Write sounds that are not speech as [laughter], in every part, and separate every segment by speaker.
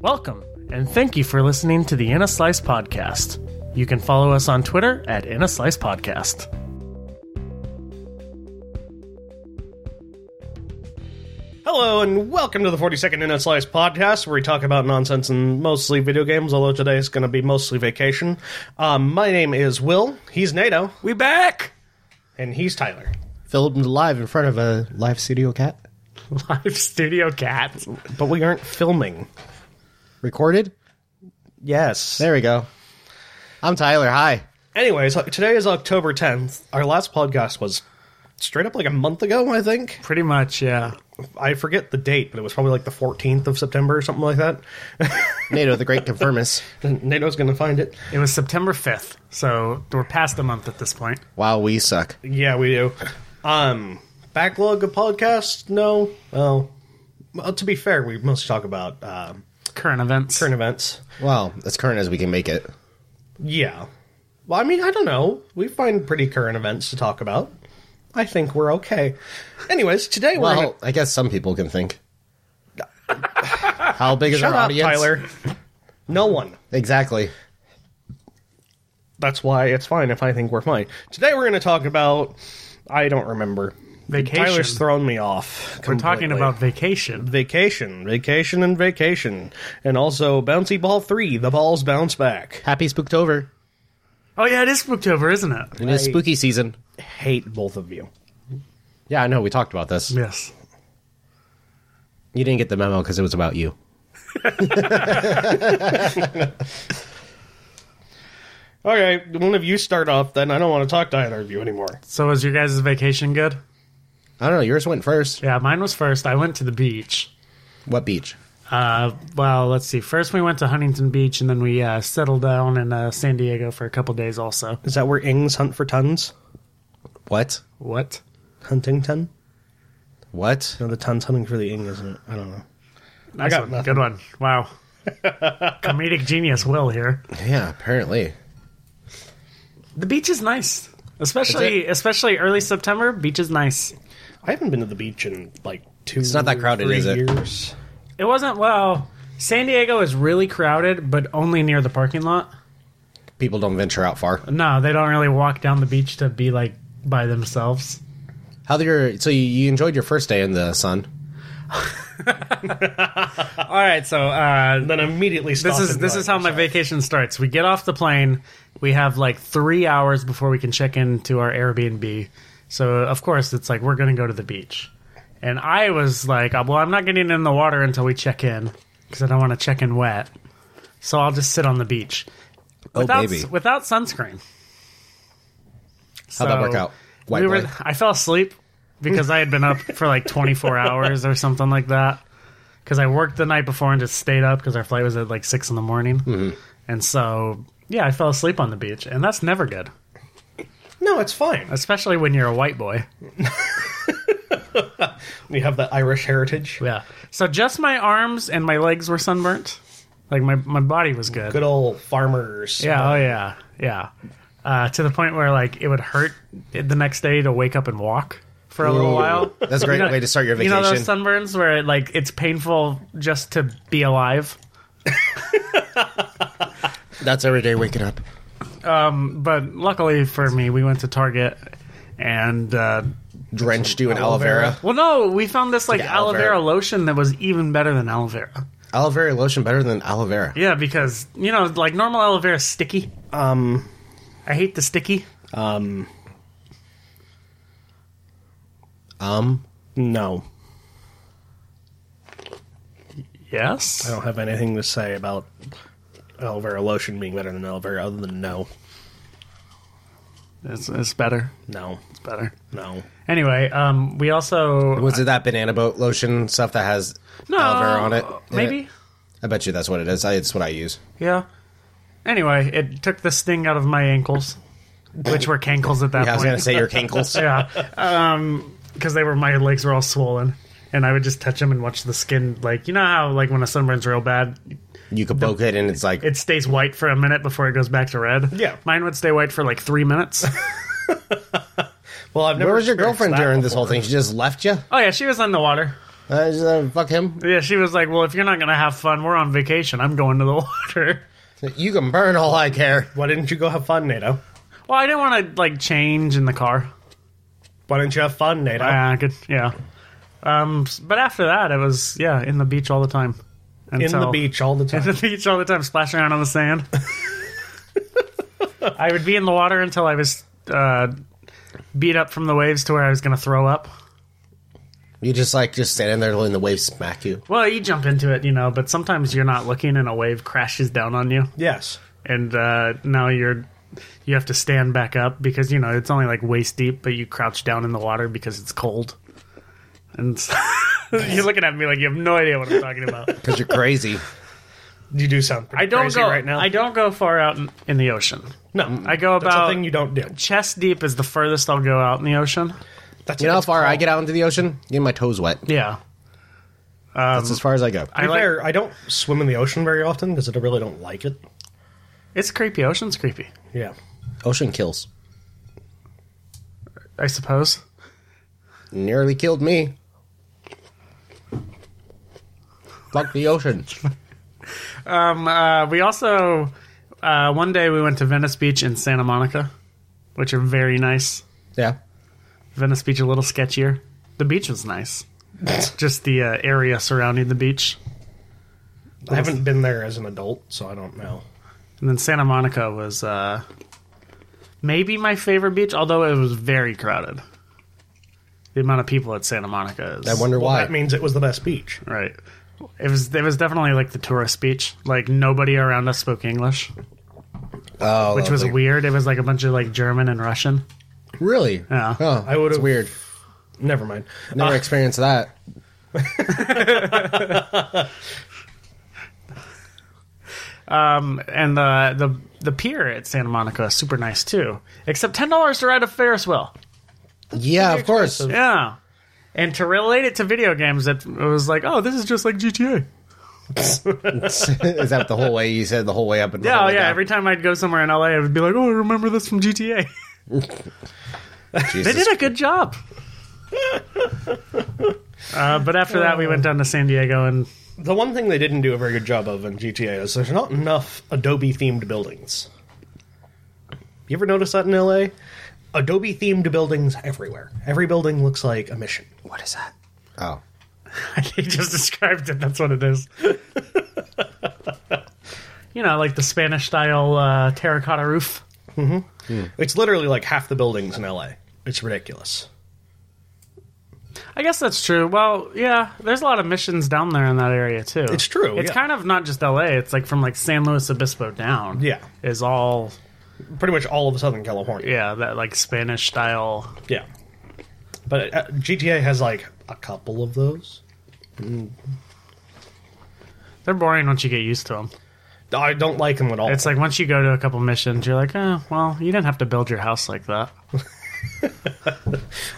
Speaker 1: Welcome, and thank you for listening to the In a Slice podcast. You can follow us on Twitter at In a Slice Podcast.
Speaker 2: Hello and welcome to the 42nd Inner Slice podcast, where we talk about nonsense and mostly video games. Although today is going to be mostly vacation. Um, my name is Will. He's NATO,
Speaker 3: We back.
Speaker 2: and he's Tyler.
Speaker 4: filmed live in front of a live studio cat
Speaker 1: Live studio cat.
Speaker 2: But we aren't filming.
Speaker 4: recorded
Speaker 2: Yes.
Speaker 4: there we go i'm tyler hi
Speaker 2: Anyways, uh, today is October 10th. Our last podcast was straight up like a month ago, I think.
Speaker 1: Pretty much, yeah.
Speaker 2: I forget the date, but it was probably like the 14th of September or something like that.
Speaker 4: nato the great confirmus
Speaker 2: NATO's going to find it.
Speaker 1: It was September 5th, so we're past a month at this point.
Speaker 4: wow we suck
Speaker 2: Yeah, we do. Um, backlog of podcasts? No. Well, well, to be fair, we mostly talk about um,
Speaker 1: Current events.
Speaker 2: current events.
Speaker 4: well as current as we can make it
Speaker 2: Yeah. Well, I mean, I don't know. We find pretty current events to talk about. I think we're okay. Anyways, today we're
Speaker 4: well
Speaker 2: gonna-
Speaker 4: i guess some people can think how big is
Speaker 2: shut
Speaker 4: our
Speaker 2: up,
Speaker 4: audience
Speaker 2: Tyler. No one.
Speaker 4: exactly
Speaker 2: That's why it's fine if I think we're fine. Today we're going to talk about. I don't remember.
Speaker 1: Vacation.
Speaker 2: Tyler's thrown me off.
Speaker 1: we're talking
Speaker 2: completely.
Speaker 1: about vacation.
Speaker 2: vacation, vacation, and vacation, and also bouncy ball three. The balls bounce back.
Speaker 4: happy spooktober
Speaker 1: Oh, yeah, it is Spooktober, isn't it?
Speaker 4: it is spooky season
Speaker 2: Hate both of you.
Speaker 4: yeah i know we talked about this
Speaker 1: Yes.
Speaker 4: you didn't get the memo because it was about you
Speaker 2: All right, one of you start off. Then I don't want to talk to either of you anymore.
Speaker 1: So, was your guys' vacation good?
Speaker 4: i don't know yours went first
Speaker 1: Yeah, mine was first. I went to the beach.
Speaker 4: what beach
Speaker 1: Uh, well, let's see. First, we went to Huntington Beach, and then we uh, settled down in uh, San Diego for a couple days. Also,
Speaker 2: Is that where Ings hunt for tons?
Speaker 4: what
Speaker 1: what?
Speaker 2: Hunting ton?
Speaker 4: what
Speaker 2: No, the ton's hunting for the ing, isn't it? I don't know.
Speaker 1: Nice
Speaker 2: got
Speaker 1: one.
Speaker 2: nothing.
Speaker 1: Good one. Wow.
Speaker 2: [laughs]
Speaker 1: Comedic genius, Will here.
Speaker 4: yeah apparently
Speaker 1: The beach is nice, especially especially early September. Beach is nice.
Speaker 2: I haven't been to the beach in like two. It's
Speaker 4: not that crowded,
Speaker 2: three
Speaker 4: is it?
Speaker 2: Years.
Speaker 1: It wasn't well. San Diego is really crowded, but only near the parking lot.
Speaker 4: people don't venture out far
Speaker 1: No, they don't really walk down the beach to be like by themselves.
Speaker 4: How did your so you, you enjoyed your first day in the sun?
Speaker 1: All right, so uh,
Speaker 2: And then immediately
Speaker 1: this is this is how my vacation starts. We get off the plane. We have like three hours before we can check into our Airbnb. So of course it's like we're gonna go to the beach, and I was like, "Oh, well, I'm not getting in the water until we check in because I don't want to check in wet. So I'll just sit on the beach
Speaker 4: Oh
Speaker 1: without
Speaker 4: baby,
Speaker 1: without sunscreen.
Speaker 4: how'd that
Speaker 1: So
Speaker 4: work out? White
Speaker 1: we were-
Speaker 4: boy.
Speaker 1: I fell asleep because I had been up for like 24 hours or something like that. Because I worked the night before and just stayed up because our flight was at like six in the morning, and so yeah, I fell asleep on the beach, and that's never good,
Speaker 2: No, it's fine.
Speaker 1: especially when you're a white boy.
Speaker 2: You have the Irish heritage.
Speaker 1: Yeah. So just my arms and my legs were sunburnt. Like my my body was good.
Speaker 2: Good old farmers.
Speaker 1: Yeah. Oh yeah. Yeah. Uh, to the point where like it would hurt the next day to wake up and walk for a little
Speaker 4: Ooh.
Speaker 1: while.
Speaker 4: That's a great way to start your
Speaker 1: [laughs] You
Speaker 4: vacation.
Speaker 1: know those sunburns where like it's painful just to be alive.
Speaker 4: That's every day waking up.
Speaker 1: But luckily for me, we went to Target and uh,
Speaker 4: Drenched you in aloe vera.
Speaker 1: well, no, we found this like
Speaker 4: Yeah,
Speaker 1: aloe
Speaker 4: aloe vera.
Speaker 1: vera lotion that was even better than aloe vera.
Speaker 4: Aloe vera lotion better than aloe vera.
Speaker 1: Yeah, because you know, like normal aloe vera is sticky. Um, I hate the sticky.
Speaker 4: Um,
Speaker 2: No, I
Speaker 1: Yes.
Speaker 2: don't have anything to say about aloe vera lotion being better than aloe vera, other than no,
Speaker 1: It's, it's better.
Speaker 2: no,
Speaker 1: It's better.
Speaker 2: no.
Speaker 1: Anyway, um, we also
Speaker 4: was it that banana boat lotion stuff that has
Speaker 1: no,
Speaker 4: aloe vera on it? in
Speaker 1: Maybe.
Speaker 4: it? I bet you that's what it is. I, it's what I use.
Speaker 1: Yeah. Anyway, it took the sting out of my ankles, which were cankles at that
Speaker 4: Yeah, I was
Speaker 1: point.
Speaker 4: gonna say
Speaker 1: [laughs]
Speaker 4: your cankles.
Speaker 1: yeah, because they were my legs were all swollen, and I would just touch them and watch the skin. Like you know how like when a sunburn's real bad,
Speaker 4: You could poke it and it's like
Speaker 1: it stays white for a minute before it goes back to red.
Speaker 2: Yeah.
Speaker 1: mine would stay white for like three minutes.
Speaker 2: Well, I've never.
Speaker 4: where was your
Speaker 2: experienced
Speaker 4: girlfriend
Speaker 2: that
Speaker 4: during this whole
Speaker 2: before.
Speaker 4: thing? She just left you.
Speaker 1: oh yeah, she was in the water.
Speaker 4: Uh, just, uh, fuck him.
Speaker 1: Yeah, she was like, "Well, if you're not gonna have fun, we're on vacation. I'm going to the [laughs] water."
Speaker 4: You can burn all I care.
Speaker 2: Why didn't you go have fun, NATO?
Speaker 1: Well, I didn't want to like change in the car.
Speaker 2: Why didn't you have fun, NATO?
Speaker 1: Yeah, good. Yeah. Um, s- but after that, it was yeah in the beach all the time.
Speaker 2: in the
Speaker 1: Until-
Speaker 2: beach all the
Speaker 1: [laughs] in the
Speaker 2: time.
Speaker 1: beach all the time, splashing around on the sand. I would be in the water until I was uh, beat up from the waves to where I was going to throw up.
Speaker 4: You just like just standing there letting the waves smack you.
Speaker 1: Well, you jump into it, you know, but sometimes you're not looking and a wave crashes down on you,
Speaker 2: yes.
Speaker 1: and uh, now you're you have to stand back up because you know it's only like waist deep, but you crouch down in the water because it's cold. And [laughs] so- you're looking at me like you have no idea what I'm talking about.
Speaker 4: Because you're crazy.
Speaker 2: You do sound
Speaker 1: [laughs] I
Speaker 2: pretty
Speaker 1: don't
Speaker 2: crazy
Speaker 1: go
Speaker 2: right now.
Speaker 1: I don't go far out in, in the ocean.
Speaker 2: no,
Speaker 1: I go
Speaker 2: that's
Speaker 1: about
Speaker 2: a thing you don't do.
Speaker 1: chest deep is the furthest I'll go out in the ocean.
Speaker 2: That's
Speaker 4: You know
Speaker 2: what
Speaker 4: how
Speaker 2: it's
Speaker 4: far I
Speaker 2: called.
Speaker 4: get out into the ocean? Getting my toes wet.
Speaker 1: Yeah.
Speaker 4: That's as far as I go.
Speaker 2: To be
Speaker 1: Um, I like-
Speaker 2: fair, I don't swim in the ocean very often because I really don't like it.
Speaker 1: It's creepy. Ocean's creepy,
Speaker 2: Yeah.
Speaker 4: Ocean kills.
Speaker 1: I suppose.
Speaker 4: Nearly killed me. Fuck the
Speaker 1: [laughs]
Speaker 4: ocean.
Speaker 1: Um, uh, we also, uh, one day we went to Venice Beach in Santa Monica, which are very nice.
Speaker 4: Yeah.
Speaker 1: Venice Beach a little sketchier. The beach was nice. Just the uh, area surrounding the beach.
Speaker 2: I haven't been there as an adult, so I don't know.
Speaker 1: And then Santa Monica was uh, maybe my favorite beach, although it was very crowded. The amount of people at Santa Monica is
Speaker 4: I wonder
Speaker 2: Well,
Speaker 4: why.
Speaker 2: that means it was the best beach.
Speaker 1: right. It was it was definitely like the tourist beach. Like nobody around us spoke English,
Speaker 4: oh,
Speaker 1: which was
Speaker 4: lovely.
Speaker 1: weird. It was like a bunch of like German and Russian.
Speaker 4: Really?
Speaker 1: Yeah. Ah.
Speaker 4: Oh,
Speaker 2: I would've-
Speaker 4: it's weird.
Speaker 2: Never mind.
Speaker 4: Never experienced that.
Speaker 1: and the the the pier at Santa Monica is super nice too. Except ten dollars to ride a Ferris wheel.
Speaker 4: Yeah, of course.
Speaker 2: expensive.
Speaker 1: Yeah. And to relate it to video games, it, it was like, oh, this is just like GTA.
Speaker 4: [laughs] Is that the whole way you said the whole way up? And the
Speaker 1: Yeah,
Speaker 4: whole
Speaker 1: oh,
Speaker 4: way
Speaker 1: yeah.
Speaker 4: down?
Speaker 1: Every time I'd go somewhere in LA, I would be like, oh, I remember this from GTA. they
Speaker 4: Jesus.
Speaker 1: did a good job. [laughs] uh, but after that, we went down to San Diego, and
Speaker 2: The one thing they didn't do a very good job of in GTA is there's not enough Adobe themed buildings. You ever notice that in LA? Adobe themed buildings everywhere. Every building looks like a mission.
Speaker 4: What is that? Oh,
Speaker 1: [laughs] he just described it. That's what it is. [laughs] you know, like the Spanish style uh, terracotta roof.
Speaker 2: It's literally like half the buildings in LA. It's ridiculous.
Speaker 1: I guess that's true. Well, yeah, there's a lot of missions down there in that area too.
Speaker 2: It's true,
Speaker 1: It's
Speaker 2: yeah.
Speaker 1: kind of not just LA. It's like from like San Luis Obispo down.
Speaker 2: Yeah.
Speaker 1: is all
Speaker 2: Pretty much all of Southern California.
Speaker 1: yeah that like Spanish style.
Speaker 2: Yeah. But uh, GTA has like a couple of those.
Speaker 1: They're boring once you get used to them.
Speaker 2: I don't like them at all.
Speaker 1: It's like once you go to a couple missions, you're like, oh, well, you didn't have to build your house like that.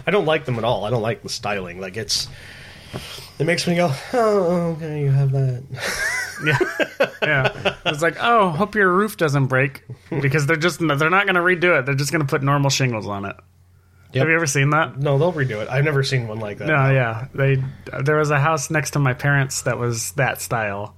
Speaker 2: I don't like them at all. I don't like the styling. Like it's, it makes me go, oh, okay, you have that.
Speaker 1: Yeah, yeah. It's like, oh, hope your roof doesn't break because they're just they're not going to redo it. They're just going to put normal shingles on it. Have you ever seen that?
Speaker 2: No, they'll redo it. I've never seen one like that.
Speaker 1: No, yeah. They there was a house next to my parents that was that style.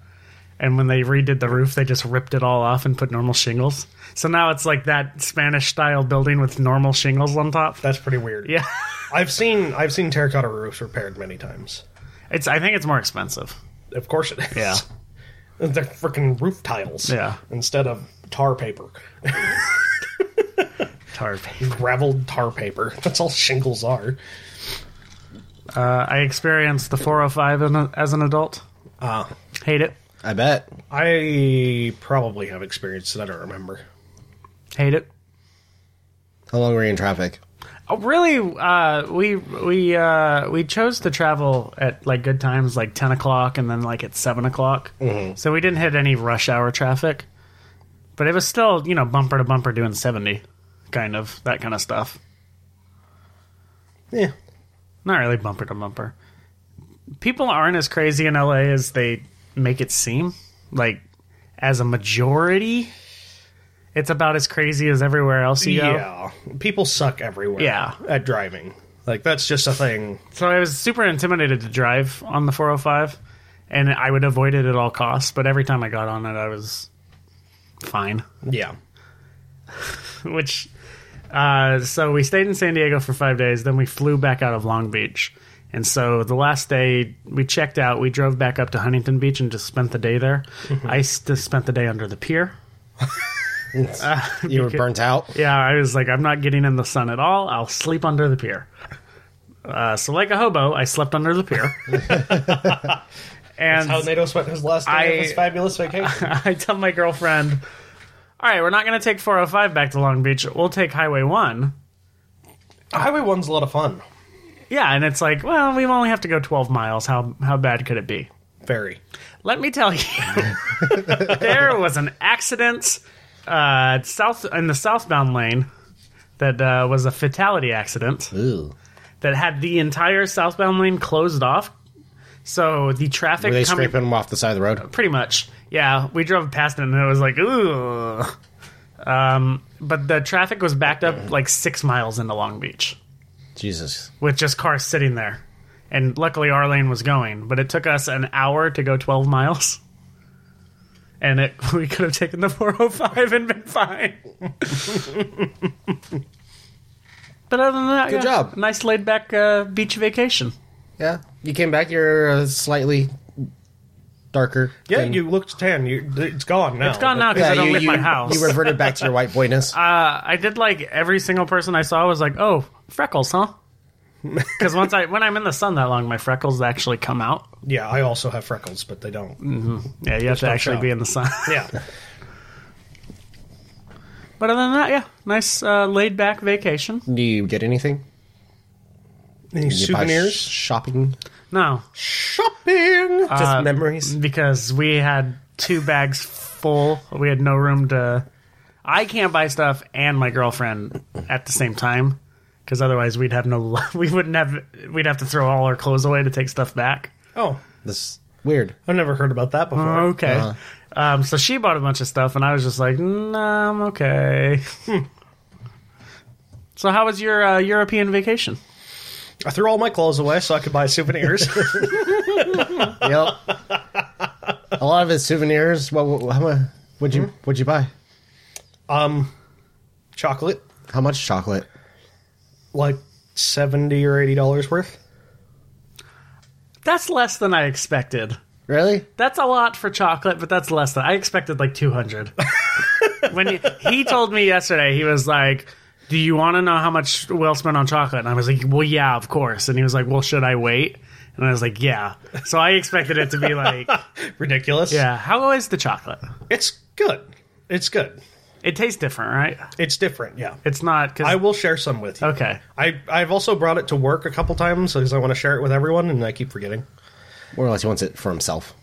Speaker 1: And when they redid the roof, they just ripped it all off and put normal shingles. So now it's like that Spanish style building with normal shingles on top.
Speaker 2: That's pretty weird.
Speaker 1: Yeah. [laughs]
Speaker 2: I've seen I've seen terracotta roofs repaired many times.
Speaker 1: It's I think it's more expensive.
Speaker 2: Of course it is.
Speaker 1: Yeah.
Speaker 2: [laughs] They're freaking roof tiles.
Speaker 1: Yeah.
Speaker 2: Instead of tar paper.
Speaker 1: Tar paper.
Speaker 2: Graveled tar paper. [laughs] That's all shingles are.
Speaker 1: Uh, I experienced the 405 in a, as an adult.
Speaker 2: Ah.
Speaker 1: Hate it.
Speaker 4: I bet.
Speaker 2: I probably have experienced it. I don't remember.
Speaker 1: Hate it.
Speaker 4: How long were you
Speaker 1: [laughs]
Speaker 4: in traffic?
Speaker 1: Oh, really? Uh, we we uh, we chose to travel at like good times, like ten o'clock, and then like at seven o'clock. So we didn't hit any rush hour traffic, but it was still you know bumper to bumper doing seventy, kind of that kind of stuff.
Speaker 2: Yeah.
Speaker 1: Not really bumper to bumper. People aren't as crazy in LA as they make it seem. Like as a majority, it's about as crazy as everywhere else you go.
Speaker 2: Yeah. People suck everywhere.
Speaker 1: Yeah.
Speaker 2: At driving. Like that's just a thing.
Speaker 1: So I was super intimidated to drive on the 405, and I would avoid it at all costs. But every time I got on it, I was fine. [laughs]
Speaker 2: Yeah.
Speaker 1: Which, uh, so we stayed in San Diego for five days. Then we flew back out of Long Beach, and so the last day we checked out. We drove back up to Huntington Beach and just spent the day there. I st- spent the day under the pier.
Speaker 4: You were burnt out.
Speaker 1: Yeah, I was like, I'm not getting in the sun at all. I'll sleep under the pier. Uh, so, like a hobo, I slept under the pier. [laughs] and
Speaker 2: How NATO spent his last day
Speaker 1: I-
Speaker 2: of his fabulous vacation.
Speaker 1: [laughs] I tell my girlfriend, all right, we're not going to take 405 back to Long Beach. We'll take Highway 1.
Speaker 2: Highway One's a lot of fun.
Speaker 1: Yeah, and it's like, well, we only have to go 12 miles. How, how bad could it be?
Speaker 2: Very.
Speaker 1: Let me tell you, [laughs] there was an accident uh, south in the southbound lane that uh, was a fatality accident.
Speaker 4: Ooh.
Speaker 1: that had the entire southbound lane closed off. So the traffic
Speaker 4: Were they
Speaker 1: coming
Speaker 4: scraping them off the side of the road?
Speaker 1: pretty much. Yeah, we drove past it and it was like, ooh. Um, but the traffic was backed up like six miles into Long Beach
Speaker 4: Jesus.
Speaker 1: with just cars sitting there. And luckily our lane was going, but it took us an hour to go 12 miles. And it, [laughs] we could have taken the 405 and been fine. [laughs] but other than that,
Speaker 4: Good
Speaker 1: yeah,
Speaker 4: job.
Speaker 1: Nice laid back uh, beach vacation.
Speaker 4: Yeah. You came back. You're uh, slightly darker.
Speaker 2: Yeah,
Speaker 4: than-
Speaker 2: you looked tan. You, it's gone now.
Speaker 1: It's gone now because
Speaker 4: Yeah,
Speaker 1: I don't
Speaker 4: you,
Speaker 1: live in
Speaker 4: you,
Speaker 1: my house.
Speaker 4: you reverted back to your white boyness.
Speaker 1: uh, I did like every single person I saw was like, "Oh, freckles, huh?" Because once I when I'm in the sun that long, my freckles actually come out.
Speaker 2: Yeah, I also have freckles, but they
Speaker 1: Mm.
Speaker 2: don't.
Speaker 1: Yeah, you have to
Speaker 2: don't
Speaker 1: actually
Speaker 2: show.
Speaker 1: be in the sun. [laughs]
Speaker 2: [laughs] Yeah.
Speaker 1: but other than that, yeah, nice uh, laid back vacation.
Speaker 4: Do you get anything?
Speaker 2: Any
Speaker 4: Did you buy
Speaker 2: souvenirs?
Speaker 4: sh- shopping. Uh,
Speaker 1: No,
Speaker 2: Shopping. Just memories.
Speaker 1: because we had two bags full. We had no room to. I can't buy stuff and my girlfriend at the same time because otherwise we'd have no. [laughs] We wouldn't have. We'd have to throw all our clothes away to take stuff back.
Speaker 2: Oh,
Speaker 4: This weird.
Speaker 2: I've never heard about that before.
Speaker 1: Oh, Okay. Um, so she bought a bunch of stuff, and I was just like, nah, I'm okay. [laughs] so how was your uh, European vacation?
Speaker 2: I threw all my clothes away so I could buy
Speaker 1: [laughs]
Speaker 2: souvenirs. [laughs]
Speaker 4: Yep. a lot of it's souvenirs. What? what how much? What'd
Speaker 2: Hmm?
Speaker 4: you? What'd you buy?
Speaker 2: um, chocolate,
Speaker 4: How much chocolate?
Speaker 2: like seventy or eighty dollars worth.
Speaker 1: That's less than I expected.
Speaker 4: Really?
Speaker 1: That's a lot for chocolate, but that's less than I expected. Like 200. [laughs] when he, he told me yesterday, he was like. Do you want to know how much Will spent on chocolate? And I was like, well, yeah, of course. And he was like, well, should I wait? And I was like, yeah. So I expected it to be [laughs] like,
Speaker 2: Ridiculous.
Speaker 1: yeah, how is the chocolate?
Speaker 2: it's good. It's good.
Speaker 1: It tastes different, right?
Speaker 2: It's different. Yeah,
Speaker 1: It's not because
Speaker 2: I will share some with you.
Speaker 1: Okay.
Speaker 2: I I've also brought it to work a couple times because I want to share it with everyone, and I keep forgetting.
Speaker 4: More or less, he wants it for himself.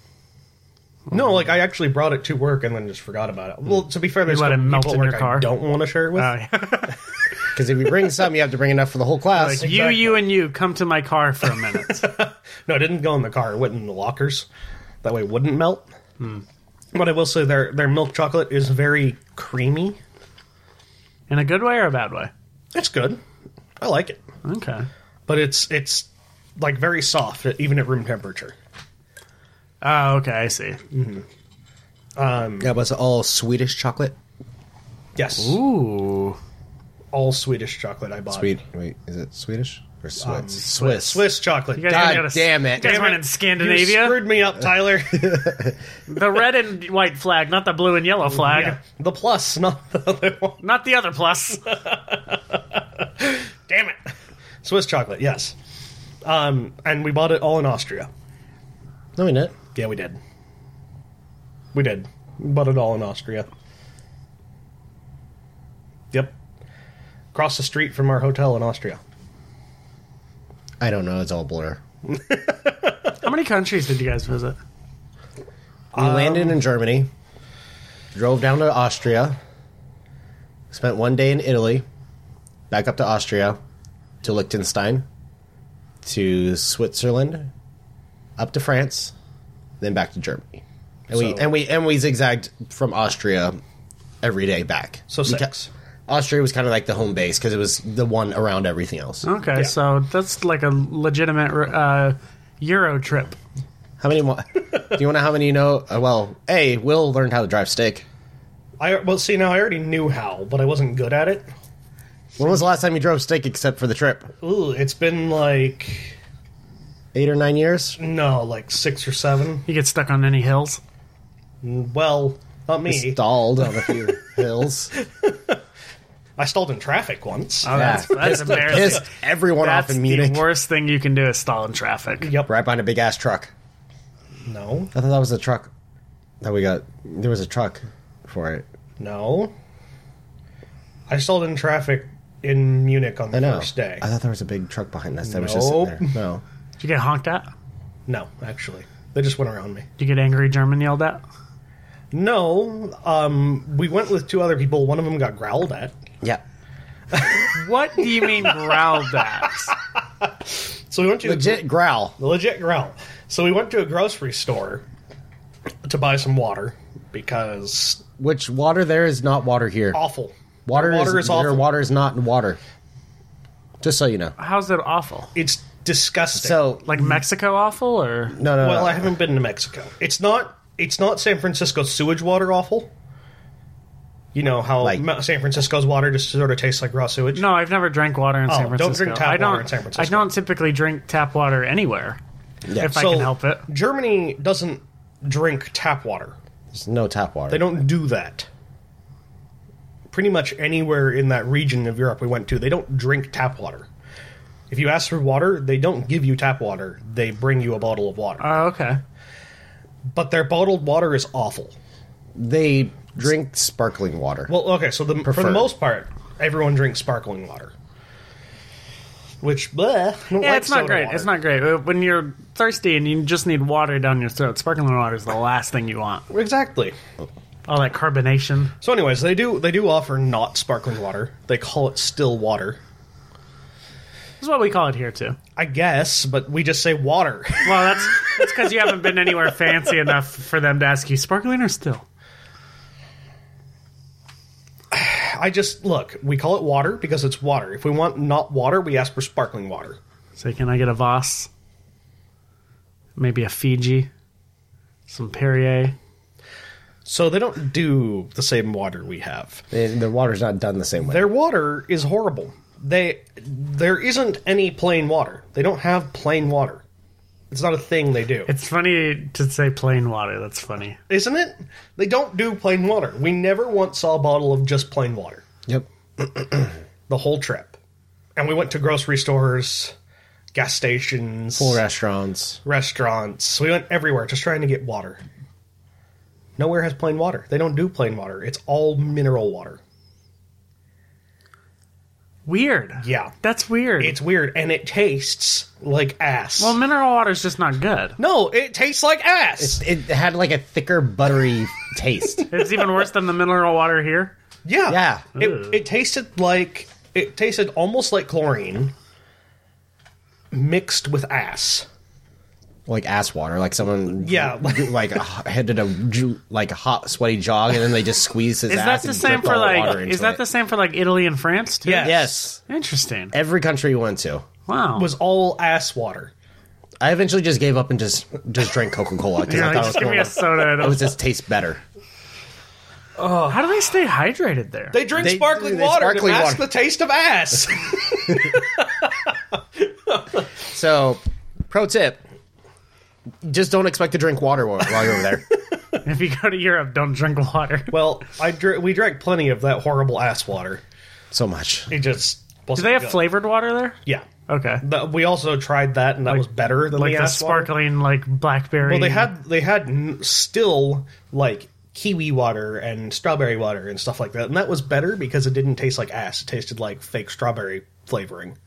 Speaker 2: No, like I actually brought it to work and then just forgot about it. Well, to be fair, there's
Speaker 1: Hmm. let
Speaker 2: still
Speaker 1: it melt
Speaker 2: people
Speaker 1: in
Speaker 2: at
Speaker 1: your
Speaker 2: work
Speaker 1: car? Uh.
Speaker 2: I don't want to share it with.
Speaker 1: [laughs]
Speaker 4: Because if you
Speaker 2: [laughs]
Speaker 4: bring some, you have to bring enough for the whole class.
Speaker 1: You, you, and you come to my car for a [laughs] minute.
Speaker 2: No, it didn't go in the car. It went in the lockers. That way, it wouldn't melt.
Speaker 1: Hmm.
Speaker 2: But I will say their their milk chocolate is very creamy.
Speaker 1: In a good way or a bad way?
Speaker 2: It's good. I like it,
Speaker 1: Okay.
Speaker 2: but it's it's like very soft, even at room temperature.
Speaker 1: Oh, okay, I see.
Speaker 4: yeah, but it's all Swedish chocolate.
Speaker 2: Yes,
Speaker 1: Ooh.
Speaker 2: all Swedish chocolate I bought.
Speaker 4: Sweet. Wait, is it Swedish or Swiss?
Speaker 2: Um, Swiss, Swiss chocolate.
Speaker 1: guys-
Speaker 4: God
Speaker 1: You gotta-
Speaker 4: damn it!
Speaker 1: guys
Speaker 2: Damn
Speaker 1: went
Speaker 2: it.
Speaker 1: in
Speaker 2: You
Speaker 1: Scandinavia.
Speaker 2: screwed me up,
Speaker 1: [laughs]
Speaker 2: Tyler. [laughs]
Speaker 1: The red and white flag, not the blue and yellow flag.
Speaker 2: Yeah. The plus, not the other one.
Speaker 1: Not the other plus. [laughs]
Speaker 2: Damn it. Swiss chocolate, yes. Um, and we bought it all in Austria.
Speaker 4: No, we didn't.
Speaker 2: Yeah, we did. We did. We bought it all in Austria. Yep. Across the street from our hotel in Austria.
Speaker 4: I don't know. It's all blur.
Speaker 1: How many countries did you guys visit?
Speaker 4: We landed
Speaker 2: Um,
Speaker 4: in Germany, drove down to Austria, spent one day in Italy, back up to Austria, to Liechtenstein, to Switzerland, up to France, then back to Germany. And we
Speaker 2: So-
Speaker 4: and we and we zigzagged from Austria every day back.
Speaker 2: So
Speaker 4: Beca-
Speaker 2: six.
Speaker 4: Austria was kind of like the home base because it was the one around everything else.
Speaker 1: Okay, so that's like a legitimate uh, Euro trip.
Speaker 4: How many? Mo- [laughs] do you want to? How many you know? Uh, well, a Will learned how to drive stick.
Speaker 2: I well see now. I already knew how, but I wasn't good at it.
Speaker 4: When was the last time you drove stick except for the trip?
Speaker 2: Ooh, it's been like
Speaker 4: Eight or nine years?
Speaker 2: no, like six or seven.
Speaker 1: You get stuck on any hills.
Speaker 2: Well, not me.
Speaker 4: Stalled on a few hills.
Speaker 2: I stalled in traffic once.
Speaker 1: Oh, that's, that's
Speaker 4: Pissed-
Speaker 1: embarrassing.
Speaker 4: pissed everyone
Speaker 1: That's
Speaker 4: off
Speaker 1: the
Speaker 4: in Munich.
Speaker 1: worst thing you can do is stall in traffic.
Speaker 2: yep.
Speaker 4: Right behind a big ass truck.
Speaker 2: No.
Speaker 4: I thought that was a truck that we got. There was a truck for it.
Speaker 2: No. I stalled in traffic in Munich on
Speaker 4: I
Speaker 2: the
Speaker 4: know.
Speaker 2: first day.
Speaker 4: I thought there was a big truck behind us that was just sitting
Speaker 2: Nope.
Speaker 4: there. No.
Speaker 1: Did you get honked at?
Speaker 2: No, actually, they just went around me.
Speaker 1: Did you get angry German yelled at?
Speaker 2: No, um, we went with two other people. One of them got growled at.
Speaker 4: Yeah.
Speaker 1: What do you mean growled at?
Speaker 2: So we went to
Speaker 4: Legit growl.
Speaker 2: The legit growl. So we went to a grocery store to buy some water because
Speaker 4: Which water there is not water here.
Speaker 2: awful.
Speaker 4: Water,
Speaker 2: Their
Speaker 4: is, Your water is not water. Just so you know.
Speaker 1: How's it awful?
Speaker 2: It's disgusting.
Speaker 4: So
Speaker 1: Like Mexico awful or
Speaker 4: no, no,
Speaker 2: well,
Speaker 4: no.
Speaker 2: I haven't been to Mexico. It's not. It's not San Francisco sewage water awful. You know how
Speaker 4: Like-
Speaker 2: Ma- San Francisco's water just sort of tastes like raw sewage.
Speaker 1: No, I've never drank water in San
Speaker 2: Oh, don't
Speaker 1: Francisco.
Speaker 2: drink tap
Speaker 1: I
Speaker 2: water
Speaker 1: don't,
Speaker 2: in San Francisco.
Speaker 1: I don't typically drink tap water anywhere
Speaker 4: Yeah.
Speaker 1: if
Speaker 2: So-
Speaker 1: I can help it.
Speaker 2: Germany doesn't drink tap water.
Speaker 4: There's no tap water.
Speaker 2: They don't do that. Pretty much anywhere in that region of Europe we went to, they don't drink tap water. If you ask for water, they don't give you tap water. They bring you a bottle of water.
Speaker 1: Oh, okay.
Speaker 2: but their bottled water is awful.
Speaker 4: They drink sparkling water.
Speaker 2: Well, okay, so the, for the
Speaker 4: Preferred.
Speaker 2: most part, everyone drinks sparkling water. Which, bleh, I don't
Speaker 1: Yeah,
Speaker 2: like
Speaker 1: it's not
Speaker 2: soda
Speaker 1: great.
Speaker 2: water.
Speaker 1: It's not great. Uh, When you're thirsty and you just need water down your throat, sparkling water is the last thing you want.
Speaker 2: Exactly.
Speaker 1: All that carbonation.
Speaker 2: So, anyways, they do they do offer not sparkling water. They call it still water,
Speaker 1: This is what we call it here too.
Speaker 2: I guess, but we just say water. [laughs]
Speaker 1: Well, that's that's because you haven't been anywhere fancy enough for them to ask you sparkling or still.
Speaker 2: I just look. We call it water because it's water. If we want not water, we ask for sparkling water.
Speaker 1: So can I get a Voss? Maybe a Fiji, some Perrier.
Speaker 2: So they don't do the same water we have.
Speaker 4: They- their water's not done the same way.
Speaker 2: Their water is horrible. They there isn't any plain water. They don't have plain water. It's not a thing they do,
Speaker 1: It's funny to say plain water. That's funny.
Speaker 2: isn't it? They don't do plain water. We never once saw a bottle of just plain water
Speaker 4: Yep.
Speaker 2: the whole trip, and we went to grocery stores, gas stations,
Speaker 4: Restaurants.
Speaker 2: restaurants. We went everywhere just trying to get water. Nowhere has plain water. They don't do plain water. It's all mineral water.
Speaker 1: Weird.
Speaker 2: Yeah.
Speaker 1: That's weird.
Speaker 2: It's weird and it tastes like ass.
Speaker 1: well, mineral water is just not good.
Speaker 2: no, it tastes like ass.
Speaker 4: It had like a thicker, buttery taste. [laughs]
Speaker 1: It's even worse than the mineral water here.
Speaker 2: Yeah.
Speaker 4: Yeah.
Speaker 2: It, it tasted like it tasted almost like chlorine mixed with ass.
Speaker 4: Like ass water. Like someone.
Speaker 2: Yeah.
Speaker 4: [laughs] Like a, headed a ju- like a hot, sweaty jog, and then they just squeezed his
Speaker 1: Is
Speaker 4: ass.
Speaker 1: that the
Speaker 4: and
Speaker 1: same
Speaker 4: dripped
Speaker 1: for
Speaker 4: all the water
Speaker 1: like?
Speaker 4: into
Speaker 1: Is that
Speaker 4: it.
Speaker 1: the same for like Italy and France too?
Speaker 2: Yeah.
Speaker 4: Yes.
Speaker 1: Interesting.
Speaker 4: Every country you went to.
Speaker 1: Wow.
Speaker 2: It was all ass water.
Speaker 4: I eventually just gave up and just just drank Coca Cola because
Speaker 1: You're
Speaker 4: I
Speaker 1: like,
Speaker 4: thought it was
Speaker 1: just give
Speaker 4: going
Speaker 1: me a
Speaker 4: to
Speaker 1: soda.
Speaker 4: [laughs]
Speaker 1: and a-
Speaker 4: always just taste better.
Speaker 1: How do they stay hydrated there?
Speaker 2: They drink
Speaker 4: They-
Speaker 2: sparkling
Speaker 4: they
Speaker 2: water
Speaker 4: sparkling
Speaker 2: to mask the
Speaker 4: water.
Speaker 2: taste of ass.
Speaker 4: So, pro tip: just don't expect to drink water while while you're over
Speaker 1: [laughs]
Speaker 4: there.
Speaker 1: if you go to Europe, don't drink water.
Speaker 2: [laughs] well, I dr- we drank plenty of that horrible ass water.
Speaker 4: so much.
Speaker 2: It just
Speaker 1: Do they have flavored water there?
Speaker 2: Yeah.
Speaker 1: Okay.
Speaker 2: That- we also tried that, and that was better than
Speaker 1: Like
Speaker 2: the,
Speaker 1: the
Speaker 2: ass water.
Speaker 1: sparkling, like blackberry.
Speaker 2: Well, they had they had n- still like kiwi water and strawberry water and stuff like that, and that was better because it didn't taste like ass. It tasted like fake strawberry flavoring.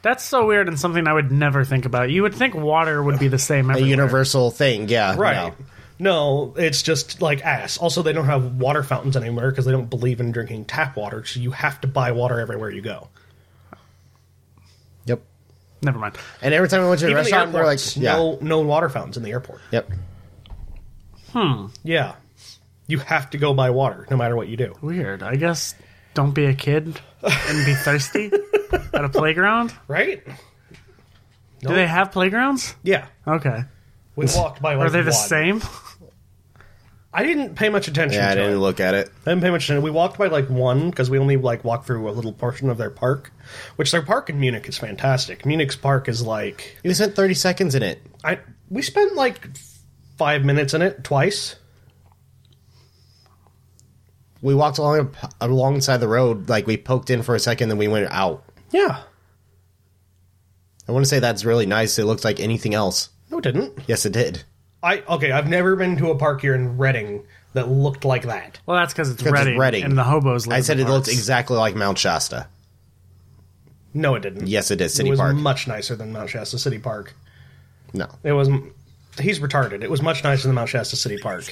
Speaker 1: That's so weird and something I would never think about. You would think water would be the same
Speaker 4: A
Speaker 1: everywhere.
Speaker 4: universal thing, yeah.
Speaker 2: Right. No, it's just like ass. Also, they don't have water fountains anymore because they don't believe in drinking tap water, so you have to buy water everywhere you go.
Speaker 4: Yep.
Speaker 1: Never mind.
Speaker 4: And every time we went to a
Speaker 2: Even the
Speaker 4: restaurant, we're like,
Speaker 2: airports,
Speaker 4: yeah,
Speaker 2: no, no water fountains in the airport.
Speaker 4: yep.
Speaker 2: Yeah, you have to go buy water no matter what you do.
Speaker 1: Weird. I guess don't be a kid and be thirsty at a playground?
Speaker 2: right?
Speaker 1: Do they have playgrounds?
Speaker 2: Yeah,
Speaker 1: Okay.
Speaker 4: [laughs]
Speaker 2: we walked by.
Speaker 1: Are
Speaker 2: like,
Speaker 1: they the
Speaker 2: one.
Speaker 1: same?
Speaker 2: I didn't pay much attention.
Speaker 4: Yeah, I
Speaker 2: to
Speaker 4: didn't
Speaker 2: it.
Speaker 4: look at it.
Speaker 2: I didn't pay much attention. We walked by like one because we only like walked through a little portion of their park, which their park in Munich is fantastic. Munich's park is like
Speaker 4: You spent 30 seconds in it.
Speaker 2: I we spent like five minutes in it twice.
Speaker 4: We walked along alongside the road, like we poked in for a second, then we went out.
Speaker 2: Yeah,
Speaker 4: I want to say that's really nice. It looks like anything else.
Speaker 2: no, it didn't.
Speaker 4: Yes, it did.
Speaker 2: I okay. I've never been to a park here in Reading that looked like that.
Speaker 1: Well, that's because it's,
Speaker 4: it's
Speaker 1: Reading,
Speaker 4: Reading.
Speaker 1: and the hobos. Live
Speaker 4: I said
Speaker 1: in
Speaker 4: it
Speaker 1: the
Speaker 4: looked
Speaker 1: parks.
Speaker 4: exactly like Mount Shasta.
Speaker 2: No, it didn't.
Speaker 4: Yes, it is.
Speaker 2: it
Speaker 4: City
Speaker 2: was
Speaker 4: Park.
Speaker 2: much nicer than Mount Shasta City Park.
Speaker 4: no.
Speaker 2: It was. He's retarded. It was much nicer than Mount Shasta City Park.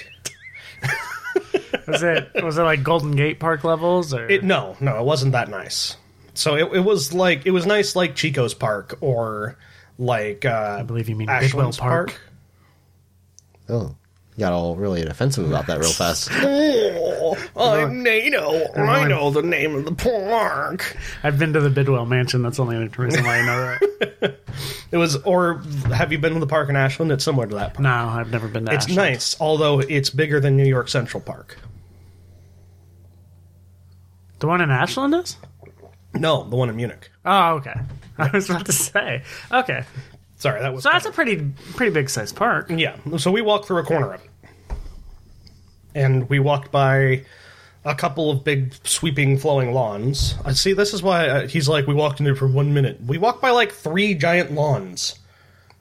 Speaker 1: was it was it like Golden Gate Park levels or
Speaker 2: It, no, no, it wasn't that nice. So it, it was like it was nice, like Chico's Park or like uh, I
Speaker 1: believe you mean
Speaker 2: Ashland's
Speaker 1: Goodwill Park.
Speaker 2: Park.
Speaker 4: Oh. Got all really offensive about that
Speaker 2: [laughs]
Speaker 4: real fast.
Speaker 2: I'm Nato. I Oh, know the name of the park.
Speaker 1: I've been to the Bidwell Mansion. That's the only reason why I know that.
Speaker 2: It was, or have you been to the park in Ashland? It's similar to that park.
Speaker 1: no, I've never been to.
Speaker 2: It's
Speaker 1: Ashland.
Speaker 2: nice, although it's bigger than New York Central Park.
Speaker 1: The one in Ashland is.
Speaker 2: No, the one in Munich.
Speaker 1: Oh, okay. I was about to say. Okay,
Speaker 2: Sorry, that was.
Speaker 1: so that's a pretty pretty big size park.
Speaker 2: Yeah. So we walked through a corner of it. And we walked by a couple of big sweeping flowing lawns. I see this is why uh, he's like we walked in there for 1 minute. We walked by like 3 giant lawns.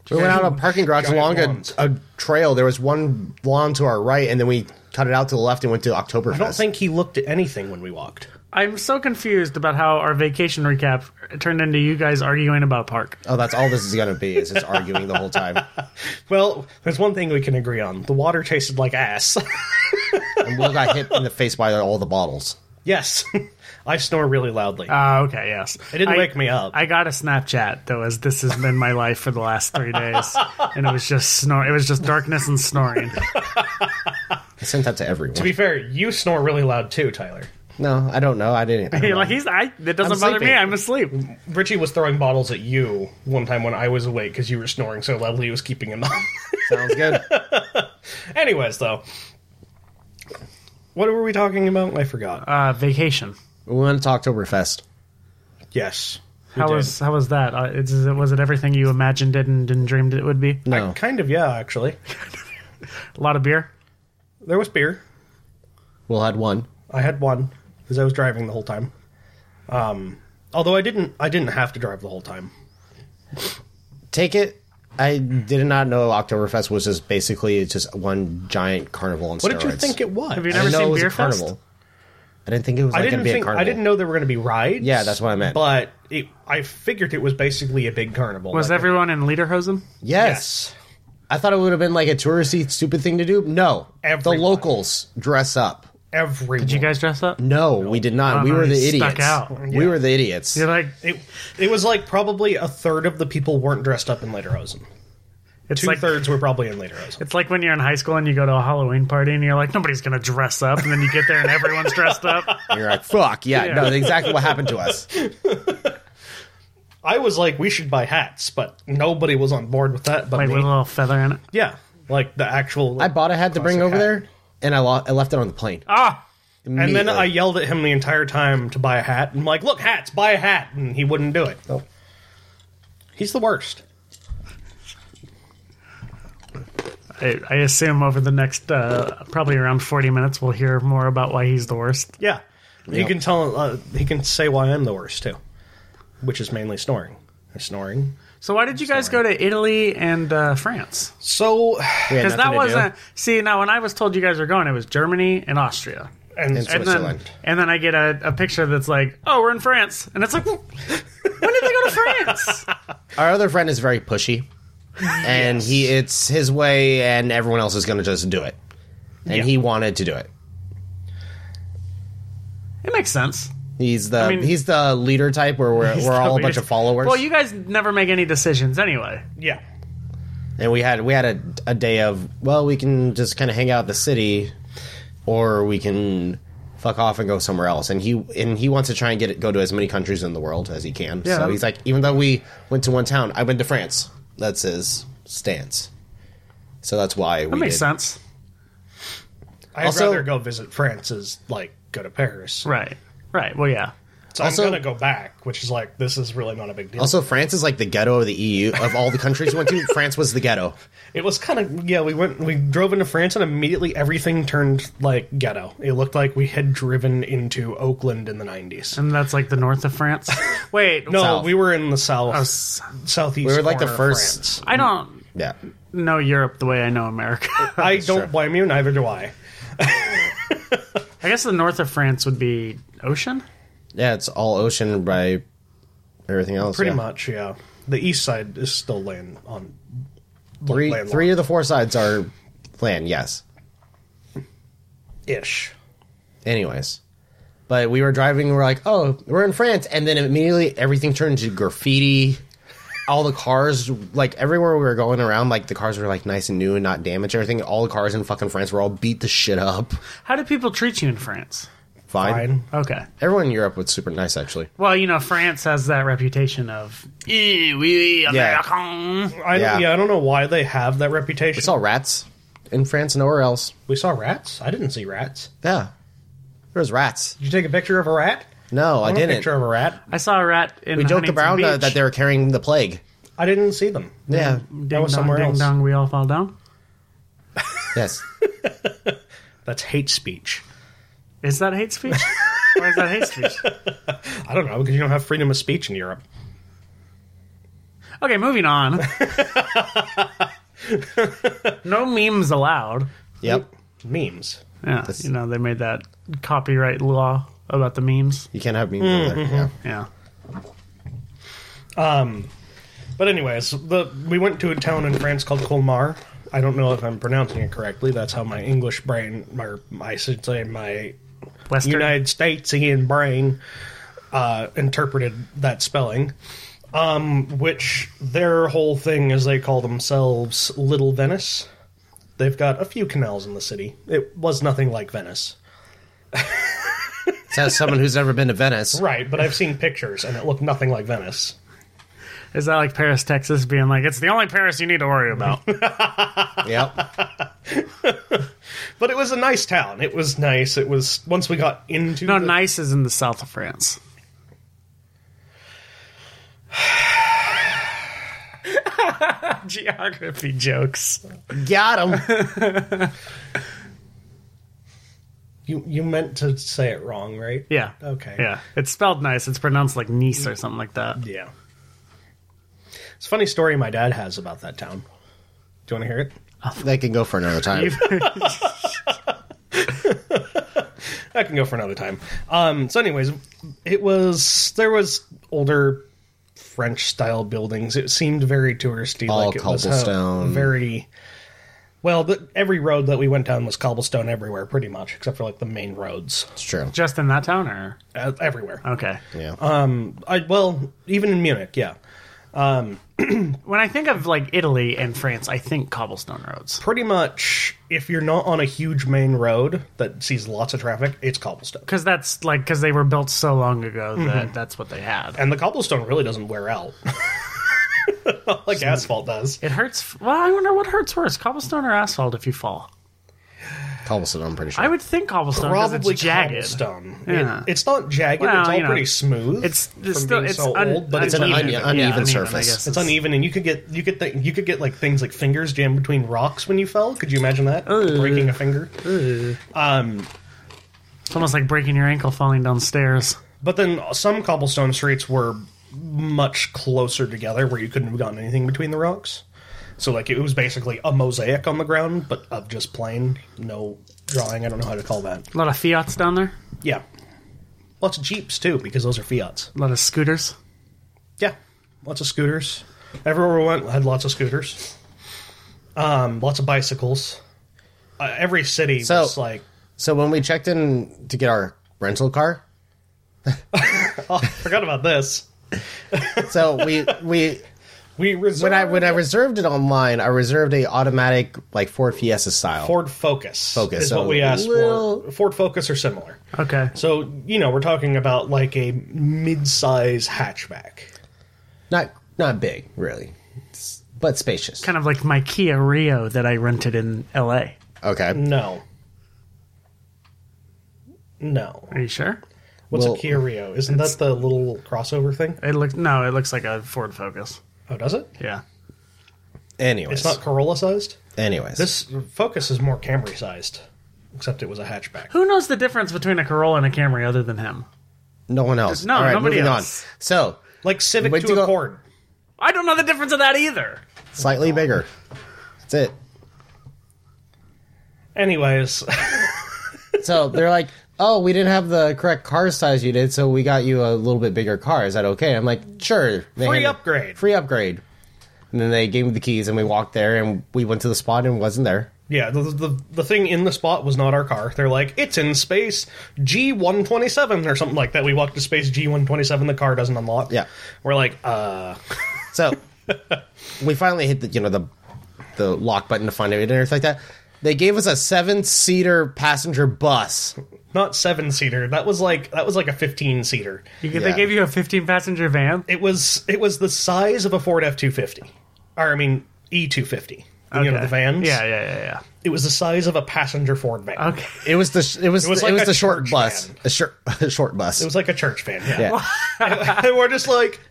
Speaker 4: we went out a parking garage
Speaker 2: Giant
Speaker 4: along a,
Speaker 2: lawns.
Speaker 4: a trail. There was one lawn to our right, and then we cut it out to the left and went to Oktoberfest.
Speaker 2: I don't think he looked at anything when we walked.
Speaker 1: I'm so confused about how our vacation recap turned into you guys arguing about a park.
Speaker 4: Oh, that's all this is going to be is just arguing the
Speaker 2: [laughs]
Speaker 4: whole time.
Speaker 2: Well, there's one thing we can agree on. The water tasted like ass. [laughs]
Speaker 4: And Will got hit in the face by all the bottles.
Speaker 2: yes. [laughs] I snore really loudly.
Speaker 1: Ah, okay, yes.
Speaker 2: it didn't wake me up.
Speaker 1: I got a Snapchat that was this has been my life for the last three days, and it was just snore. It was just darkness and snoring.
Speaker 4: I sent that to everyone.
Speaker 2: to be fair, you snore really loud too, Tyler.
Speaker 4: no, I don't know. I didn't. I
Speaker 2: [laughs]
Speaker 4: don't
Speaker 1: You're
Speaker 4: know.
Speaker 1: like he's. I. It doesn't
Speaker 4: I'm
Speaker 1: bother me.
Speaker 4: sleeping.
Speaker 1: I'm asleep.
Speaker 2: Richie was throwing bottles at you one time when I was awake because you were snoring so loudly he was keeping him [laughs] up.
Speaker 4: Sounds good.
Speaker 2: Anyways, though, what were we talking about? I forgot.
Speaker 1: Uh, vacation.
Speaker 4: We went to Oktoberfest.
Speaker 2: yes, we
Speaker 1: How
Speaker 2: did.
Speaker 1: was how was that? Uh, it's, is it, was it everything you imagined it and, and dreamed it would be?
Speaker 4: No.
Speaker 2: kind of yeah, actually.
Speaker 1: A lot of beer.
Speaker 2: There was beer.
Speaker 4: Will had one.
Speaker 2: I had one because I was driving the whole time. Um, although I didn't, I didn't have to drive the whole time.
Speaker 4: Take it. I did not know Oktoberfest was just basically just one giant carnival on
Speaker 2: What
Speaker 4: steroids.
Speaker 2: did you think it was?
Speaker 1: Have you
Speaker 4: I
Speaker 1: Never
Speaker 4: didn't know
Speaker 1: seen
Speaker 4: it was
Speaker 1: Beer
Speaker 4: a
Speaker 1: Fest?
Speaker 4: carnival. I didn't think it was
Speaker 2: I
Speaker 4: like going to
Speaker 2: didn't
Speaker 4: be
Speaker 2: think
Speaker 4: a carnival.
Speaker 2: I didn't know there were going to be rides.
Speaker 4: Yeah, that's what I meant.
Speaker 2: But it, I figured it was basically a big carnival.
Speaker 1: Was
Speaker 2: Like,
Speaker 1: everyone in Lederhosen?
Speaker 4: Yes. I thought it would have been like a touristy, stupid thing to do. No.
Speaker 2: Everyone.
Speaker 4: The locals dress up.
Speaker 2: everyone?
Speaker 1: Did you guys dress up?
Speaker 4: No, we did not.
Speaker 1: Oh,
Speaker 4: we
Speaker 1: no,
Speaker 2: Uh-huh.
Speaker 4: were
Speaker 1: you
Speaker 4: the
Speaker 1: stuck
Speaker 4: idiots.
Speaker 1: out.
Speaker 4: We were the idiots.
Speaker 1: You're like
Speaker 2: It, it was like probably a third of the people weren't dressed up in lederhosen.
Speaker 1: it's
Speaker 2: Two
Speaker 1: like
Speaker 2: thirds were probably in lederhosen.
Speaker 1: it's like when you're in high school and you go to a Halloween party and you're like nobody's gonna dress up, and then you get there and everyone's dressed [laughs] up.
Speaker 4: You're like, fuck, yeah,
Speaker 1: Yeah.
Speaker 4: no, that's exactly what happened
Speaker 2: [laughs]
Speaker 4: to us.
Speaker 2: I was like, we should buy hats, but nobody was on board with that. But
Speaker 1: Like
Speaker 2: me.
Speaker 1: with a little feather in it.
Speaker 2: yeah, like the actual.
Speaker 4: I bought a hat to bring
Speaker 2: Classic
Speaker 4: over
Speaker 2: hat.
Speaker 4: there, and I, lo- I left it on the plane.
Speaker 1: Ah,
Speaker 2: and then I yelled at him the entire time to buy a hat. I'm like, look, hats, buy a hat, and he wouldn't do it.
Speaker 4: Nope.
Speaker 2: He's the worst.
Speaker 1: I, I assume over the next uh, probably around 40 minutes we'll hear more about why he's the worst.
Speaker 2: Yeah, he
Speaker 4: Yep.
Speaker 2: can tell. Uh, he can say why I'm the worst too, which is mainly snoring. Snoring.
Speaker 1: So why did you guys go to Italy and uh, France?
Speaker 2: So,
Speaker 1: Because that wasn't see now when I was told you guys were going, it was Germany and Austria.
Speaker 2: [sighs] and,
Speaker 4: And
Speaker 1: And
Speaker 4: Switzerland.
Speaker 1: then, and then I get a, a picture that's like, oh, we're in France. And it's like, [laughs] when did they go to France?
Speaker 4: Our other friend is very pushy, and he it's his way, and everyone else is going to just do it. And
Speaker 2: Yeah.
Speaker 4: he wanted to do it.
Speaker 1: It makes sense.
Speaker 4: He's the
Speaker 1: mean-
Speaker 4: he's the leader type
Speaker 1: [laughs]
Speaker 4: where we're, we're all a bunch of followers.
Speaker 1: Well, you guys never make any decisions anyway.
Speaker 2: yeah,
Speaker 4: and we had we had a, a day of well, we can just kind of hang out at the city, or we can fuck off and go somewhere else. And he and he wants to try and get it, go to as many countries in the world as he can.
Speaker 1: Yeah.
Speaker 4: So he's like, even though we went to one town, I went to France. That's his stance. So that's why we
Speaker 1: That makes
Speaker 4: did-
Speaker 1: sense,
Speaker 2: I'd
Speaker 4: Also-
Speaker 2: rather go visit France as like go to Paris.
Speaker 1: right? Right. Well, yeah.
Speaker 2: So
Speaker 4: Also-
Speaker 2: I'm gonna go back, which is like this is really not a big deal.
Speaker 4: Also, France is like the ghetto of the EU. Of all the countries we went
Speaker 2: [laughs]
Speaker 4: to, France was the ghetto.
Speaker 2: it was kind of yeah. We went we drove into France and immediately everything turned like ghetto. It looked like we had driven into Oakland in the nineties.
Speaker 1: And that's like the north of
Speaker 4: [laughs]
Speaker 1: France. Wait,
Speaker 2: No,
Speaker 4: South. Oh,
Speaker 2: we were in the south,
Speaker 1: s-
Speaker 2: southeast.
Speaker 4: We were, like, the
Speaker 2: corner of France.
Speaker 4: first- [laughs]
Speaker 1: I don't
Speaker 4: Yeah.
Speaker 1: know Europe the way I know America. [laughs] I
Speaker 2: I don't
Speaker 4: true.
Speaker 2: blame you. Neither do I.
Speaker 1: guess the north of France would be ocean.
Speaker 4: Yeah, it's all ocean by everything else.
Speaker 2: Pretty
Speaker 4: yeah.
Speaker 2: much, yeah. The east side is still land on
Speaker 4: Three,
Speaker 2: landlocked.
Speaker 4: three of the four sides are land, yes.
Speaker 2: ish.
Speaker 4: Anyways. But we were driving, we're like, oh, we're in France. And then immediately everything turned to graffiti. All the cars, like everywhere we were going around, like the cars were like nice and new and not damaged. Everything, all the cars in fucking France were all beat the shit up.
Speaker 1: How do people treat you in France?
Speaker 4: Fine.
Speaker 2: Fine.
Speaker 1: Okay.
Speaker 4: Everyone in Europe was super nice, actually.
Speaker 1: Well, you know, France has that reputation of "Eh, oui, oui,
Speaker 4: Yeah.
Speaker 1: American."
Speaker 2: I
Speaker 4: Yeah.
Speaker 2: don't, yeah, I don't know why they have that reputation.
Speaker 4: We saw rats in France, nowhere else.
Speaker 2: we saw rats. I didn't see rats.
Speaker 4: Yeah. There was rats.
Speaker 2: Did you take a picture of a rat?
Speaker 4: No, I
Speaker 2: I
Speaker 4: didn't.
Speaker 2: A picture of a rat.
Speaker 1: I saw a rat in.
Speaker 4: we joked
Speaker 1: Huntington
Speaker 4: around uh,
Speaker 1: Beach.
Speaker 4: that they were carrying the plague.
Speaker 2: I didn't see them.
Speaker 4: Yeah.
Speaker 1: Ding
Speaker 2: was
Speaker 1: dong,
Speaker 2: somewhere
Speaker 1: ding
Speaker 2: else.
Speaker 1: dong, we all fall down.
Speaker 2: [laughs]
Speaker 4: Yes.
Speaker 2: That's hate speech.
Speaker 1: Is that hate
Speaker 4: [laughs]
Speaker 1: speech? or is that hate speech?
Speaker 2: I don't know because you don't have freedom of speech in Europe.
Speaker 1: Okay, moving
Speaker 2: [laughs]
Speaker 1: on. no memes allowed.
Speaker 4: Yep.
Speaker 2: Memes.
Speaker 1: Yeah, you know they made that copyright law about the memes.
Speaker 4: You can't have memes over
Speaker 2: Mm-hmm.
Speaker 4: there. Yeah.
Speaker 1: Yeah,
Speaker 2: But anyways, the we went to a town in France called Colmar. I don't know if I'm pronouncing it correctly. That's how my English brain, or I should say my
Speaker 1: Western.
Speaker 2: United States Ian Brain uh, interpreted that spelling, um, which their whole thing is they call themselves Little Venice. They've got a few canals in the city. It was nothing like Venice.
Speaker 4: Says someone who's never been to Venice.
Speaker 2: [laughs] Right, but I've seen pictures and it looked nothing like Venice.
Speaker 1: Is that like Paris, Texas, being like it's the only Paris you need to worry
Speaker 2: [laughs]
Speaker 1: about?
Speaker 4: Yep.
Speaker 2: But it was a nice town. It was nice. It was once we got into
Speaker 1: no,
Speaker 2: the-
Speaker 1: nice is in the south of
Speaker 2: [laughs]
Speaker 1: France. Geography jokes.
Speaker 4: Got him.
Speaker 2: you you meant to say it wrong, right?
Speaker 1: Yeah.
Speaker 2: Okay.
Speaker 1: Yeah. It's spelled nice. It's pronounced like Nice or something like that.
Speaker 2: Yeah. It's a funny story my dad has about that town. Do you want to hear it?
Speaker 4: That can go for
Speaker 2: [laughs]
Speaker 4: another time.
Speaker 2: that can go for another time. Um, so, anyways, it was there was older French style buildings. It seemed very touristy,
Speaker 4: All
Speaker 2: like it was a
Speaker 4: cobblestone.
Speaker 2: very well. The, every road that we went down was cobblestone everywhere, pretty much, except for like the main roads
Speaker 4: It's true.
Speaker 1: Just in that town, or
Speaker 2: uh, everywhere.
Speaker 1: okay.
Speaker 4: Yeah.
Speaker 2: Uh, I, well, even in Munich, yeah,
Speaker 1: When I think of like Italy and France, I think cobblestone roads.
Speaker 2: pretty much. If you're not on a huge main road that sees lots of traffic, it's cobblestone.
Speaker 1: Because that's like because they were built so long ago
Speaker 2: Mm-hmm.
Speaker 1: that that's what they had.
Speaker 2: And the cobblestone really doesn't wear out [laughs] like asphalt does.
Speaker 1: It hurts. Well, I wonder what hurts worse, cobblestone or asphalt if you fall.
Speaker 4: Cobblestone, I'm pretty sure.
Speaker 1: I would think cobblestone because
Speaker 2: probably
Speaker 1: it's jagged.
Speaker 2: cobblestone.
Speaker 1: Yeah.
Speaker 2: It- it's not jagged.
Speaker 1: Well,
Speaker 2: it's all
Speaker 1: you know,
Speaker 2: pretty smooth.
Speaker 1: It's, it's
Speaker 2: from
Speaker 1: still
Speaker 2: being
Speaker 1: it's
Speaker 2: so
Speaker 1: un-
Speaker 2: old, but it's,
Speaker 4: an
Speaker 2: uneven.
Speaker 4: onion- uneven
Speaker 1: I
Speaker 4: surface.
Speaker 1: guess.
Speaker 2: It's uneven, and you could get you could th- you could get like things like fingers jammed between rocks when you fell. Could you imagine that breaking a finger?
Speaker 1: It's almost like breaking your ankle falling downstairs.
Speaker 2: But then some cobblestone streets were much closer together, where you couldn't have gotten anything between the rocks. So like it was basically a mosaic on the ground, but of just plain no drawing. I don't know how to call that.
Speaker 1: A lot of Fiats down there.
Speaker 2: Yeah, lots of jeeps too, because those are Fiats.
Speaker 1: A lot of scooters.
Speaker 2: Yeah, lots of scooters. Everywhere we went had lots of scooters. Um, lots of bicycles. Uh, every city
Speaker 4: So-
Speaker 2: was like,
Speaker 4: so when we checked in to get our rental car,
Speaker 2: oh, forgot about this.
Speaker 4: so we we
Speaker 2: We reserved
Speaker 4: When I when I reserved it online, I reserved a automatic like Ford Fiesta style.
Speaker 2: Ford Focus.
Speaker 4: Focus,
Speaker 2: is
Speaker 4: so
Speaker 2: what we asked for.
Speaker 4: little-
Speaker 2: Ford Focus or similar.
Speaker 1: Okay.
Speaker 2: So you know we're talking about like a mid-size hatchback.
Speaker 4: Not not big, really, It's- but spacious.
Speaker 1: Kind of like my Kia Rio that I rented in L.A.
Speaker 4: okay.
Speaker 2: No. No.
Speaker 1: Are you sure?
Speaker 2: What's
Speaker 4: Well,
Speaker 2: a Kia Rio? Isn't that the little crossover thing?
Speaker 1: It looks no, it looks like a Ford Focus.
Speaker 2: Oh, does it?
Speaker 1: Yeah.
Speaker 4: Anyways,
Speaker 2: It's not Corolla sized.
Speaker 4: anyways,
Speaker 2: This Focus is more Camry sized, except it was a hatchback.
Speaker 1: Who knows the difference between a Corolla and a Camry other than him?
Speaker 4: no one else.
Speaker 1: no,
Speaker 4: All right,
Speaker 1: nobody
Speaker 4: moving
Speaker 1: else.
Speaker 4: on. So
Speaker 2: Like Civic
Speaker 4: Wait
Speaker 2: to,
Speaker 4: to go-
Speaker 2: Accord.
Speaker 1: I don't know the difference of that either.
Speaker 4: slightly bigger. That's it.
Speaker 2: Anyways, [laughs]
Speaker 4: So they're like, "Oh, we didn't have the correct car size you did, so we got you a little bit bigger car. Is that okay?" I'm like, "Sure."
Speaker 2: Free
Speaker 4: They handed-
Speaker 2: upgrade.
Speaker 4: Free upgrade. And then they gave me the keys, and we walked there, and we went to the spot, and it wasn't there.
Speaker 2: yeah, the, the the thing in the spot was not our car. They're like, it's in space G one twenty seven or something like that. We walked to space G one twenty seven. The car doesn't unlock.
Speaker 4: Yeah.
Speaker 2: we're like, uh, [laughs]
Speaker 4: So we finally hit the you know the the lock button to find it and everything like that. They gave us a seven seater passenger bus.
Speaker 2: not seven seater. That was like that was like a fifteen seater.
Speaker 1: You, They
Speaker 4: Yeah.
Speaker 1: gave you a 15 passenger van.
Speaker 2: It was it was the size of a Ford F two fifty, or I mean E two fifty. You know
Speaker 1: Okay.
Speaker 2: the vans.
Speaker 1: Yeah, yeah, yeah,
Speaker 2: it was the size of a passenger Ford van.
Speaker 1: yeah. Okay.
Speaker 4: It was the sh- it was it
Speaker 2: was
Speaker 4: was,
Speaker 2: like a
Speaker 4: the short
Speaker 2: church
Speaker 4: bus,
Speaker 2: van.
Speaker 4: a short [laughs] a short bus.
Speaker 2: It was like a church van. Yeah.
Speaker 4: yeah.
Speaker 2: [laughs] and we're just like,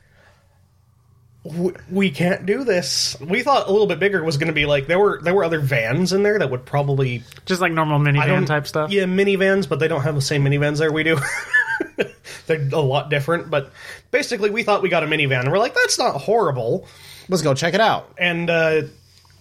Speaker 2: "W- we can't do this. We thought a little bit bigger was going to be like there were there were other vans in there that would probably mm,
Speaker 1: Just like normal minivan type stuff.
Speaker 2: Yeah, minivans, but they don't have the same minivans there we do. [laughs] They're a lot different, but basically we thought we got a minivan. and We're like, that's not horrible.
Speaker 4: Let's go check it out.
Speaker 2: And uh,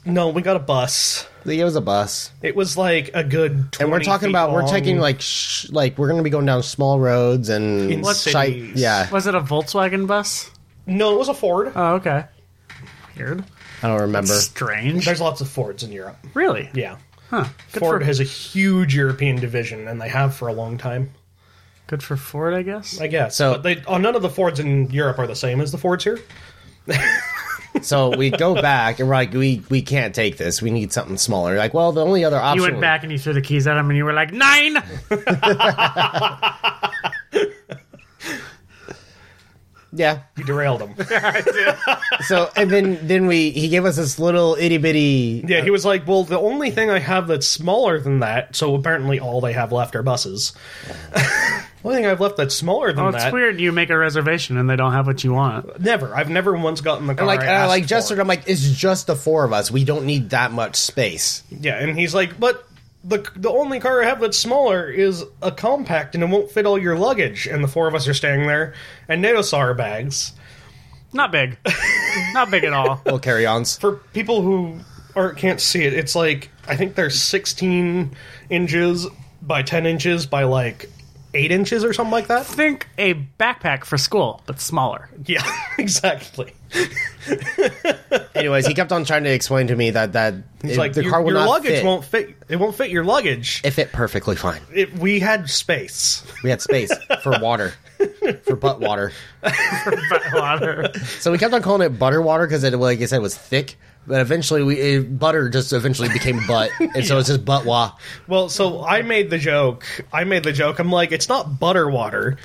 Speaker 2: no, we got a bus.
Speaker 4: It was a bus.
Speaker 2: It was like a good. 20
Speaker 4: and we're talking
Speaker 2: feet
Speaker 4: about we're
Speaker 2: long.
Speaker 4: taking like sh- like we're gonna be going down small roads and
Speaker 2: In
Speaker 4: chi-
Speaker 2: cities.
Speaker 4: yeah
Speaker 1: Was it a Volkswagen bus?
Speaker 2: No, it was a Ford.
Speaker 1: Oh, okay. Weird.
Speaker 4: i
Speaker 2: [laughs]
Speaker 4: don't remember
Speaker 1: Strange.
Speaker 2: There's lots of Fords in Europe.
Speaker 1: Really?
Speaker 2: Yeah.
Speaker 1: Huh. Good
Speaker 2: Ford
Speaker 1: for,
Speaker 2: has a huge European division, and they have for a long time,
Speaker 1: good for Ford, I guess.
Speaker 2: I guess.
Speaker 4: So-
Speaker 2: but they, oh, none of the Fords in Europe are the same as the Fords here.
Speaker 4: so we go back and we're like we we can't take this we need something smaller like well the only other option
Speaker 1: You went back and you threw the keys at him and you were like, nine!
Speaker 4: yeah
Speaker 2: You
Speaker 1: [laughs]
Speaker 2: derailed them.
Speaker 4: so and then then we he gave us this little itty bitty
Speaker 2: yeah, he was like, "Well, the only thing I have that's smaller than that, so apparently all they have left are buses. [laughs] the only thing I've left that's smaller than
Speaker 1: Oh, it's
Speaker 2: that.
Speaker 1: weird. You make a reservation and they don't have what you want.
Speaker 2: Never. I've never once gotten the car.
Speaker 4: like
Speaker 2: I
Speaker 4: and
Speaker 1: uh,
Speaker 4: I
Speaker 2: asked
Speaker 4: like
Speaker 2: for.
Speaker 4: Justin I'm like it's just the four of us we don't need that much space
Speaker 2: Yeah, and he's like, "But." The, the only car I have that's smaller is a compact and it won't fit all your luggage. And the four of us are standing there, and Natosar bags.
Speaker 1: Not big. Not big at all.
Speaker 4: we'll carry ons
Speaker 2: for people who are can't see it, it's like I think they're 16 inches by 10 inches by like 8 inches or something
Speaker 1: [laughs]
Speaker 2: like that.
Speaker 1: Think a backpack for school, but smaller.
Speaker 2: Yeah, [laughs] exactly.
Speaker 4: anyways he kept on trying to explain to me that that
Speaker 2: It's like
Speaker 4: the
Speaker 2: your,
Speaker 4: car will
Speaker 2: your
Speaker 4: not
Speaker 2: luggage
Speaker 4: fit.
Speaker 2: won't fit it won't fit your luggage.
Speaker 4: it fit perfectly fine
Speaker 2: It, we had space.
Speaker 4: we had space for water for butt water
Speaker 1: But water.
Speaker 4: So we kept on calling it butter water because it, like I said, was thick. But eventually, we it, butter just eventually became
Speaker 2: [laughs]
Speaker 4: butt, and so it's just butt wa.
Speaker 2: Well, so I made the joke. I made the joke. I'm like, it's not butter water.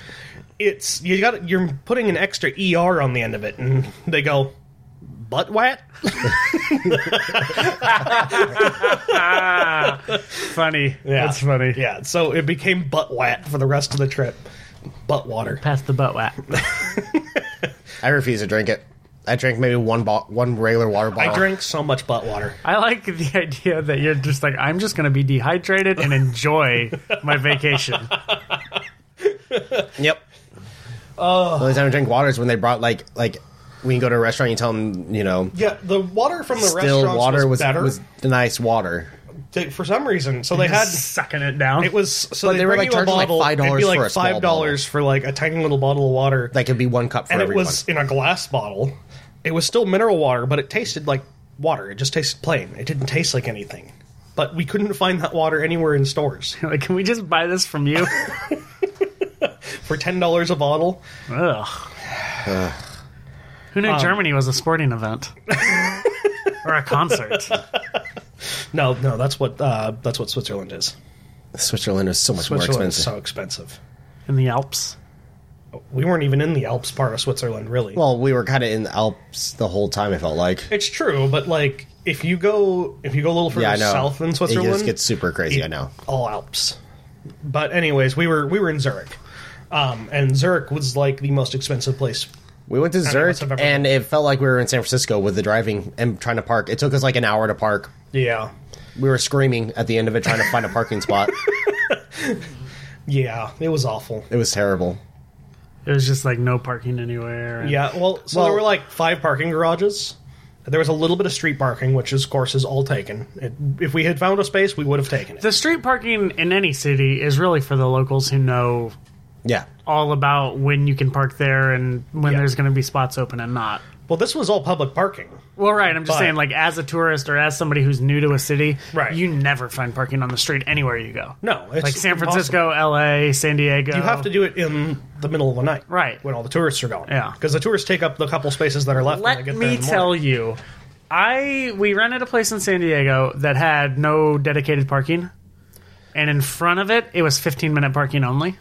Speaker 2: It's you got you're putting an extra er on the end of it, and they go butt wet. [laughs]
Speaker 1: funny.
Speaker 2: Yeah.
Speaker 1: That's funny.
Speaker 2: Yeah, so it became butt wet for the rest of the trip. Butt water.
Speaker 1: Pass the butt whack.
Speaker 4: I refuse to drink it. I drank maybe one bo- one regular water
Speaker 2: I
Speaker 4: bottle.
Speaker 2: drank so much butt water.
Speaker 1: [laughs] I like the idea that you're just like, I'm just going to be dehydrated and enjoy my vacation.
Speaker 4: Yep. Oh. The only time I drink water is when they brought like like when you go to a restaurant, you tell them you know
Speaker 2: Yeah, the water from the
Speaker 4: still
Speaker 2: restaurants
Speaker 4: water
Speaker 2: was,
Speaker 4: was
Speaker 2: better
Speaker 4: was nice water.
Speaker 2: They- for some reason. So they [laughs] had
Speaker 1: Just sucking it down.
Speaker 2: it was so
Speaker 4: But
Speaker 2: they
Speaker 4: they
Speaker 2: were
Speaker 4: were,
Speaker 2: like
Speaker 4: like,
Speaker 2: you a
Speaker 4: charging, like,
Speaker 2: bottle. it'd
Speaker 4: $5
Speaker 2: be like
Speaker 4: for a small
Speaker 2: five dollars for like a tiny little bottle of water,
Speaker 4: That could be one cup for
Speaker 2: and it
Speaker 4: everyone.
Speaker 2: was in a glass bottle. It was still mineral water, but it tasted like water. It just tasted plain. It didn't taste like anything. But we couldn't find that water anywhere in stores
Speaker 1: like, can we just buy this from
Speaker 2: [laughs]
Speaker 1: you?
Speaker 2: for ten dollars a bottle.
Speaker 1: Ugh. Who
Speaker 2: Um,
Speaker 1: knew Germany was a sporting
Speaker 2: [laughs]
Speaker 1: event or a concert?
Speaker 2: No, no, that's what uh, that's what Switzerland is.
Speaker 4: Switzerland is so much more
Speaker 2: Switzerland is
Speaker 4: expensive.
Speaker 2: so expensive.
Speaker 1: in the Alps.
Speaker 2: We weren't even in the Alps part of Switzerland, really.
Speaker 4: well, we were kind of in the Alps the whole time. It felt like.
Speaker 2: it's true, but like if you go if you go a little further
Speaker 4: Yeah, I know.
Speaker 2: south in Switzerland,
Speaker 4: it just gets super crazy. I know.
Speaker 2: all Alps. But anyways, we were we were in Zurich, um, and Zurich was like the most expensive place.
Speaker 4: We went to Zurich,
Speaker 2: must have ever-
Speaker 4: and it felt like we were in San Francisco with the driving and trying to park. It took us like an hour to park.
Speaker 2: Yeah,
Speaker 4: We were screaming at the end of it trying to find a parking spot.
Speaker 2: yeah, it was awful.
Speaker 4: It was terrible.
Speaker 1: It was just like no parking anywhere. and-
Speaker 2: Yeah, well, so there
Speaker 4: Well-
Speaker 2: were like five parking garages. There was a little bit of street parking, which is, of course is all taken. It, if we had found a space, we would have taken it.
Speaker 1: The street parking in any city is really for the locals who know
Speaker 4: Yeah.
Speaker 1: all about when you can park there and when
Speaker 2: Yeah.
Speaker 1: there's going to be spots open and not.
Speaker 2: Well, this was all public parking.
Speaker 1: Well, right. I'm just
Speaker 2: But-
Speaker 1: saying, like, as a tourist or as somebody who's new to a city,
Speaker 2: Right.
Speaker 1: you never find parking on the street anywhere you go.
Speaker 2: No, it's
Speaker 1: Like San Francisco, LA, San Diego.
Speaker 2: You have to do it in the middle of the night,
Speaker 1: Right.
Speaker 2: When all the tourists are gone,
Speaker 1: Yeah.
Speaker 2: Because the tourists take up the couple spaces that are left. when
Speaker 1: Let
Speaker 2: they get there
Speaker 1: me
Speaker 2: in the
Speaker 1: tell
Speaker 2: morning.
Speaker 1: you, I we rented a place in San Diego that had no dedicated parking, and in front of it, it was 15 minute parking only.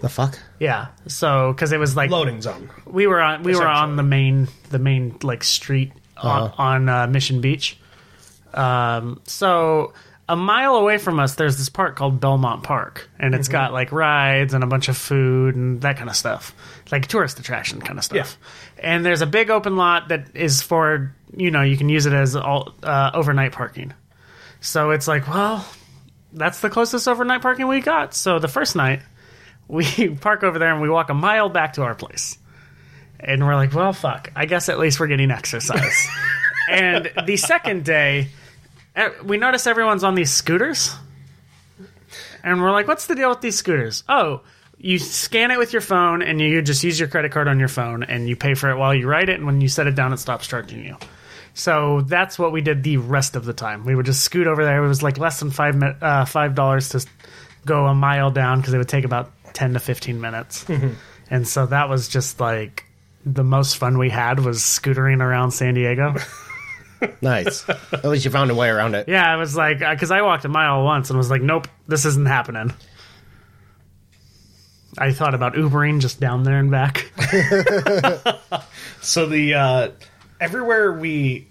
Speaker 4: The fuck?
Speaker 1: Yeah, so because it was like
Speaker 2: loading zone.
Speaker 1: we were on we were on
Speaker 2: Essentially. Uh-huh.
Speaker 1: the main the main like street on, on uh, Mission Beach. Um, so a mile away from us, there's this park called Belmont Park, and it's got like rides and a bunch of food and that kind of stuff, like tourist attraction kind of stuff. And there's a big open lot that is for you know you can use it as all uh, overnight parking. So it's like well. That's the closest overnight parking we got. So the first night, [laughs] we park over there and we walk a mile back to our place. And we're like, well, fuck. I guess at least we're getting exercise. and the second day, eh, we notice everyone's on these scooters. And we're like, what's the deal with these scooters? Oh, you scan it with your phone and you just use your credit card on your phone and you pay for it while you ride it. And when you set it down, it stops charging you. So that's what we did the rest of the time. We would just scoot over there. It was like less than five mi- uh, five dollars to go a mile down because it would take about ten to fifteen minutes. And so that was just like the most fun we had was scootering around San Diego.
Speaker 4: Nice. At least you found a way around it.
Speaker 1: yeah, I was like, because I walked a mile once and was like, nope, this isn't happening. I thought about Ubering just down there and back.
Speaker 2: So the uh, everywhere we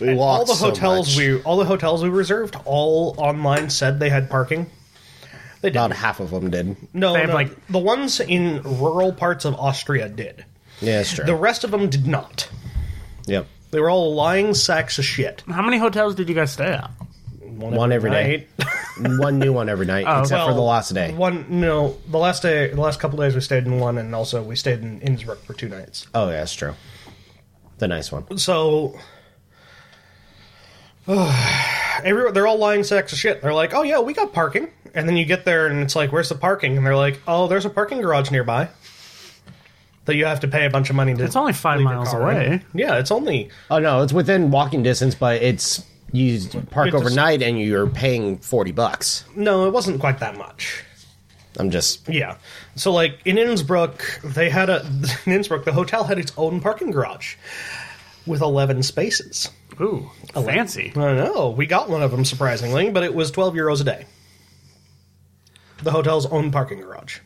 Speaker 4: We walked
Speaker 2: all the
Speaker 4: so
Speaker 2: hotels
Speaker 4: much.
Speaker 2: we all the hotels we reserved all online said they had parking. They did.
Speaker 4: about half of them did.
Speaker 2: no,
Speaker 1: They have,
Speaker 2: no,
Speaker 1: like-
Speaker 2: the ones in rural parts of Austria did.
Speaker 4: Yeah, that's true.
Speaker 2: The rest of them did not.
Speaker 4: yep.
Speaker 2: They were all lying sacks of shit.
Speaker 1: [laughs] How many hotels did you guys stay at?
Speaker 4: One every day. one new one every night,
Speaker 2: Oh,
Speaker 4: except for the last day.
Speaker 2: One no, the last day, the last couple days we stayed in one, and also we stayed in Innsbruck for two nights.
Speaker 4: Oh, yeah, that's true. The nice one.
Speaker 2: So. [sighs] everyone, they're all lying sacks of shit. They're like, "Oh yeah, we got parking," and then you get there and it's like, "Where's the parking?" And they're like, "Oh, there's a parking garage nearby that you have to pay a bunch of money to."
Speaker 1: It's only five
Speaker 2: leave your
Speaker 1: miles
Speaker 2: car in."
Speaker 1: away.
Speaker 2: Yeah, it's only
Speaker 4: Oh, no, it's within walking distance, but it's you park
Speaker 2: It just-
Speaker 4: overnight and you're paying 40 bucks.
Speaker 2: no, it wasn't quite that much.
Speaker 4: I'm just.
Speaker 2: Yeah. So like in Innsbruck, they had a [laughs] in Innsbruck the hotel had its own parking garage with 11 spaces.
Speaker 1: Ooh, fancy.
Speaker 2: I know. We got one of them surprisingly, but it was 12 euros a day. The hotel's own parking garage.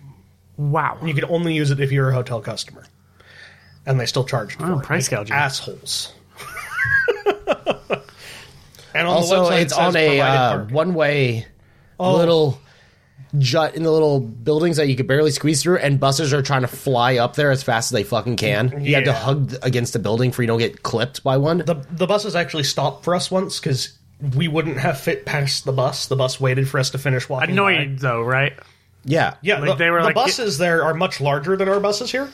Speaker 1: Wow.
Speaker 2: You could only use it if you're a hotel customer. And they still charged for
Speaker 1: Oh,
Speaker 2: it.
Speaker 1: price gouging.
Speaker 2: Assholes. [laughs] and on
Speaker 4: Also,
Speaker 2: the website it
Speaker 4: it's
Speaker 2: says
Speaker 4: on a
Speaker 2: provided
Speaker 4: uh,
Speaker 2: parking. Oh.
Speaker 4: one way little jut in the little buildings that you could barely squeeze through, and buses are trying to fly up there as fast as they fucking can. You have to
Speaker 2: Yeah.
Speaker 4: hug against the building for you don't get clipped by one.
Speaker 2: the the buses actually stopped for us once because we wouldn't have fit past the bus. The bus waited for us to finish walking. by.
Speaker 1: Annoying, though, right?
Speaker 4: yeah.
Speaker 2: Yeah,
Speaker 1: Like,
Speaker 2: the,
Speaker 1: they were
Speaker 2: the
Speaker 1: like-
Speaker 2: buses there are much larger than our buses here.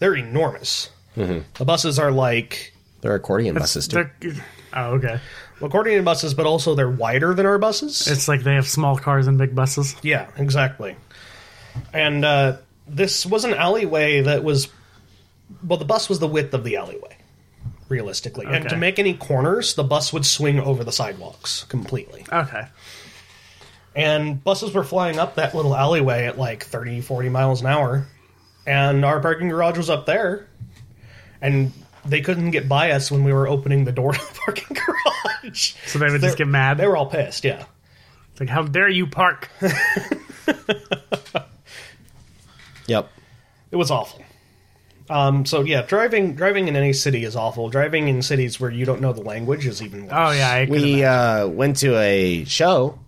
Speaker 2: They're enormous.
Speaker 4: Mm-hmm.
Speaker 2: The buses are like
Speaker 4: They're accordion buses, too.
Speaker 1: They're- Oh, okay.
Speaker 2: accordion buses, but also they're wider than our buses.
Speaker 1: It's like they have small cars and big buses.
Speaker 2: yeah, exactly. And uh, this was an alleyway that was, well, the bus was the width of the alleyway, realistically. And to
Speaker 1: Okay.
Speaker 2: make any corners, the bus would swing over the sidewalks completely.
Speaker 1: Okay.
Speaker 2: and buses were flying up that little alleyway at like 30 40 miles an hour and our parking garage was up there and they couldn't get by us when we were opening the door to the [laughs] parking garage.
Speaker 1: So they would just
Speaker 2: They're-
Speaker 1: get mad?
Speaker 2: They were all pissed. Yeah.
Speaker 1: It's like, how dare you [laughs] park?
Speaker 4: Yep.
Speaker 2: It was awful. Um, so yeah, driving driving in any city is awful. Driving in cities where you don't know the language is even worse.
Speaker 1: Oh, yeah. I could've-
Speaker 4: We uh, went to a show.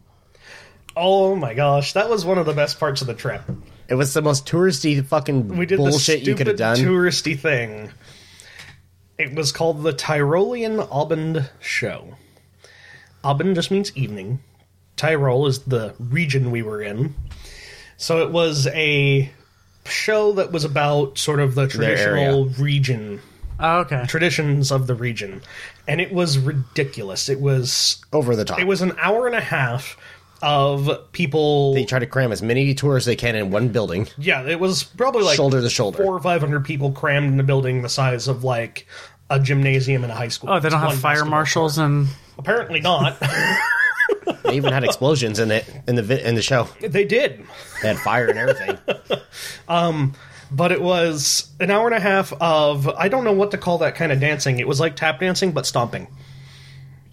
Speaker 2: Oh my gosh, that was one of the best parts of the trip.
Speaker 4: It was the most touristy fucking
Speaker 2: We did
Speaker 4: bullshit
Speaker 2: the
Speaker 4: you could
Speaker 2: stupid
Speaker 4: have done.
Speaker 2: touristy thing. It was called the Tyrolean Abend Show. Abend just means evening. Tyrol is the region we were in. So it was a show that was about sort of the traditional region
Speaker 1: oh, okay.
Speaker 2: traditions of the region. And it was ridiculous. It was
Speaker 4: Over the top.
Speaker 2: it was an hour and a half of people
Speaker 4: they try to cram as many tours as they can in one building.
Speaker 2: Yeah, it was probably like
Speaker 4: Shoulder to shoulder.
Speaker 2: four or five hundred people crammed in a building the size of like a gymnasium in a high school.
Speaker 1: Oh, they don't have
Speaker 2: It's one
Speaker 1: fire
Speaker 2: basketball
Speaker 1: marshals and.
Speaker 2: court. Apparently not. [laughs]
Speaker 4: They even had explosions in it in the vi- in the show.
Speaker 2: they did,
Speaker 4: They had fire and everything.
Speaker 2: but it was an hour and a half of I don't know what to call that kind of dancing. It was like tap dancing but stomping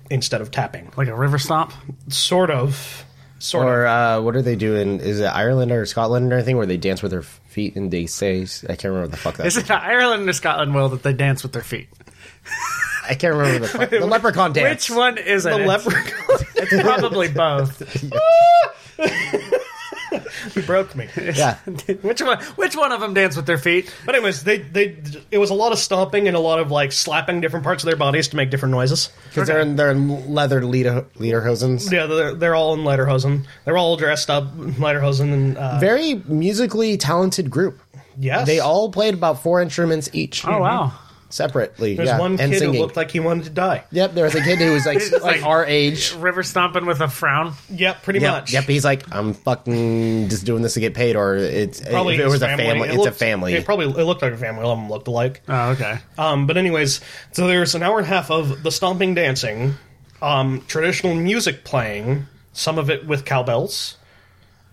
Speaker 2: instead of tapping.
Speaker 1: Like a river stomp?
Speaker 2: Sort of. Sort of.
Speaker 4: or uh, what are they doing? Is it Ireland or Scotland or anything where they dance with their feet and they say I can't remember what the fuck that
Speaker 1: Is it Ireland or Scotland, Will, that they dance with their feet?
Speaker 4: I can't remember the fuck. The leprechaun dance.
Speaker 1: Which one is it?
Speaker 2: The
Speaker 1: It's-
Speaker 2: leprechaun [laughs]
Speaker 1: It's probably both.
Speaker 2: You broke me.
Speaker 4: Yeah.
Speaker 1: Which one? Which one of them dance with their feet?
Speaker 2: But anyways, they they it was a lot of stomping and a lot of like slapping different parts of their bodies to make different noises.
Speaker 4: Because they're in their leather leader leaderhosens.
Speaker 2: Yeah, they're, they're all in lederhosen. They're all dressed up in lederhosen and uh,
Speaker 4: Very musically talented group.
Speaker 2: yes,
Speaker 4: They all played about four instruments each,
Speaker 1: Oh wow!
Speaker 4: separately.
Speaker 2: There's
Speaker 4: yeah,
Speaker 2: one
Speaker 4: and
Speaker 2: kid
Speaker 4: singing.
Speaker 2: who looked like he wanted to die.
Speaker 4: Yep, there was a kid who was like, like,
Speaker 1: like-
Speaker 4: our age.
Speaker 1: River stomping with a frown.
Speaker 2: Yep, pretty
Speaker 4: Yep,
Speaker 2: much.
Speaker 4: yep, he's like, I'm fucking just doing this to get paid, or it's
Speaker 2: Probably
Speaker 4: if it
Speaker 2: his
Speaker 4: was a
Speaker 2: It
Speaker 4: family. it's
Speaker 2: looked-
Speaker 4: a family.
Speaker 2: It probably it looked like a family. All of them looked alike.
Speaker 1: Oh okay.
Speaker 2: Um, but anyways, so there's an hour and a half of the stomping dancing, um, traditional music playing, some of it with cowbells.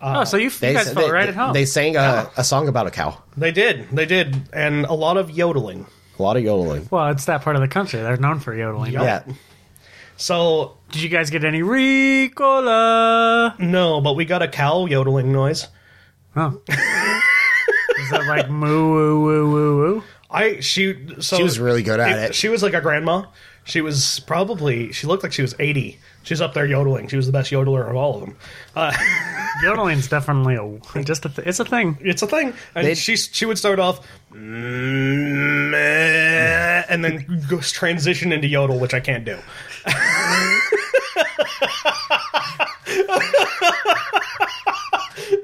Speaker 1: oh, so you, you guys felt right at home.
Speaker 4: They sang a, a song about a cow.
Speaker 2: They did, they did, and a lot of yodeling.
Speaker 4: A lot of yodeling.
Speaker 1: well, it's that part of the country. They're known for yodeling.
Speaker 4: Yeah,
Speaker 2: So
Speaker 1: Did you guys get any Ricola?
Speaker 2: no, but we got a cow yodeling noise. [laughs]
Speaker 1: Oh. Is that like moo woo woo woo woo?
Speaker 2: I she so
Speaker 4: She was really good at it.
Speaker 2: She was like a grandma. She was probably she looked like she was eighty. She's up there yodeling. She was the best yodeler of all of them.
Speaker 1: Yodeling's definitely a just a th- it's a thing.
Speaker 2: It's a thing. And
Speaker 4: They'd-
Speaker 2: she she would start off "Mm, eh," and then go transition into yodel, which I can't do.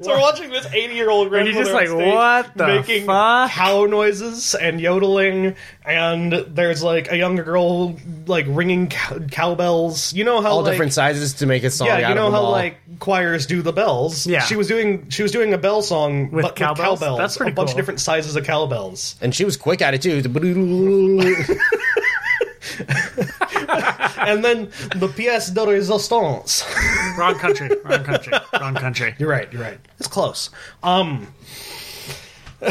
Speaker 2: so we're watching this eighty-year-old
Speaker 1: you're
Speaker 2: grandmother
Speaker 1: just
Speaker 2: on
Speaker 1: like,
Speaker 2: stage
Speaker 1: "What the
Speaker 2: making
Speaker 1: fuck?"
Speaker 2: cow noises and yodeling, and there's like a younger girl like ringing cow- cowbells. You know how
Speaker 4: all
Speaker 2: like,
Speaker 4: different sizes to make a song.
Speaker 2: yeah,
Speaker 4: out
Speaker 2: you know
Speaker 4: of them
Speaker 2: how
Speaker 4: all.
Speaker 2: like choirs do the bells.
Speaker 1: Yeah.
Speaker 2: she was doing she was doing a bell song
Speaker 1: With
Speaker 2: but with
Speaker 1: cowbells?
Speaker 2: cowbells.
Speaker 1: That's pretty
Speaker 2: a bunch
Speaker 1: cool.
Speaker 2: of different sizes of cowbells.
Speaker 4: and she was quick at it too. The-
Speaker 2: and then the pièce de résistance. [laughs]
Speaker 1: Wrong country. Wrong country. Wrong country.
Speaker 2: you're right. You're right. It's close. Um, [laughs]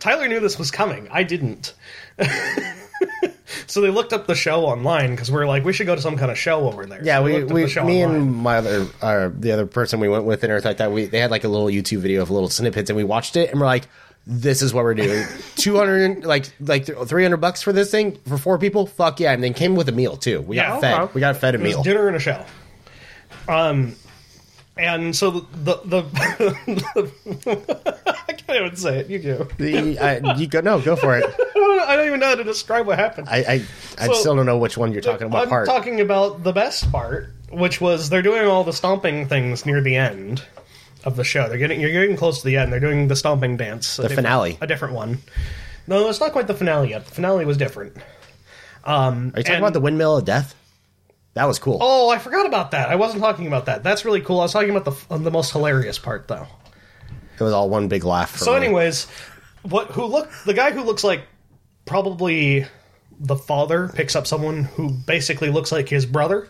Speaker 2: Tyler knew this was coming. I didn't. [laughs] so they looked up the show online because we're like, we should go to some kind of show over there.
Speaker 4: yeah,
Speaker 2: So
Speaker 4: we,
Speaker 2: looked up
Speaker 4: we
Speaker 2: the show
Speaker 4: me
Speaker 2: online.
Speaker 4: and my other uh, the other person we went with and everything like that. We they had like a little YouTube video of little snippets, and we watched it, and we're like. This is what we're doing. Two hundred, like, like three hundred bucks for this thing for four people. Fuck yeah! And then came with a meal too. We got
Speaker 2: Yeah.
Speaker 4: fed.
Speaker 1: Okay.
Speaker 4: We got fed a
Speaker 2: It
Speaker 4: meal.
Speaker 2: was dinner and a show. Um, and so the the, the [laughs] I can't even say it. You do.
Speaker 4: The- I- you go, no, go for it.
Speaker 2: I don't, I don't even know how to describe what happened.
Speaker 4: I, I, I
Speaker 2: So-
Speaker 4: still don't know which one you're talking about.
Speaker 2: I'm
Speaker 4: part.
Speaker 2: talking about the best part, which was they're doing all the stomping things near the end of the show. They're getting you're getting close to the end. They're doing the stomping dance, the
Speaker 4: finale.
Speaker 2: a different one. No, it's not quite the finale yet. The finale was different.
Speaker 4: Are you talking
Speaker 2: and-
Speaker 4: about the windmill of death? That was cool.
Speaker 2: Oh, I forgot about that. I wasn't talking about that. That's really cool. I was talking about the the most hilarious part though.
Speaker 4: It was all one big laugh. For
Speaker 2: So,
Speaker 4: me.
Speaker 2: anyways, what who look the guy who looks like probably the father picks up someone who basically looks like his brother.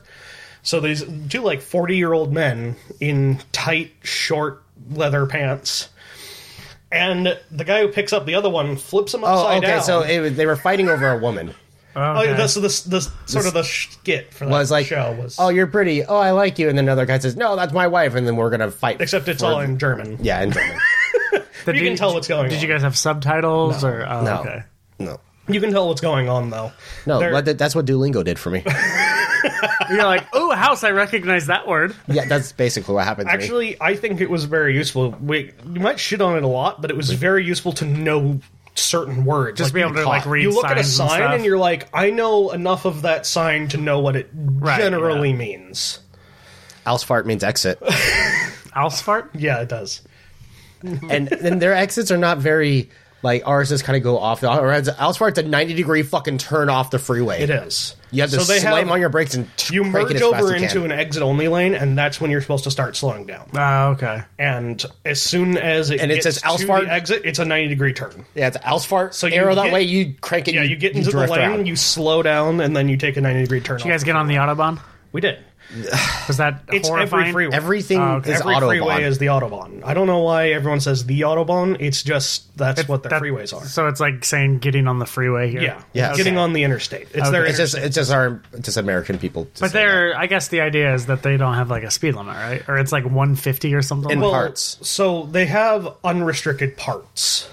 Speaker 2: So these two like forty year old men in tight short leather pants and the guy who picks up the other one flips him
Speaker 4: Oh,
Speaker 2: upside
Speaker 4: okay.
Speaker 2: down.
Speaker 4: So it, was- they were fighting over a woman.
Speaker 2: Oh,
Speaker 1: Okay.
Speaker 2: yeah, that's the, the sort of the skit for that
Speaker 4: Was like,
Speaker 2: show was.
Speaker 4: oh, you're pretty. Oh, I like you. And then another guy says, no, that's my wife. And then we're gonna fight.
Speaker 2: except it's
Speaker 4: for-
Speaker 2: all in German.
Speaker 4: yeah,
Speaker 2: [laughs]
Speaker 4: in German.
Speaker 1: Did
Speaker 2: you can tell what's going
Speaker 1: Did you
Speaker 2: on.
Speaker 1: guys have subtitles or? Oh,
Speaker 4: No,
Speaker 1: okay.
Speaker 4: no,
Speaker 2: You can tell what's going on though.
Speaker 4: no.
Speaker 2: They're-
Speaker 4: but that- that's what Duolingo
Speaker 2: [laughs]
Speaker 4: did for me.
Speaker 1: You're like, oh, house. I recognize that word.
Speaker 4: yeah, that's basically what happened. To me.
Speaker 2: Actually, I think it was very useful. We you might shit on it a lot, but it was very useful to know certain words.
Speaker 1: Just be able to, like, read
Speaker 2: You look at a
Speaker 1: signs and
Speaker 2: sign and,
Speaker 1: stuff.
Speaker 2: you're like, I know enough of that sign to know what it generally
Speaker 1: yeah.
Speaker 2: means.
Speaker 4: Ausfahrt means
Speaker 2: [laughs]
Speaker 4: exit,
Speaker 1: Alsfart.
Speaker 2: Yeah, it does.
Speaker 4: and and their exits are not very like ours. Just kind of go off. Ours- Ausfahrt's a ninety degree fucking turn off the freeway.
Speaker 2: It is.
Speaker 4: You have to slam on your brakes and t-
Speaker 2: you
Speaker 4: crank
Speaker 2: merge
Speaker 4: it as fast
Speaker 2: over
Speaker 4: as you
Speaker 2: into
Speaker 4: can.
Speaker 2: an exit only lane, and that's when you're supposed to start slowing down.
Speaker 1: Oh, okay.
Speaker 2: And as soon as it
Speaker 4: And it
Speaker 2: gets
Speaker 4: says
Speaker 2: to
Speaker 4: Ausfahrt.
Speaker 2: the exit, it's a 90 degree turn.
Speaker 4: Yeah, it's Ausfahrt. So
Speaker 2: you
Speaker 4: arrow that
Speaker 2: get-
Speaker 4: way, you crank it.
Speaker 2: Yeah, you get into the
Speaker 4: drift
Speaker 2: lane,
Speaker 4: around.
Speaker 2: you slow down, and then you take a 90 degree turn.
Speaker 1: You guys get on the autobahn.
Speaker 2: we did.
Speaker 1: Was that
Speaker 2: It's
Speaker 1: horrifying?
Speaker 2: every freeway.
Speaker 4: Everything
Speaker 1: Oh, okay.
Speaker 4: is
Speaker 2: Every freeway
Speaker 4: autobahn.
Speaker 2: is the autobahn. I don't know why everyone says the autobahn. It's just that's what the
Speaker 1: That-
Speaker 2: freeways are.
Speaker 1: So it's like saying getting on the freeway here.
Speaker 2: Yeah,
Speaker 4: Yes.
Speaker 2: getting
Speaker 4: Okay.
Speaker 2: on the interstate. It's their
Speaker 4: it's just
Speaker 2: interstate.
Speaker 4: it's just our just American people. to
Speaker 1: But
Speaker 4: say
Speaker 1: they're, I guess the idea is that they don't have like a speed limit, right? Or it's like 150 or something.
Speaker 4: In
Speaker 1: like
Speaker 4: Well, parts.
Speaker 2: So they have unrestricted parts,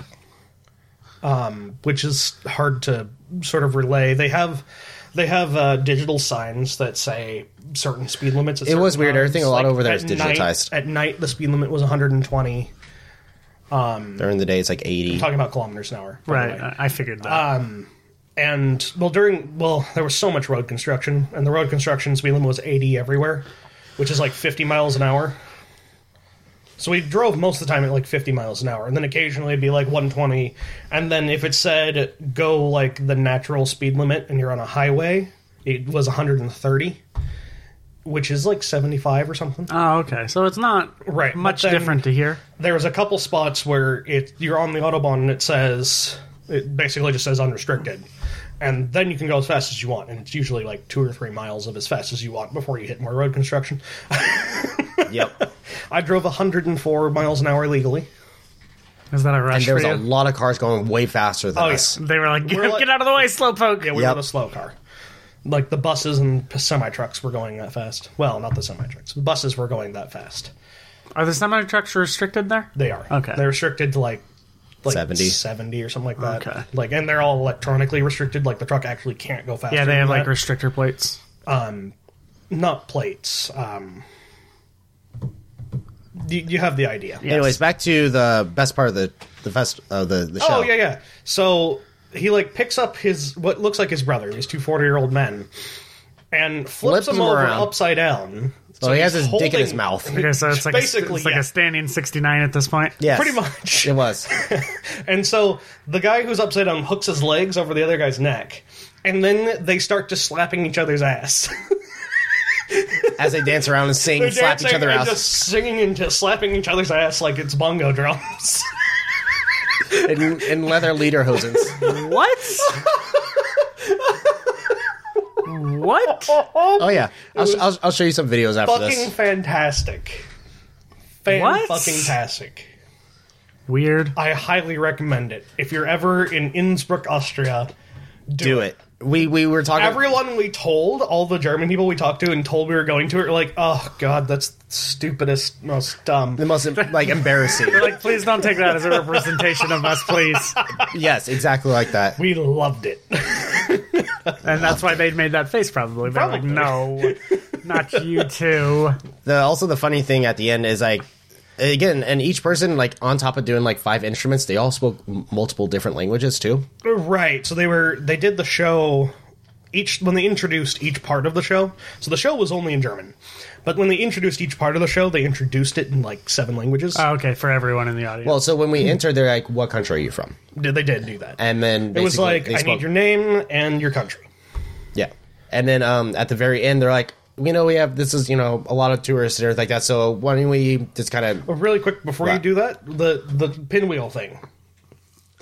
Speaker 2: um, which is hard to sort of relay. They have they have uh, digital signs that say certain speed limits. At
Speaker 4: It was
Speaker 2: certain
Speaker 4: weird.
Speaker 2: times.
Speaker 4: Everything a lot over there
Speaker 2: at
Speaker 4: is digitized.
Speaker 2: Night, at night, the speed limit was 120.
Speaker 4: that. during the day it's like
Speaker 2: [laughs]
Speaker 4: eighty.
Speaker 2: Talking about kilometers an hour, by the way.
Speaker 1: right. I- I figured that.
Speaker 2: Uh, and well during well there was so much road construction and the road construction speed limit was 80 everywhere which is like 50 miles an hour so we drove most of the time at like 50 miles an hour and then occasionally it'd be like 120 and then if it said go like the natural speed limit and you're on a highway it was 130 which is like 75 or something
Speaker 1: oh, okay. So it's not
Speaker 2: Right, but
Speaker 1: much
Speaker 2: then-
Speaker 1: different to here.
Speaker 2: there was a couple spots where it you're on the autobahn and it says it basically just says unrestricted and then you can go as fast as you want and it's usually like two or three miles of as fast as you want before you hit more road construction
Speaker 4: yep.
Speaker 2: i drove 104 miles an hour legally
Speaker 1: Is that a
Speaker 4: And
Speaker 1: rush
Speaker 4: there was
Speaker 1: for
Speaker 4: a
Speaker 1: you?
Speaker 4: lot of cars going way faster than
Speaker 2: Oh, yeah.
Speaker 4: us.
Speaker 1: They were like,
Speaker 2: We're like-
Speaker 1: get out of the way, slowpoke.
Speaker 2: yeah we
Speaker 4: Yep.
Speaker 2: were the slow car like the buses and semi trucks were going that fast well not the semi trucks the buses were going that fast
Speaker 1: Are the semi trucks restricted there?
Speaker 2: they are
Speaker 1: Okay.
Speaker 2: they're restricted to like like
Speaker 4: 70.
Speaker 2: 70 or something like that
Speaker 1: Okay.
Speaker 2: like and they're all electronically restricted like the truck actually can't go faster
Speaker 1: Yeah, they
Speaker 2: than
Speaker 1: have like
Speaker 2: that.
Speaker 1: restrictor plates.
Speaker 2: not plates. Um, you, you have the idea.
Speaker 1: Yes.
Speaker 4: Anyways, back to the best part of the the fest of the the show.
Speaker 2: Oh yeah, yeah. So he like picks up his what looks like his brother, these two 40 year old men, and flips,
Speaker 4: Flips
Speaker 2: him
Speaker 4: him
Speaker 2: over
Speaker 4: around.
Speaker 2: upside down.
Speaker 4: So he has
Speaker 2: he's
Speaker 4: his dick in his
Speaker 2: holding-
Speaker 4: mouth.
Speaker 2: [laughs]
Speaker 1: Okay, so it's like a,
Speaker 2: Basically,
Speaker 1: it's like
Speaker 2: yeah.
Speaker 1: a standing 69 at this point.
Speaker 4: Yes.
Speaker 2: Pretty much.
Speaker 4: [laughs] It was.
Speaker 2: And so the guy who's upside down hooks his legs over the other guy's neck, and then they start just slapping each other's ass. [laughs]
Speaker 4: As they dance around and sing,
Speaker 2: They're
Speaker 4: and slap each
Speaker 2: dancing
Speaker 4: other
Speaker 2: and
Speaker 4: out.
Speaker 2: just singing and just slapping each other's ass like it's bongo drums.
Speaker 4: in, in leather lederhosens.
Speaker 1: What? what?
Speaker 4: Oh yeah, I'll, sh- I'll, I'll show you some videos after
Speaker 2: fucking
Speaker 4: this.
Speaker 2: fantastic. Fan
Speaker 1: What?
Speaker 2: fucking tastic.
Speaker 1: Weird.
Speaker 2: I highly recommend it. If you're ever in Innsbruck, Austria,
Speaker 4: Do it. We we were talking.
Speaker 2: everyone we told, all the German people we talked to and told we were going to it, were like, oh god, that's the stupidest, most dumb.
Speaker 4: the most like embarrassing.
Speaker 2: [laughs]
Speaker 1: Like, please don't take that as a representation of us, please.
Speaker 4: yes, exactly like that.
Speaker 2: We loved it. [laughs]
Speaker 1: And that's why they made that face, probably. They're like,
Speaker 2: Probably.
Speaker 1: no, not you too.
Speaker 4: The also the funny thing at the end is like again, and each person like on top of doing like five instruments, they all spoke m- multiple different languages too.
Speaker 2: right. So they were they did the show each when they introduced each part of the show. So the show was only in German. But when they introduced each part of the show, they introduced it in like seven languages.
Speaker 4: Uh,
Speaker 1: Oh, Okay, for everyone in the audience.
Speaker 4: Well, so when
Speaker 2: Hmm.
Speaker 4: we entered, they're like, "What country are you from?"
Speaker 2: Did they did do that.
Speaker 4: And then
Speaker 2: it was
Speaker 4: basically
Speaker 2: like,
Speaker 4: they
Speaker 2: I
Speaker 4: spoke-
Speaker 2: need your name and your country.
Speaker 4: yeah. And then um, at the very end, they're like, "You know, we have this is you know a lot of tourists and everything like that. So why don't we just kind of
Speaker 2: Really quick Oh, before you
Speaker 4: Right.
Speaker 2: do that, the the pinwheel thing.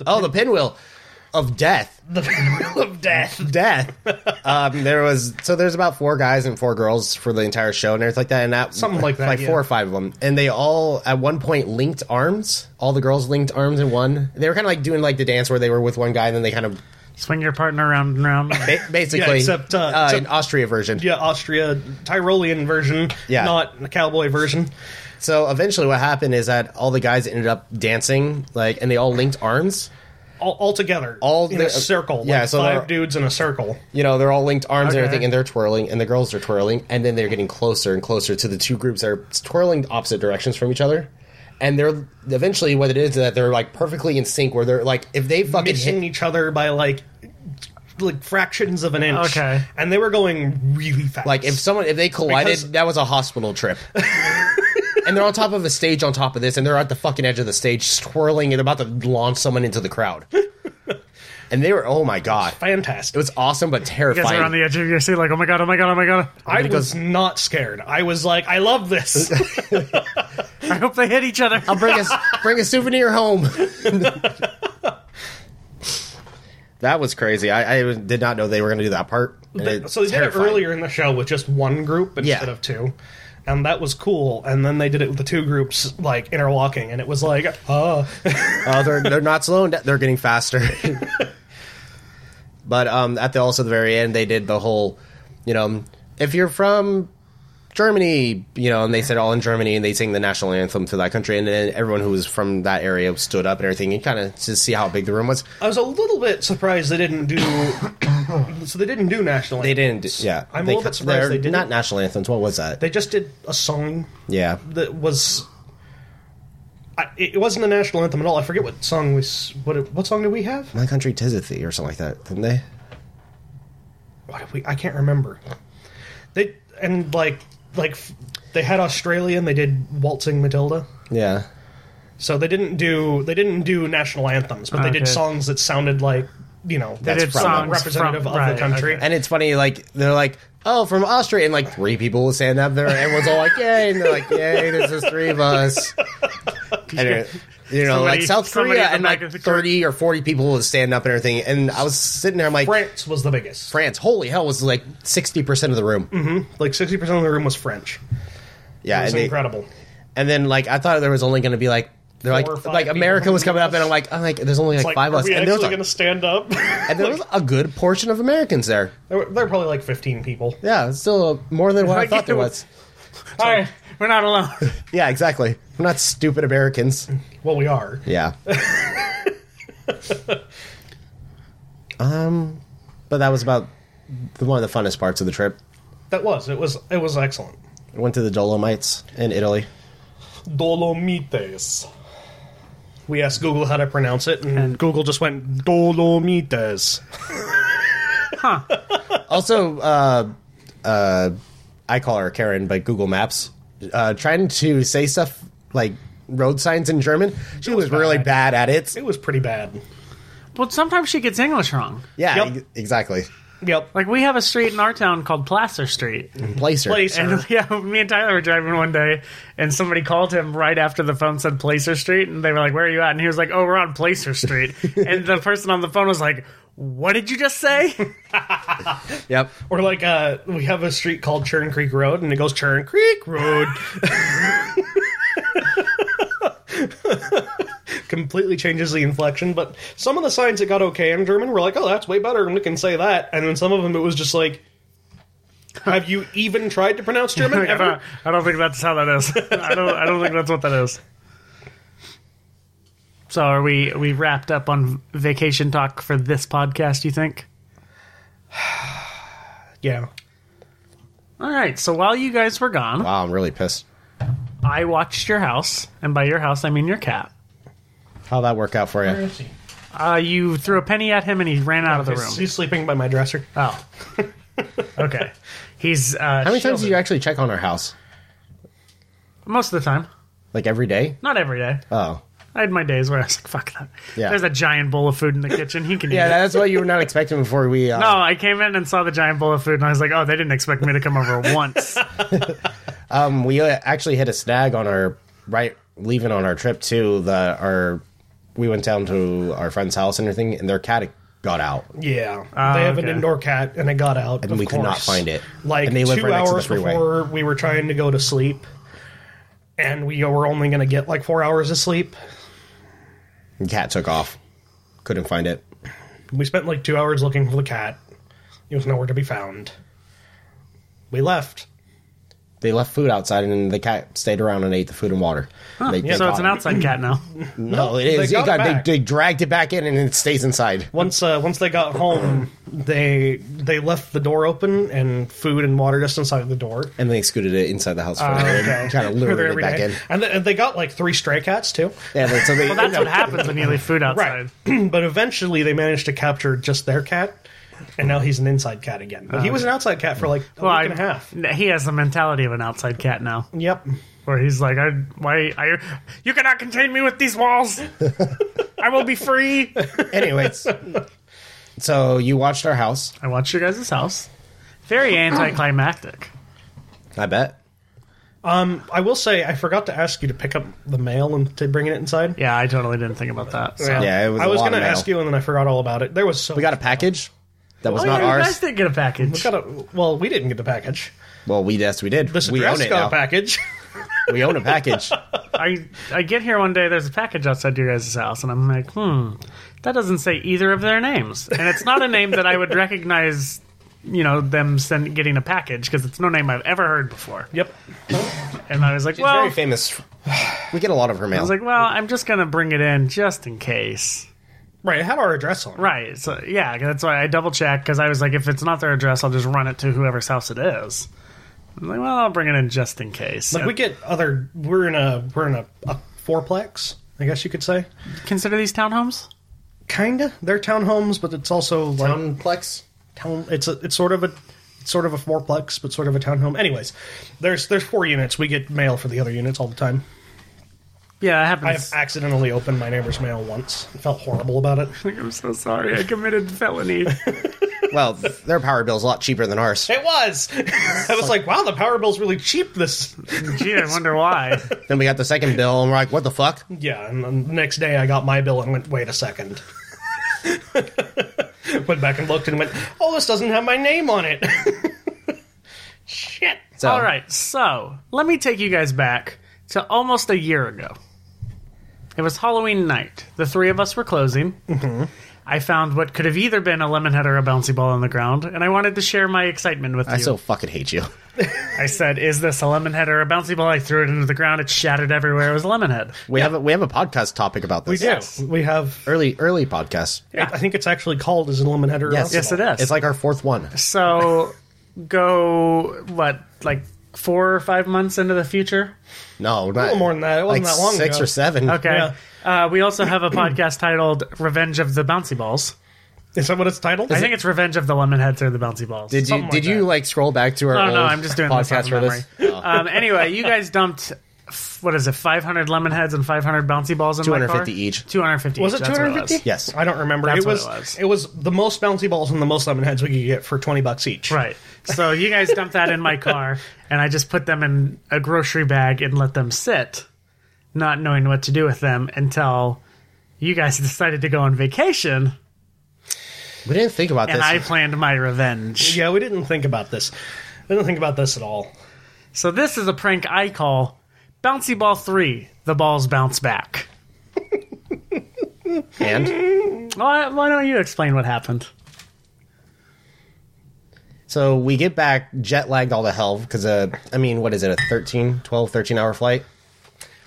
Speaker 4: oh the pinwheel." of death.
Speaker 2: The Wheel of Death.
Speaker 4: Death.
Speaker 2: [laughs]
Speaker 4: um, there was so there's about four guys and four girls for the entire show and everything like that, and that
Speaker 2: Something like that,
Speaker 4: like
Speaker 2: yeah.
Speaker 4: four or five of them, and they all at one point linked arms. All the girls linked arms in one. They were kind of like doing like the dance where they were with one guy, and then they kind of
Speaker 1: Swing your partner round and round.
Speaker 2: [laughs]
Speaker 4: ba- basically
Speaker 2: except, uh, except-
Speaker 4: an Austria version.
Speaker 2: [laughs] Yeah, Austria Tyrolean version,
Speaker 4: Yeah.
Speaker 2: not the cowboy version.
Speaker 4: So eventually, what happened is that all the guys ended up dancing like, and they all linked arms.
Speaker 2: All, all together,
Speaker 4: All
Speaker 2: in
Speaker 4: the-
Speaker 2: a circle.
Speaker 4: yeah,
Speaker 2: like
Speaker 4: so
Speaker 2: five
Speaker 4: they're-
Speaker 2: dudes in a circle.
Speaker 4: You know, they're all linked arms and
Speaker 1: Okay.
Speaker 4: everything, and they're twirling, and the girls are twirling, and then they're getting closer and closer to the two groups that are twirling opposite directions from each other. And they're eventually what it is is that they're like perfectly in sync, where they're like, if they fucking
Speaker 2: missing
Speaker 4: hit,
Speaker 2: each other by like like fractions of an inch.
Speaker 1: Okay.
Speaker 2: And they were going really fast.
Speaker 4: like if someone if they collided,
Speaker 2: Because-
Speaker 4: that was a
Speaker 1: [laughs]
Speaker 4: hospital trip. and they're on top of a stage on top of this, and they're at the fucking edge of the stage, twirling and about to launch someone into
Speaker 1: [laughs]
Speaker 4: the crowd. and they were, oh my god,
Speaker 2: fantastic.
Speaker 4: it was awesome but
Speaker 1: You guys
Speaker 4: terrifying.
Speaker 1: are on the edge of your seat, like, oh my god, oh my god, oh my god.
Speaker 2: I was
Speaker 4: because-
Speaker 2: not scared. I was like, I love
Speaker 4: [laughs]
Speaker 2: this.
Speaker 1: I hope they hit each other.
Speaker 4: I'll bring a bring a souvenir home. that was crazy. I, I did not know they were going to do that part. and it's
Speaker 2: so they did it
Speaker 4: terrifying.
Speaker 2: earlier in the show with just one group instead
Speaker 4: Yeah.
Speaker 2: of two. And that was cool. And then they did it with the two groups like interlocking and it was like, uh
Speaker 4: Uh, they're they're not slowing down. They're getting faster. but um, at the also the very end, they did the whole, you know, if you're from Germany, you know, and they said all in Germany, and they sing the national anthem to that country, and then everyone who was from that area stood up and everything, and kind of to see how big the room was.
Speaker 2: I was a little bit surprised they didn't do [coughs] so they didn't do national
Speaker 4: They
Speaker 2: anthem.
Speaker 4: didn't. Yeah,
Speaker 2: I'm a
Speaker 4: they,
Speaker 2: little bit surprised
Speaker 4: they're
Speaker 2: they didn't.
Speaker 4: Not national anthems. What was that?
Speaker 2: They just did a song
Speaker 4: yeah,
Speaker 2: that was I, it wasn't a national anthem at all. I forget what song we s- what it- what song did we have?
Speaker 4: My Country Tis a Thee or something like that, didn't they?
Speaker 2: What did we? I can't remember. They and like like f- they had Australia and they did Waltzing Matilda.
Speaker 4: Yeah.
Speaker 2: So they didn't do they didn't do national anthems, but they did
Speaker 1: Okay.
Speaker 2: songs that sounded like you know
Speaker 1: They
Speaker 2: that's
Speaker 1: did
Speaker 4: from-
Speaker 1: songs
Speaker 2: representative
Speaker 1: from,
Speaker 2: of
Speaker 1: right,
Speaker 2: the country.
Speaker 1: okay.
Speaker 4: And it's funny, like, they're like, oh, from Austria. And, like, three people will stand up there. And everyone's all like, yay. And they're like, yay, there's just three of [laughs] us. And, uh, you know,
Speaker 1: Somebody-
Speaker 4: like, South
Speaker 1: somebody
Speaker 4: Korea.
Speaker 1: at the
Speaker 4: And,
Speaker 1: back
Speaker 4: like,
Speaker 1: of the court.
Speaker 4: 30 or 40 people will stand up and everything. And I was sitting there, I'm like,
Speaker 2: France was the biggest.
Speaker 4: France, holy hell, was, like, 60% of the room.
Speaker 2: Like sixty percent of the room was French.
Speaker 4: Yeah.
Speaker 2: It was
Speaker 4: and, they-
Speaker 2: incredible.
Speaker 4: and then, like, I thought there was only going to be, like, they're like,
Speaker 2: Four or five
Speaker 4: like America
Speaker 2: people.
Speaker 4: was coming up, and I'm like, I'm like, there's only like,
Speaker 2: Like,
Speaker 4: five
Speaker 2: are
Speaker 4: of us,
Speaker 2: we
Speaker 4: and there, was
Speaker 2: actually
Speaker 4: a,
Speaker 2: going to stand
Speaker 4: [laughs]
Speaker 2: up?
Speaker 4: and there was a good portion of Americans there.
Speaker 2: there, were, there were probably like fifteen people.
Speaker 4: Yeah, it's still more than what I [laughs]
Speaker 1: Like,
Speaker 4: thought there
Speaker 1: it
Speaker 4: was.
Speaker 1: was- Hi, we're not alone.
Speaker 4: Yeah, exactly. We're not stupid Americans.
Speaker 2: Well, we are.
Speaker 4: Yeah. [laughs] um, but that was about the, one of the funnest parts of the trip.
Speaker 2: That was. It was. It was excellent.
Speaker 4: I went to the Dolomites in Italy.
Speaker 2: Dolomites. We asked Google how to pronounce it, and, Google just went Dolomites.
Speaker 1: Huh.
Speaker 4: Also, uh, uh, I call her Karen, but Google Maps uh, trying to say stuff like road signs in German. She was, really bad at it.
Speaker 2: It was pretty bad.
Speaker 1: Well, sometimes she gets English wrong.
Speaker 4: Yeah,
Speaker 2: Yep.
Speaker 4: ex- exactly.
Speaker 2: Yep.
Speaker 1: Like we have a street in our town called Placer Street,
Speaker 4: Placer.
Speaker 2: Place.
Speaker 1: and [laughs] yeah, me and Tyler were driving one day, and somebody called him right after the phone said Placer Street, and they were like, "Where are you at?" And he was like, "Oh, we're on Placer Street," and the person on the phone was like, "What did you just say?"
Speaker 4: Yep.
Speaker 2: Or like uh, we have a street called Churn Creek Road, and it goes Churn Creek Road. [laughs] Completely changes the inflection, but some of the signs that got okay in German were like, "Oh, that's way better," and we can say that. And then some of them it was just like, "Have you even tried to
Speaker 1: [laughs]
Speaker 2: pronounce German
Speaker 1: I,
Speaker 2: ever?"
Speaker 1: don't, I don't think that's how that is. [laughs] I don't. I don't think that's what that is. So are we? We wrapped up on vacation talk for this podcast. You think?
Speaker 2: Yeah.
Speaker 1: All right. So while you guys were gone,
Speaker 4: Wow, I'm really pissed.
Speaker 1: I watched your house, and by your house I mean your cat.
Speaker 4: How'd that work out for you?
Speaker 1: Uh, you threw a penny at him, and he ran out of the
Speaker 2: He's,
Speaker 1: room.
Speaker 2: he's sleeping by my dresser.
Speaker 1: Oh. [laughs] okay. He's uh,
Speaker 4: How many times do you actually check on our house?
Speaker 1: most of the time.
Speaker 4: Like every day?
Speaker 1: Not every day.
Speaker 4: Oh.
Speaker 1: I had my days where I was like, "Fuck that."
Speaker 4: Yeah.
Speaker 1: There's a giant bowl of
Speaker 4: [laughs]
Speaker 1: food in the kitchen. He can eat
Speaker 4: Yeah,
Speaker 1: it.
Speaker 4: that's what you were not expecting before we. Uh,
Speaker 1: No, I came in and saw the giant bowl of food, and I was like, "Oh, they didn't expect me to come over
Speaker 4: [laughs]
Speaker 1: once."
Speaker 4: um, we uh, actually hit a snag on our right leaving on our trip too. The our we went down to our friend's house and everything, and their cat got out.
Speaker 2: Yeah,
Speaker 1: Ah,
Speaker 2: they have an
Speaker 1: okay.
Speaker 2: indoor cat, and it got out,
Speaker 4: And
Speaker 2: of
Speaker 4: we could not
Speaker 2: course.
Speaker 4: find it.
Speaker 2: Like
Speaker 4: And they live
Speaker 2: two
Speaker 4: right next to the
Speaker 2: hours
Speaker 4: freeway.
Speaker 2: before we were trying to go to sleep, and we were only going to get like four hours of sleep.
Speaker 4: The cat took off. Couldn't find it.
Speaker 2: We spent like two hours looking for the cat. It was nowhere to be found. We left.
Speaker 4: They left food outside, and the cat stayed around and ate the food and water. They- they
Speaker 1: so it's
Speaker 4: got
Speaker 1: an
Speaker 4: it.
Speaker 1: outside cat
Speaker 4: [laughs]
Speaker 1: now.
Speaker 4: No, it
Speaker 2: they
Speaker 4: is. They,
Speaker 2: got
Speaker 4: got,
Speaker 2: it
Speaker 4: they,
Speaker 2: back.
Speaker 4: they dragged it back in, and it stays inside.
Speaker 2: Once uh, once they got home, they they left the door open and food and water just inside the door.
Speaker 4: And they scooted it inside the house for
Speaker 2: Uh,
Speaker 4: and
Speaker 2: okay.
Speaker 4: kind of lured
Speaker 2: They're
Speaker 4: it
Speaker 2: every
Speaker 4: back
Speaker 2: day.
Speaker 4: in.
Speaker 2: and, th- and they got like three stray cats too.
Speaker 4: Yeah, they-
Speaker 2: [laughs]
Speaker 4: so they,
Speaker 1: Well, that's what happens when you leave food outside.
Speaker 2: Right. [clears throat] but eventually they managed to capture just their cat, and now he's an inside cat again. But he was an outside cat for like a
Speaker 1: Uh, Well,
Speaker 2: week and a
Speaker 1: I-
Speaker 2: half.
Speaker 1: He has the mentality of an outside cat now,
Speaker 2: Yep.
Speaker 1: where he's like, "I, why, I, you cannot contain me with these
Speaker 4: [laughs]
Speaker 1: walls. I will be free."
Speaker 2: [laughs]
Speaker 4: Anyways, so you watched our house.
Speaker 1: I watched your guys' house.
Speaker 4: [laughs]
Speaker 1: Very anticlimactic.
Speaker 4: I bet.
Speaker 2: Um, I will say I forgot to ask you to pick up the mail and to bring it inside.
Speaker 1: Yeah, I totally didn't think about that. So.
Speaker 4: Yeah, it was
Speaker 2: I
Speaker 4: a
Speaker 2: was
Speaker 4: lot of
Speaker 2: gonna
Speaker 4: mail.
Speaker 2: ask you, and then I forgot all about it. There was so
Speaker 4: We got a package that was
Speaker 1: Oh,
Speaker 4: not
Speaker 1: yeah, you
Speaker 4: ours.
Speaker 1: guys did get a package.
Speaker 2: got a well, we didn't get the package.
Speaker 4: Well, we yes, we did.
Speaker 2: This
Speaker 4: we
Speaker 2: address
Speaker 4: own it
Speaker 2: got
Speaker 4: now.
Speaker 2: a package. [laughs]
Speaker 4: We own
Speaker 1: [laughs]
Speaker 4: a package.
Speaker 1: I I get here one day. There's a package outside your guys' house, and I'm like, hmm, that doesn't say either of their names, and it's not a name that I would recognize. You know them send, getting a package because it's no name I've ever heard before.
Speaker 2: yep.
Speaker 1: And I was like, well,
Speaker 4: Very famous. We get a lot of her mail.
Speaker 1: I was like, well, I'm just gonna bring it in just in case.
Speaker 2: Right. It had our address on. it.
Speaker 1: Right. So yeah, that's why I double checked because I was like, if it's not their address, I'll just run it to whoever's house it is. I'm like, well, I'll bring it in just in case.
Speaker 2: Like we get other. We're in a we're in a, a fourplex. I guess you could say.
Speaker 1: Consider these townhomes.
Speaker 2: Kinda. They're townhomes, but it's also like
Speaker 4: [laughs] Complex.
Speaker 2: town. It's a, it's sort of a it's sort of a fourplex, but sort of a townhome. Anyways, there's there's four units. We get mail for the other units all the time.
Speaker 1: Yeah, it
Speaker 2: I have
Speaker 1: happens.
Speaker 2: accidentally opened my neighbor's mail once. I felt horrible about it.
Speaker 1: Like, I'm so sorry. I [laughs] committed felony.
Speaker 4: Well, th- their power bill's a lot cheaper than ours.
Speaker 2: It was. [laughs] I was like, wow, the power bill's really cheap. This.
Speaker 1: [laughs] Gee, I wonder [laughs] why.
Speaker 4: Then we got the second bill, and we're like, "What the fuck?"
Speaker 2: Yeah, and then the next day I got my bill and went, wait a second. [laughs] went back and looked and went, oh, this doesn't have my name on it. [laughs] Shit.
Speaker 4: So,
Speaker 1: All right, so let me take you guys back to almost a year ago. It was Halloween night. The three of us were closing. Mm-hmm. I found what could have either been a lemon head or a bouncy ball on the ground, and I wanted to share my excitement with
Speaker 4: I
Speaker 1: you.
Speaker 4: so fucking hate you. [laughs]
Speaker 1: I said, "Is this a lemon head or a bouncy ball?" I threw it into the ground. It shattered everywhere. It was a lemon head.
Speaker 4: We have a, we have a podcast topic about this.
Speaker 2: Yes. We have.
Speaker 4: Early early podcast.
Speaker 2: I think it's actually called as an lemon header.
Speaker 1: Yes, it is.
Speaker 4: It's like our fourth one.
Speaker 1: [laughs] So, go what like four or five months into the future.
Speaker 4: No, not, a
Speaker 2: little more than that. It wasn't
Speaker 4: like
Speaker 2: that long
Speaker 4: Six
Speaker 2: ago.
Speaker 4: or seven.
Speaker 1: Okay. Uh, we also have a podcast titled "Revenge of the Bouncy Balls."
Speaker 2: Is that what it's titled?
Speaker 1: I think it's Revenge of the Lemon Heads or the Bouncy Balls.
Speaker 4: Did you
Speaker 2: Something like
Speaker 4: did you
Speaker 2: that.
Speaker 4: like scroll back to our
Speaker 1: oh
Speaker 4: old
Speaker 1: no, I'm just doing this
Speaker 4: podcast
Speaker 1: off of
Speaker 4: for
Speaker 1: memory.
Speaker 4: this?
Speaker 1: Um, anyway, you guys dumped f- what is it, 500 lemon heads and 500 bouncy balls in my car?
Speaker 4: 250 each.
Speaker 1: 250
Speaker 2: Was
Speaker 1: each.
Speaker 2: it
Speaker 1: that's what
Speaker 2: 250?
Speaker 4: Yes.
Speaker 2: I don't remember.
Speaker 1: That's
Speaker 2: it,
Speaker 1: what it
Speaker 2: was,
Speaker 1: was.
Speaker 2: it was the most bouncy balls and the most lemon heads we could get for 20 bucks each.
Speaker 1: Right. So you guys dumped that in
Speaker 4: [laughs]
Speaker 1: my car, and I just put them in a grocery bag and let them sit, not knowing what to do with them until you guys [laughs] decided to go on vacation,
Speaker 4: We didn't think about
Speaker 1: and
Speaker 4: this.
Speaker 1: I planned my revenge.
Speaker 2: Yeah, we didn't think about this. We didn't think about this at all.
Speaker 1: So this is a prank I call Bouncy Ball 3 The Balls Bounce Back. [laughs]
Speaker 4: and
Speaker 1: Why, why don't you explain what happened?
Speaker 4: so we get back jet lagged all the hell because uh, I mean, what is it? A 13, 12, 13 hour flight?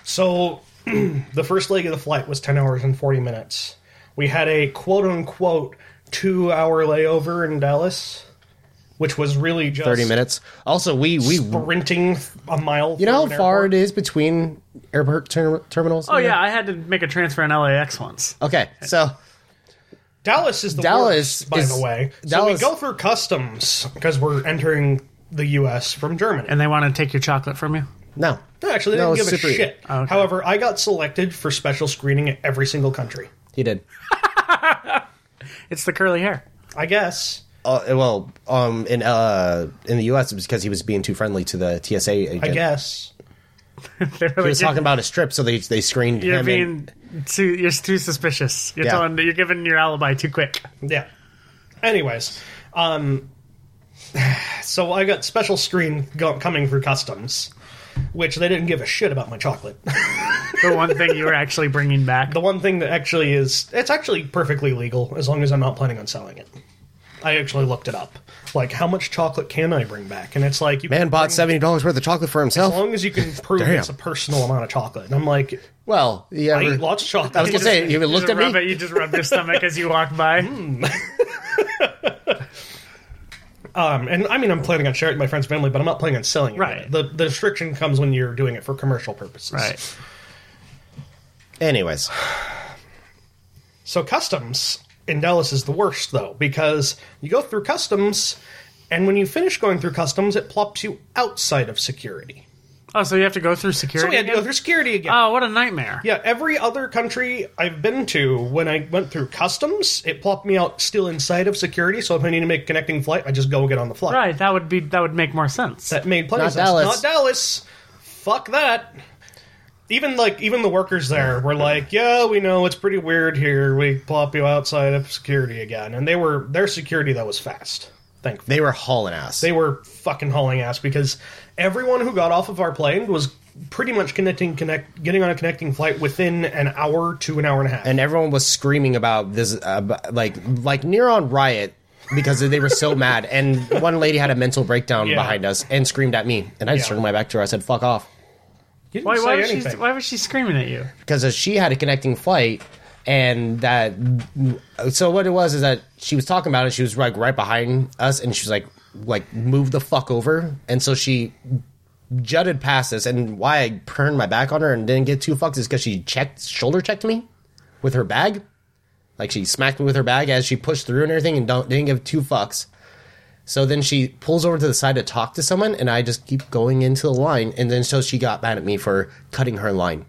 Speaker 2: So, [clears throat] the first leg of the flight was 10 hours and 40 minutes. We had a quote unquote two hour layover in Dallas, which was really just
Speaker 4: 30 minutes. Also, we we
Speaker 2: sprinting a mile.
Speaker 4: you know how far it is between airport ter- terminals?
Speaker 1: Oh yeah, I had to make a transfer in LAX once.
Speaker 4: Okay, so
Speaker 2: Dallas is the
Speaker 4: Dallas
Speaker 2: worst, by
Speaker 4: is-
Speaker 2: the way.
Speaker 4: Dallas-
Speaker 2: So, we go through customs because we're entering the U.S. from Germany.
Speaker 1: And they want to take your chocolate from you.
Speaker 4: no,
Speaker 2: No, actually, they
Speaker 4: No,
Speaker 2: didn't give
Speaker 4: Super
Speaker 2: a
Speaker 4: E.
Speaker 2: shit.
Speaker 1: Okay.
Speaker 2: However, I got selected for special screening at every single country.
Speaker 4: he did.
Speaker 1: It's the curly hair.
Speaker 2: I guess.
Speaker 4: Uh, well, um, in uh, in the U.S. it was because he was being too friendly to the TSA agent.
Speaker 2: I guess.
Speaker 1: they were
Speaker 4: He
Speaker 1: like,
Speaker 4: was
Speaker 1: "You're-
Speaker 4: talking about a strip, so they they screened
Speaker 1: you're
Speaker 4: him. and,
Speaker 1: being too you're too suspicious. You're
Speaker 4: Yeah.
Speaker 1: telling you're giving your alibi too quick.
Speaker 2: Yeah. Anyways, um, [sighs] so I got special screen go- coming through customs, which they didn't give a shit about my chocolate. [laughs]
Speaker 1: The one thing you were actually bringing back.
Speaker 2: the one thing that actually is, it's actually perfectly legal as long as I'm not planning on selling it. I actually looked it up. Like, how much chocolate can I bring back? And it's like, you
Speaker 4: man
Speaker 2: can
Speaker 4: bought
Speaker 2: bring-
Speaker 4: seventy dollars worth of chocolate for himself.
Speaker 2: As long as you
Speaker 4: [laughs]
Speaker 2: can prove
Speaker 4: Damn.
Speaker 2: it's a personal amount of chocolate. And I'm like,
Speaker 4: well, yeah,
Speaker 2: I eat
Speaker 4: we're-
Speaker 2: lots of chocolate. [laughs]
Speaker 4: I was gonna say you
Speaker 1: You
Speaker 4: looked
Speaker 1: just
Speaker 4: at me.
Speaker 1: rub it- you just rub your stomach as you walk by.
Speaker 2: Hmm. Um, and I mean, I'm planning on sharing it with my friends' family, but I'm not planning on selling it.
Speaker 1: Right.
Speaker 2: The, the restriction comes when you're doing it for commercial purposes.
Speaker 1: Right.
Speaker 4: Anyways,
Speaker 2: So customs in Dallas is the worst though because you go through customs and when you finish going through customs it plops you outside of security.
Speaker 1: Oh, so you have to go through
Speaker 2: So
Speaker 1: security.
Speaker 2: we had to go
Speaker 1: again?
Speaker 2: through security again.
Speaker 1: Oh, what a nightmare!
Speaker 2: yeah, every other country I've been to when I went through customs, it plopped me out still inside of security, so if I need to make a connecting flight, I just go and get on the flight.
Speaker 1: Right, that would be that would make more sense.
Speaker 2: That made plenty
Speaker 4: Not
Speaker 2: of sense.
Speaker 4: Dallas.
Speaker 2: Not Dallas. Fuck that. Even like even the workers there were like, yeah, we know it's pretty weird here. We plop you outside of security again, and they were their security though was fast. Thankfully,
Speaker 4: they were hauling ass.
Speaker 2: they were fucking hauling ass because everyone who got off of our plane was pretty much connecting connect getting on a connecting flight within an hour to an hour and a half.
Speaker 4: and everyone was screaming about this, uh, b- like like Neron riot because they were so mad. And one lady had a mental breakdown
Speaker 2: Yeah.
Speaker 4: behind us and screamed at me, and I just
Speaker 2: Yeah.
Speaker 4: turned my back to her. I said, "Fuck off,"
Speaker 2: you didn't
Speaker 1: Why,
Speaker 2: say
Speaker 1: why, was she,
Speaker 2: anything.
Speaker 1: why was she screaming at you?
Speaker 4: because she had a connecting flight, and that. So what it was is that she was talking about it. She was like right behind us, and she was like, "Like move the fuck over," and so she. Jutted past us, and why I turned my back on her and didn't get two fucks is because she checked shoulder checked me with her bag. Like she smacked me with her bag as she pushed through and everything and don't, didn't give two fucks. So then she pulls over to the side to talk to someone and I just keep going into the line. And then so she got mad at me for cutting her line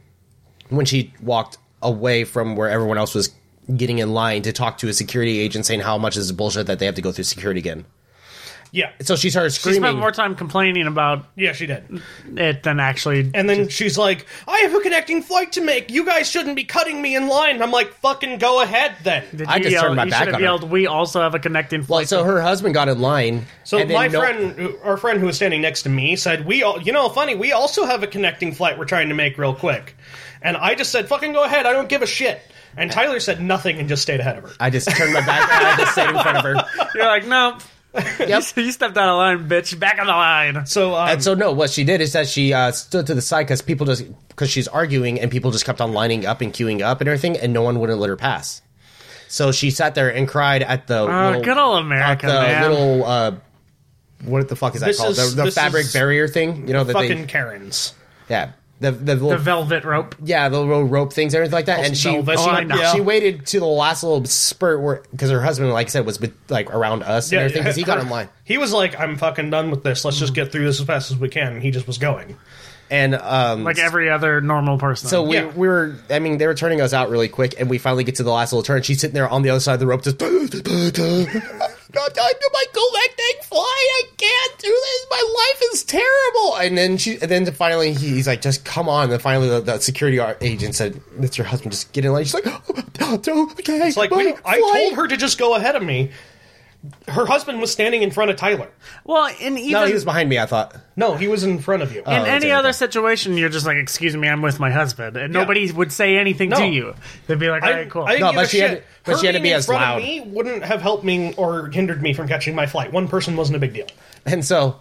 Speaker 4: when she walked away from where everyone else was getting in line to talk to a security agent saying how much is bullshit that they have to go through security again.
Speaker 2: yeah,
Speaker 4: So she started
Speaker 1: She
Speaker 4: screaming.
Speaker 1: spent more time complaining about
Speaker 2: yeah, she did.
Speaker 1: it than actually.
Speaker 2: And then she's like, I have a connecting flight to make. You guys shouldn't be cutting me in line. And I'm like, fucking go ahead then.
Speaker 1: Did
Speaker 4: I
Speaker 1: you
Speaker 4: just
Speaker 1: yell,
Speaker 4: turned my
Speaker 1: E you
Speaker 4: back
Speaker 1: should have
Speaker 4: on her.
Speaker 1: yelled, We also have a connecting
Speaker 4: well,
Speaker 1: flight.
Speaker 4: so her husband got in line.
Speaker 2: So
Speaker 4: and then
Speaker 2: my
Speaker 4: no-
Speaker 2: friend, our friend who was standing next to me, said, "We all, you know, funny. We also have a connecting flight we're trying to make real quick." And I just said, "Fucking go ahead. I don't give a shit." And Tyler said nothing and just stayed ahead of her.
Speaker 4: I just turned my back and I just stayed in front of her.
Speaker 1: [laughs] [laughs] You're like, Nope.
Speaker 4: [laughs] Yep.
Speaker 1: [laughs] you stepped out of line, bitch. Back on the line. Uh,
Speaker 2: So, um,
Speaker 4: And so no, what she did is that she uh, stood to the side because people just because she's arguing and people just kept on lining up and queuing up and everything, and no one wouldn't let her pass. So she sat there and cried at the little,
Speaker 1: Oh, good old
Speaker 4: at
Speaker 1: America,
Speaker 4: the
Speaker 1: man.
Speaker 4: little uh, what the fuck is that
Speaker 2: This
Speaker 4: called?
Speaker 2: is-
Speaker 4: the the
Speaker 2: this
Speaker 4: fabric
Speaker 2: is
Speaker 4: barrier thing, you know that
Speaker 2: fucking
Speaker 4: they
Speaker 2: Karens.
Speaker 4: yeah the the,
Speaker 1: The
Speaker 4: little,
Speaker 1: velvet rope.
Speaker 4: yeah the little rope things everything like that, and she
Speaker 2: velvet,
Speaker 4: she,
Speaker 2: oh,
Speaker 1: I know.
Speaker 4: she waited to the last little spurt where because her husband like I said was be- like around us and everything because he got in line.
Speaker 2: [laughs]
Speaker 4: Mm-hmm.
Speaker 2: He was like, "I'm fucking done with this. Let's just get through this as fast as we can." And he just was going.
Speaker 4: and um
Speaker 1: Like every other normal person.
Speaker 4: So we,
Speaker 2: Yeah.
Speaker 4: we were, I mean, they were turning us out really quick, and we finally get to the last little turn. She's sitting there on the other side of the rope, just. [laughs] Not time to my collecting fly. I can't do this. My life is terrible. And then she, and then finally he- he's like, "Just come on." And then finally, the, the security ar- agent said, "It's your husband. Just get in line." She's like, "Oh, "Okay."
Speaker 2: It's like we, I told her to just go ahead of me. Her husband was standing in front of Tyler.
Speaker 1: well, in even
Speaker 4: No, he was behind me. I thought.
Speaker 2: No, he was in front of you.
Speaker 1: in
Speaker 4: that's
Speaker 1: any
Speaker 4: okay.
Speaker 1: other situation, you're just like, "Excuse me, I'm with my husband," and nobody would say anything
Speaker 2: No.
Speaker 1: to you. They'd be like, "All
Speaker 2: I,
Speaker 1: right, cool."
Speaker 2: I didn't
Speaker 4: No,
Speaker 2: give
Speaker 4: but
Speaker 2: a
Speaker 4: she had
Speaker 2: shit.
Speaker 4: to- but
Speaker 2: Her
Speaker 4: she had to
Speaker 2: being
Speaker 4: be
Speaker 2: in
Speaker 4: as
Speaker 2: front of
Speaker 4: loud.
Speaker 2: Me wouldn't have helped me or hindered me from catching my flight. One person wasn't a big deal.
Speaker 4: And so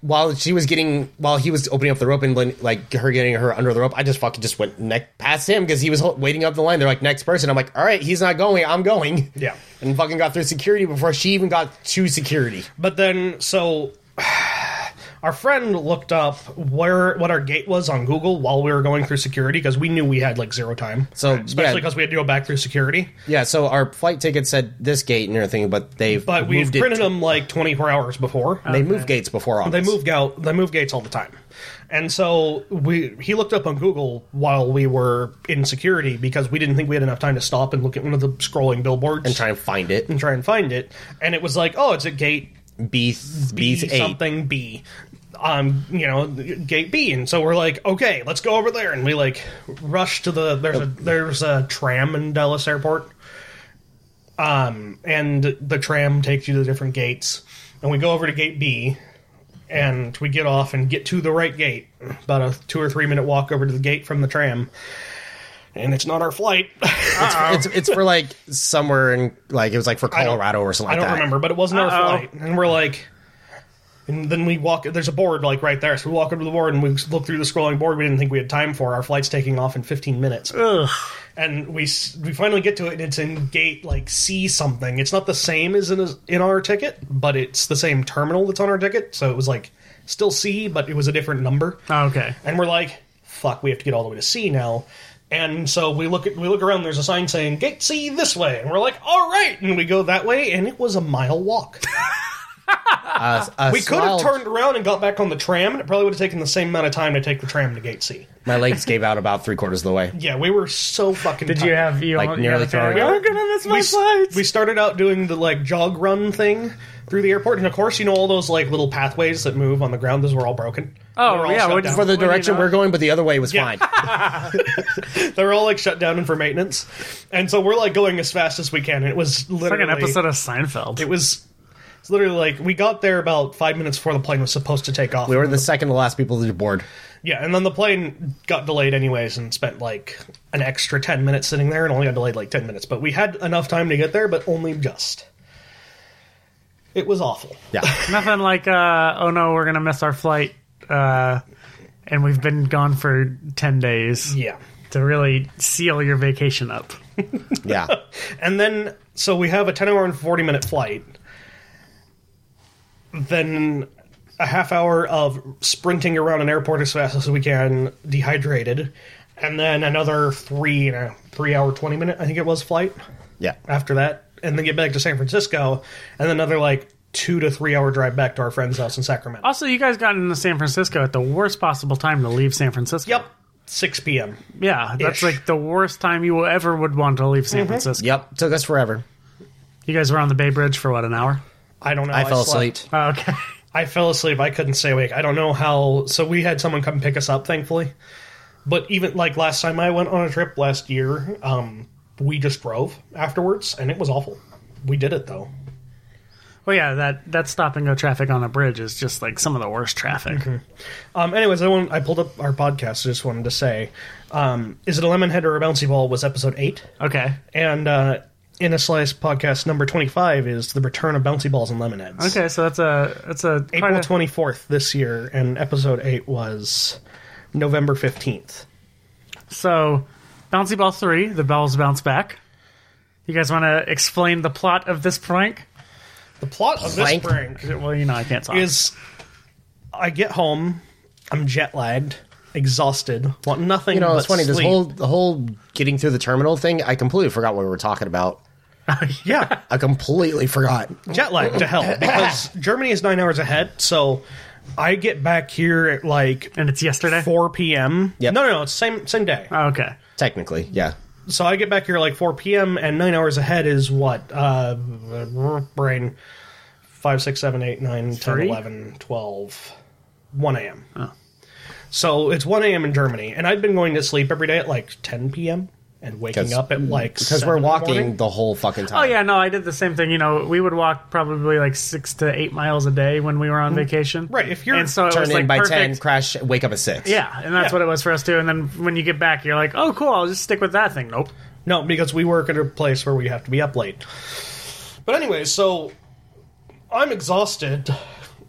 Speaker 4: while she was getting, while he was opening up the rope and like her getting her under the rope, I just fucking just went neck past him because he was ho- waiting up the line. They're like next person. I'm like, all right, he's not going. I'm going.
Speaker 2: Yeah.
Speaker 4: And fucking got through security before she even got to security.
Speaker 2: But then, so [sighs] our friend looked up where what our gate was on Google while we were going through security because we knew we had like zero time.
Speaker 4: So
Speaker 2: especially
Speaker 4: yeah.
Speaker 2: because we had to go back through security.
Speaker 4: Yeah. So our flight ticket said this gate and everything, but they've
Speaker 2: But we've
Speaker 4: moved it.
Speaker 2: printed them like 24 hours before.
Speaker 4: They move gates before all.
Speaker 2: They move out. They move gates all the time, and so we he looked up on Google while we were in security because we didn't think we had enough time to stop and look at one of the scrolling billboards
Speaker 4: and try and find it.
Speaker 2: and try and find it. And it was like, oh, it's a gate
Speaker 4: B B
Speaker 2: B
Speaker 4: eight.
Speaker 2: something B. um, you know, gate B, and so we're like, okay, let's go over there, and we like rush to the there's a there's a tram in Dallas Airport, um, and the tram takes you to the different gates, and we go over to gate B, and we get off and get to the right gate, about a two or three minute walk over to the gate from the tram, and it's not our flight. [laughs]
Speaker 4: It's, it's for like somewhere in like it was like for
Speaker 2: don't-
Speaker 4: Colorado or
Speaker 2: I
Speaker 4: something like
Speaker 2: don't
Speaker 4: that.
Speaker 2: remember, but it wasn't our
Speaker 1: Uh-oh.
Speaker 2: flight. And we're like, and then we walk. There's a board like right there, so we walk over to the board and we look through the scrolling board. We didn't think we had time for our flight's taking off in 15 minutes,
Speaker 1: Ugh.
Speaker 2: and we s- we finally get to it. and It's in gate like C something. It's not the same as in in our ticket, but it's the same terminal that's on our ticket. So it was like still C, but it was a different number.
Speaker 1: Oh, Okay.
Speaker 2: And we're like, fuck, we have to get all the way to C now. And so we look at we look around. There's a sign saying Gate C this way, and we're like, all right, and we go that way, and it was a mile
Speaker 1: [laughs]
Speaker 2: walk.
Speaker 4: Uh, uh,
Speaker 2: We could have
Speaker 4: smiled.
Speaker 2: turned around and got back on the tram, and it probably would have taken the same amount of time to take the tram to Gate C.
Speaker 4: My legs gave out about three quarters of the way.
Speaker 2: Yeah, we were so fucking.
Speaker 1: Did you have you
Speaker 4: Like,
Speaker 1: almost,
Speaker 4: nearly
Speaker 1: you have a
Speaker 4: throwing
Speaker 1: family?
Speaker 4: up.
Speaker 1: I'm gonna miss
Speaker 2: We,
Speaker 1: my
Speaker 2: s-
Speaker 1: flights.
Speaker 2: we started out doing the like jog run thing through the airport, and of course, you know all those like little pathways that move on the ground. Those were all broken.
Speaker 1: Oh,
Speaker 2: They were all
Speaker 1: yeah,
Speaker 2: shut
Speaker 1: what-
Speaker 2: down.
Speaker 4: For the
Speaker 1: What do you
Speaker 4: direction
Speaker 1: know?
Speaker 4: we're going, but the other way was
Speaker 2: Yeah.
Speaker 4: fine.
Speaker 2: they were all like shut down and for maintenance, and so we're like going as fast as we can. It was
Speaker 1: it's like
Speaker 2: literally
Speaker 1: an episode of Seinfeld.
Speaker 2: It was it's literally like we got there about five minutes before the plane was supposed to take off.
Speaker 4: We
Speaker 2: [laughs]
Speaker 4: were the second to last people to be board.
Speaker 2: yeah, and then the plane got delayed anyways, and spent like an extra ten minutes sitting there, and only got delayed like ten minutes. But we had enough time to get there, but only just. It was awful.
Speaker 4: Yeah.
Speaker 2: [laughs]
Speaker 1: Nothing like uh, oh no, we're gonna miss our flight, uh, and we've been gone for ten days
Speaker 2: Yeah.
Speaker 1: to really seal your vacation up.
Speaker 4: Yeah.
Speaker 2: And then, so we have a 10 hour and 40 minute flight. Then a half hour of sprinting around an airport as fast as we can, dehydrated. And then another three and a three hour, 20 minute, I think it was, flight
Speaker 4: Yeah.
Speaker 2: after that. And then get back to San Francisco. And then another like two to three hour drive back to our friend's house in Sacramento.
Speaker 4: Oh.
Speaker 1: Also, you guys got into San Francisco at the worst possible time to leave San Francisco.
Speaker 2: Yep. 6 p.m.
Speaker 1: Yeah, that's
Speaker 2: Ish. Mm-hmm.
Speaker 1: like the worst time you will ever would want to leave San Francisco.
Speaker 4: Yep. Took us forever.
Speaker 1: You guys were on the Bay Bridge for what an hour?
Speaker 2: I don't know.
Speaker 4: I fell
Speaker 2: slept.
Speaker 4: asleep.
Speaker 1: Oh, okay. [laughs]
Speaker 2: I fell asleep. I couldn't stay awake. I don't know how. So we had someone come pick us up, thankfully. But even like last time I went on a trip last year, um, we just drove afterwards, and it was awful. We did it though.
Speaker 1: Well, yeah, that that stop and go traffic on a bridge is just like some of the worst traffic.
Speaker 2: Um, anyways, I want, I pulled up our podcast. I just wanted to say, um, is it a lemonhead or a bouncy ball? Was episode eight,
Speaker 1: Okay.
Speaker 2: and uh, in a slice podcast number twenty five is the return of bouncy balls and lemonheads.
Speaker 1: Okay, so that's a that's a quite
Speaker 2: April
Speaker 1: a-
Speaker 2: twenty fourth this year, and episode eight was November fifteenth.
Speaker 1: So, bouncy ball three, the balls bounce back. You guys want to explain the plot of this prank?
Speaker 2: The plot of
Speaker 4: Plank.
Speaker 2: this prank
Speaker 1: Well, you know I can't talk.
Speaker 2: is I get home, I'm jet lagged, exhausted, want nothing.
Speaker 4: You know,
Speaker 2: but
Speaker 4: it's funny. This
Speaker 2: sleep.
Speaker 4: whole the whole getting through the terminal thing. I completely forgot what we were talking about.
Speaker 2: yeah
Speaker 4: I completely forgot.
Speaker 2: jet lag to hell
Speaker 4: [laughs]
Speaker 2: because Germany is nine hours ahead. So I get back here at like
Speaker 1: and it's yesterday.
Speaker 2: four p.m.
Speaker 4: Yep.
Speaker 2: No, no, no, it's same same day.
Speaker 1: Oh, okay.
Speaker 4: Technically, yeah.
Speaker 2: So I get back here like four p.m. and nine hours ahead is what uh, brain five, six, seven, eight, nine, 10,
Speaker 1: Three?
Speaker 2: 11, 12, 1 a.m. So it's 1 a.m. in Germany, and I've been going to sleep every day at like 10 p.m. and waking
Speaker 4: 'Cause-
Speaker 2: up at like
Speaker 4: Because
Speaker 2: 7
Speaker 4: we're
Speaker 2: in the morning.
Speaker 4: walking the whole fucking
Speaker 1: Oh
Speaker 4: time.
Speaker 1: yeah, no, I did the same thing. You know, we would walk probably like six to eight miles a day when we were on vacation.
Speaker 2: Mm, Right, if you're
Speaker 1: and so it
Speaker 4: Turn
Speaker 1: was
Speaker 4: in
Speaker 1: like
Speaker 4: by
Speaker 1: perfect.
Speaker 4: ten. Crash. Wake up at six.
Speaker 1: Yeah, and that's
Speaker 2: Yeah.
Speaker 1: what it was for us too. And then when you get back, you're like, oh, cool, I'll just stick with that thing. Nope.
Speaker 2: No, because we work at a place where we have to be up late. But anyway, so I'm exhausted,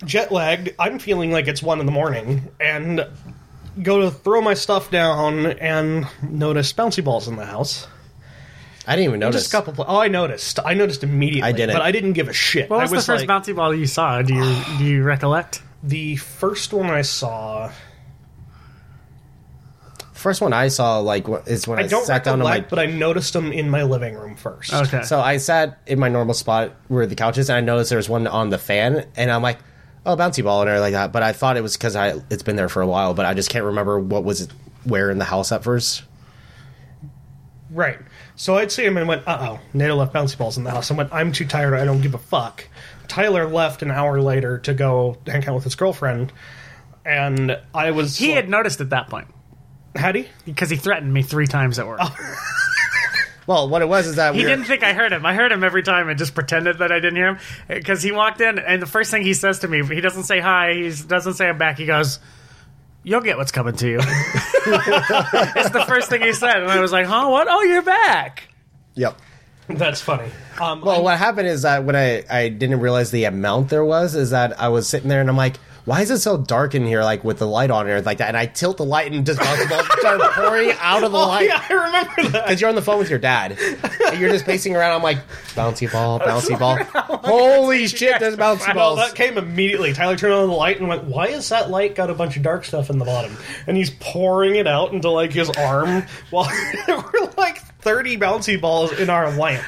Speaker 2: jet lagged. I'm feeling like it's one in the morning, and go to throw my stuff down and notice bouncy balls in the house.
Speaker 4: I didn't even notice.
Speaker 2: Just a couple. Pla- oh, I noticed. I noticed immediately.
Speaker 4: I didn't.
Speaker 2: but I didn't give a shit.
Speaker 1: What was,
Speaker 2: I
Speaker 1: the first
Speaker 2: like-
Speaker 1: bouncy ball you saw? Do you do you recollect?
Speaker 2: The first one I saw.
Speaker 4: First one I saw like wh- is when I,
Speaker 2: I don't
Speaker 4: sat down on my.
Speaker 2: recollect, but I noticed them in my living room first.
Speaker 1: Okay.
Speaker 4: [sighs] So I sat in my normal spot where the couch is, and I noticed there was one on the fan, and I'm like, "Oh, bouncy ball" and everything like that. But I thought it was because I it's been there for a while, but I just can't remember what was where in the house at first.
Speaker 2: Right. So I'd see him and went, uh oh, Nato left bouncy balls in the house. I went, I'm too tired. I don't give a fuck. Tyler left an hour later to go hang out with his girlfriend. and I was
Speaker 1: He had noticed at that point
Speaker 2: had he?
Speaker 1: because he threatened me three times at
Speaker 2: Oh,
Speaker 1: work.
Speaker 4: Well, what it was is that
Speaker 1: He
Speaker 4: we were-
Speaker 1: didn't think I heard him. I heard him every time and just pretended that I didn't hear him because he walked in and the first thing he says to me, he doesn't say hi, he doesn't say I'm back. He goes, "You'll get what's coming to you." [laughs] it's the first thing he said, and I was like, "Huh? What? Oh, you're back."
Speaker 4: Yep.
Speaker 2: That's funny. Um,
Speaker 4: Well, what happened is that when I, I didn't realize the amount there was, is that I was sitting there and I'm like, why is it so dark in here, like with the light on and like that? And I tilt the light and just balls start pouring
Speaker 1: [laughs]
Speaker 4: out of the
Speaker 1: Oh,
Speaker 2: I-
Speaker 4: light.
Speaker 2: yeah, I remember that.
Speaker 4: Because you're on the phone with your dad. And you're just pacing around. I'm like, bouncy ball, bouncy ball. Holy shit, there's bouncy
Speaker 2: Well,
Speaker 4: balls.
Speaker 2: that came immediately. Tyler turned on the light and went, "Why is that light got a bunch of dark stuff in the bottom?" And he's pouring it out into like his arm. While [laughs] there were like thirty bouncy balls in our lamp.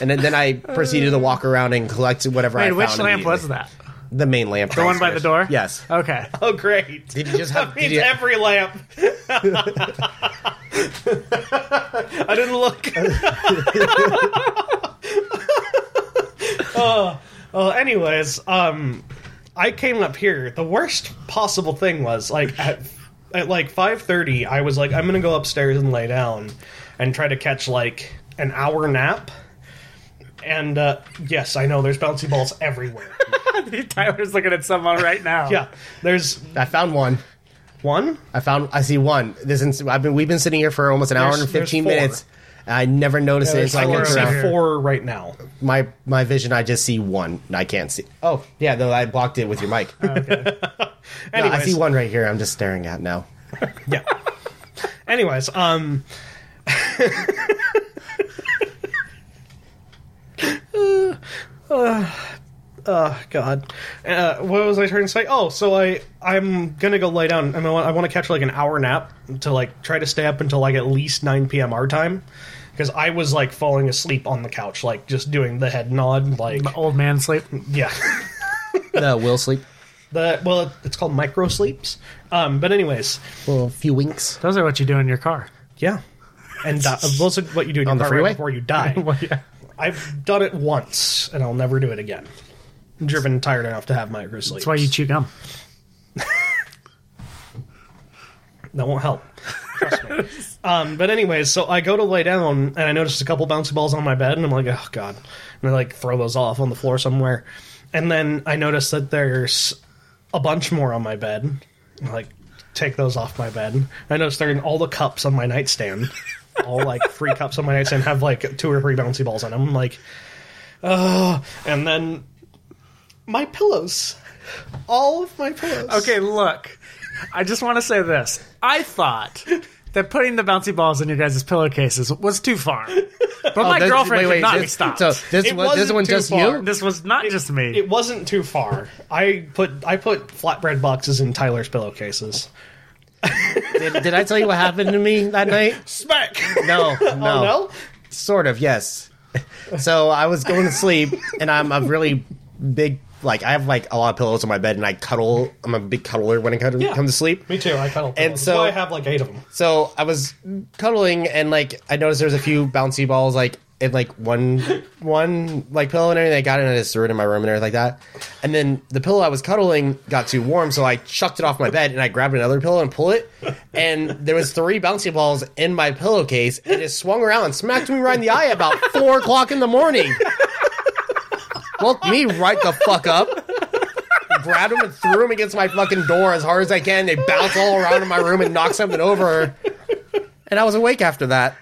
Speaker 4: And then, then I proceeded to walk around and collect whatever I
Speaker 1: Wait,
Speaker 4: found.
Speaker 1: which lamp
Speaker 4: immediately.
Speaker 1: was that?
Speaker 4: The main lamp.
Speaker 1: The one by the door?
Speaker 4: Yes.
Speaker 1: Okay. [laughs]
Speaker 2: Oh, great!
Speaker 4: Did you just
Speaker 2: [laughs]
Speaker 4: have-
Speaker 2: that means
Speaker 4: did you-
Speaker 2: every [laughs] lamp? I didn't [laughs] look. Oh, well, anyways, um, I came up here. The worst possible thing was like at, at like five thirty. I was like, I'm gonna go upstairs and lay down and try to catch like an hour nap. And uh, yes, I know there's bouncy balls [laughs] everywhere.
Speaker 1: Tyler's looking at someone right now.
Speaker 2: yeah, there's
Speaker 4: I found one.
Speaker 2: one.
Speaker 4: I found. I see one. This. Ins- I've been. We've been sitting here for almost an hour
Speaker 2: There's-
Speaker 4: and fifteen
Speaker 2: there's four.
Speaker 4: minutes. And I never noticed it.
Speaker 2: There's
Speaker 4: So I
Speaker 2: four,
Speaker 4: looked
Speaker 1: over
Speaker 4: around.
Speaker 1: here.
Speaker 2: four right now.
Speaker 4: My my vision. I just see one. I can't see. Oh yeah. No, I blocked it with your mic. No,
Speaker 2: Anyways,
Speaker 4: I see one right here. I'm just staring at now.
Speaker 2: Yeah. Anyways, um. Uh, [laughs] uh, Oh God! Uh, what was I trying to say? Oh, so I I'm gonna go lay down. I mean, I want to catch like an hour nap to like try to stay up until like at least nine p.m. our time, because I was like falling asleep on the couch, like just doing the head nod, like
Speaker 1: Old man sleep.
Speaker 2: yeah. [laughs]
Speaker 4: No, Uh, will sleep.
Speaker 2: The well, it's called micro sleeps. Um, but anyways,
Speaker 4: Well, a few winks.
Speaker 1: Those are what you do in your
Speaker 4: [laughs]
Speaker 1: car.
Speaker 2: Yeah. And uh, those are what you do in
Speaker 4: On
Speaker 2: your
Speaker 4: the
Speaker 2: car right
Speaker 4: freeway?
Speaker 2: before you die.
Speaker 1: yeah.
Speaker 2: I've done it once, and I'll never do it again. I'm driven tired enough to have micro sleeps.
Speaker 1: That's why you chew gum.
Speaker 2: that won't help. Trust me. um, but anyways, so I go to lay down, and I notice a couple bouncy balls on my bed, and I'm like, oh god, and I like throw those off on the floor somewhere, and then I notice that there's a bunch more on my bed. I, like, take those off my bed. I notice they're in all the cups on my nightstand. all like three cups on my nightstand have like two or three bouncy balls on them. I'm like, oh, and then my pillows. All of my pillows.
Speaker 1: Okay, look. I just want to say this. I thought that putting the bouncy balls in your guys' pillowcases was too far. But my
Speaker 4: This-
Speaker 1: girlfriend did not
Speaker 4: this,
Speaker 1: stop.
Speaker 4: So this
Speaker 2: It
Speaker 4: one, this
Speaker 2: wasn't
Speaker 4: one
Speaker 2: too
Speaker 4: just
Speaker 2: far.
Speaker 4: you.
Speaker 1: this was not just me.
Speaker 2: It wasn't too far. I put I put flatbread boxes in Tyler's pillowcases.
Speaker 4: Did, did I tell you what happened to me
Speaker 2: [laughs]
Speaker 4: that night?
Speaker 2: Smack.
Speaker 4: No, no,
Speaker 2: Oh no.
Speaker 4: sort of yes. So I was going to sleep, and I'm a really big like I have like a lot of pillows on my bed, and I cuddle. I'm a big cuddler when it comes
Speaker 2: Yeah.
Speaker 4: comes to sleep.
Speaker 2: Me too. I cuddle.
Speaker 4: And
Speaker 2: pillows.
Speaker 4: so-
Speaker 2: That's why I have like eight of them.
Speaker 4: So I was cuddling, and like I noticed there was a few bouncy balls, like in like one one like pillow and everything. I got it and I just threw it in my room and everything like that. And then the pillow I was cuddling got too warm, so I chucked it off my bed and I grabbed another pillow and pulled it. And there was three bouncy balls in my pillowcase, and it swung around and smacked me right in the eye about four o'clock in the morning. Woke me right the fuck up grabbed him and threw him against my fucking door as hard as I can. They bounce all around in my room and knock something over. And I was awake after that.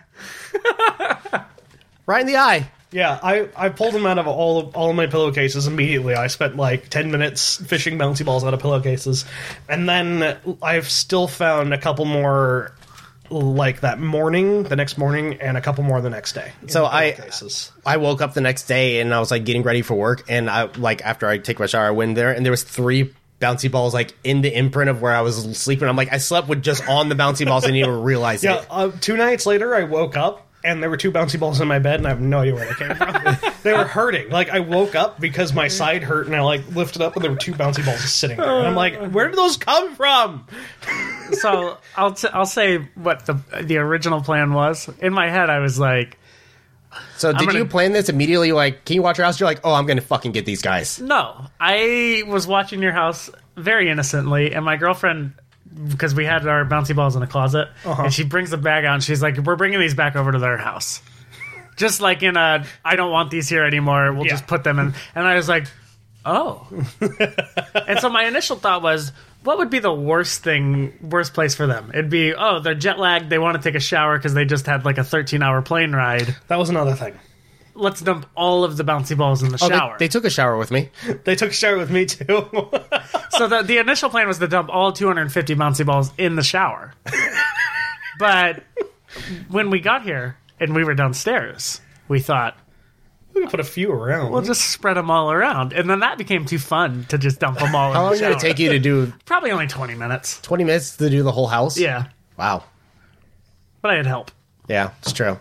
Speaker 4: Right in the eye.
Speaker 2: Yeah, I, I pulled them out of all of all of my pillowcases immediately. I spent like ten minutes fishing bouncy balls out of pillowcases, and then I've still found a couple more like that morning, the next morning, and a couple more the next day. in
Speaker 4: So
Speaker 2: the
Speaker 4: I-
Speaker 2: pillowcases.
Speaker 4: I woke up the next day and I was like getting ready for work and I like after I take my shower I went in there and there was three bouncy balls like in the imprint of where I was sleeping. I'm like I slept with just on the bouncy balls and didn't even realize
Speaker 2: Yeah,
Speaker 4: it.
Speaker 2: uh, two nights later, I woke up and there were two bouncy balls in my bed, and I have no idea where they
Speaker 1: [laughs]
Speaker 2: came from. they were hurting. Like I woke up because my side hurt, and I like lifted up, and there were two bouncy balls just sitting there. And I'm like,
Speaker 1: Oh.
Speaker 2: where did those come from?
Speaker 1: so I'll t- I'll say what the the original plan was. In my head, I was like,
Speaker 4: So did
Speaker 1: gonna-
Speaker 4: you plan this immediately like can you watch your house? You're like, oh I'm gonna fucking get these guys.
Speaker 1: no. I was watching your house very innocently, and my girlfriend because we had our bouncy balls in a closet,
Speaker 4: Uh-huh.
Speaker 1: and she brings a bag out and she's like, "We're bringing these back over to their house." Just like in a, I don't want these here anymore. We'll
Speaker 2: Yeah.
Speaker 1: just put them in. And I was like,
Speaker 4: [laughs]
Speaker 1: oh. and so my initial thought was, what would be the worst thing, worst place for them? It'd be, oh, they're jet lagged. They want to take a shower because they just had like a 13 hour plane ride.
Speaker 2: That was another thing.
Speaker 1: Let's dump all of the bouncy balls in the
Speaker 4: Oh, they,
Speaker 1: shower.
Speaker 4: they took a shower with me.
Speaker 2: They took a shower with me too. [laughs]
Speaker 1: so the, the initial plan was to dump all 250 bouncy balls in the shower. but when we got here and we were downstairs, we thought
Speaker 2: we could put a few around.
Speaker 1: we'll just spread them all around, and then that became too fun to just dump them all.
Speaker 4: How
Speaker 1: in
Speaker 4: long
Speaker 1: the
Speaker 4: did
Speaker 1: shower.
Speaker 4: it take you to do?
Speaker 1: Probably only 20 minutes.
Speaker 4: Twenty minutes to do the whole house.
Speaker 1: Yeah,
Speaker 4: Wow.
Speaker 1: but I had help,
Speaker 4: Yeah, it's true.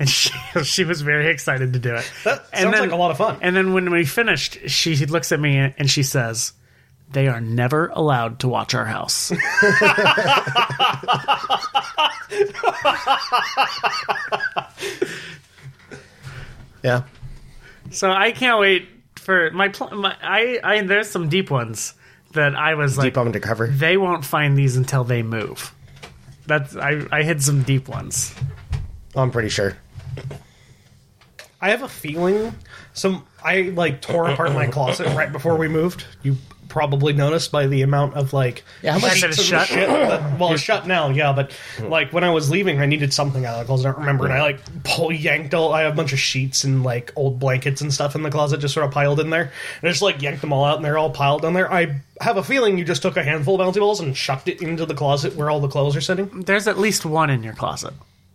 Speaker 1: and she [laughs] she was very excited to do it.
Speaker 2: that
Speaker 1: and
Speaker 2: sounds
Speaker 1: then-
Speaker 2: like a lot of fun.
Speaker 1: And then when we finished, she looks at me and she says, "They are never allowed to watch our house."
Speaker 4: Yeah.
Speaker 1: So I can't wait for my, pl- my I I there's some deep ones that I was like
Speaker 4: Deep on undercover.
Speaker 1: they won't find these until they move. That's I I hid some deep ones.
Speaker 4: I'm pretty sure.
Speaker 2: I have a feeling. Some I like tore apart my closet right before we moved. You probably noticed by the amount of like
Speaker 4: Yeah, how much-
Speaker 1: That is
Speaker 2: some
Speaker 1: shut.
Speaker 2: shit that- well, it's shut now, yeah. But like when I was leaving, I needed something out of the closet. I don't remember, and I like pull yanked all. I have a bunch of sheets and like old blankets and stuff in the closet, just sort of piled in there. And I just like yanked them all out, and they're all piled on there. I have a feeling you just took a handful of bouncy balls and chucked it into the closet where all the clothes are sitting.
Speaker 1: There's at least one in your closet.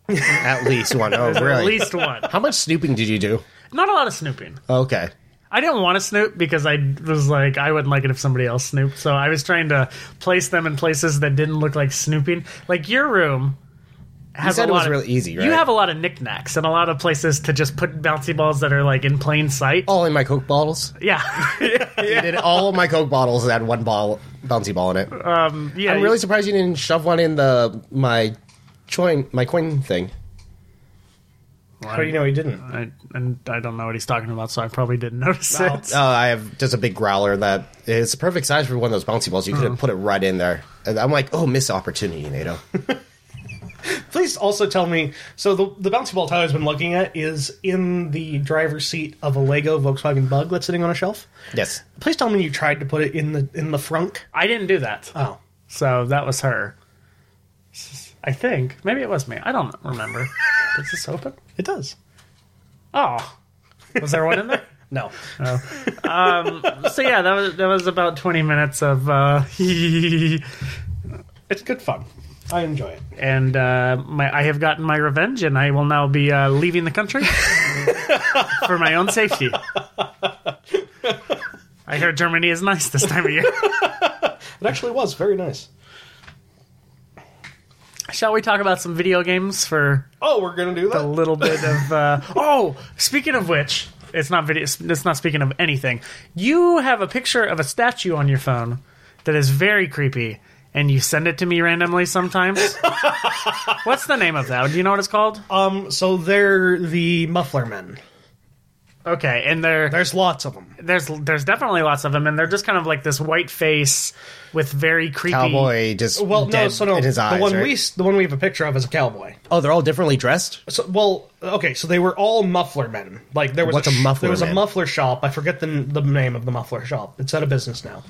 Speaker 4: At least
Speaker 2: [laughs]
Speaker 4: one. Oh, really?
Speaker 1: At least one.
Speaker 4: How much snooping did you do?
Speaker 1: Not a lot of snooping.
Speaker 4: Okay.
Speaker 1: I didn't want to snoop because I was like I wouldn't like it if somebody else snooped. So I was trying to place them in places that didn't look like snooping. Like your room has
Speaker 4: said
Speaker 1: a
Speaker 4: it
Speaker 1: lot
Speaker 4: was
Speaker 1: of,
Speaker 4: really easy, right?
Speaker 1: You have a lot of knickknacks and a lot of places to just put bouncy balls that are like in plain sight.
Speaker 4: All in my Coke bottles.
Speaker 2: [laughs]
Speaker 1: Yeah. [laughs]
Speaker 4: You did all of my Coke bottles had one ball bouncy ball in it.
Speaker 1: yeah.
Speaker 4: I'm really surprised you didn't shove one in the my coin my coin thing.
Speaker 2: How do you know he didn't?
Speaker 1: I, and I don't know what he's talking about, so I probably didn't [laughs] notice
Speaker 2: Wow.
Speaker 1: it.
Speaker 4: Uh, I have just a big growler that it's the perfect size for one of those bouncy balls. You could
Speaker 2: Mm.
Speaker 4: have put it right in there. And I'm like, oh, missed opportunity,
Speaker 2: [laughs]
Speaker 4: Nato.
Speaker 2: Please also tell me. So the the bouncy ball Tyler's been looking at is in the driver's seat of a Lego Volkswagen Bug that's sitting on a shelf.
Speaker 4: yes.
Speaker 2: Please tell me you tried to put it in the in the frunk.
Speaker 1: I didn't do that,
Speaker 2: Oh,
Speaker 1: so that was her. I think maybe it was me. I don't [laughs] remember. Is this open?
Speaker 2: it does.
Speaker 1: Oh, was there one in [laughs] there?
Speaker 2: No,
Speaker 1: So yeah, that was that was about twenty minutes of, uh, [laughs]
Speaker 2: it's good fun. I enjoy it.
Speaker 1: and uh, my I have gotten my revenge, and I will now be uh, leaving the country [laughs] for my own safety. I hear Germany is nice this time of [laughs] year.
Speaker 2: It actually was very nice.
Speaker 1: Shall we talk about some video games for
Speaker 2: Oh, we're gonna do that.
Speaker 1: a little bit of uh, oh speaking of which it's not video it's not speaking of anything you have a picture of a statue on your phone that is very creepy and you send it to me randomly
Speaker 2: [laughs]
Speaker 1: sometimes what's the name of that do you know what it's called
Speaker 2: um, so they're the muffler men.
Speaker 1: okay and there
Speaker 2: There's lots of them.
Speaker 1: there's there's definitely lots of them and they're just kind of like this white face with very creepy
Speaker 4: Cowboy just
Speaker 2: Well,
Speaker 4: dead
Speaker 2: no, so no.
Speaker 4: in his eyes.
Speaker 2: the one
Speaker 4: right?
Speaker 2: we s- the one we have a picture of is a cowboy.
Speaker 4: oh, they're all differently dressed.
Speaker 2: So, well, okay, so they were all muffler men. Like there was
Speaker 4: What's a
Speaker 2: sh-
Speaker 4: muffler
Speaker 2: There was a
Speaker 4: man?
Speaker 2: muffler shop. I forget the the name of the muffler shop. It's out of business now.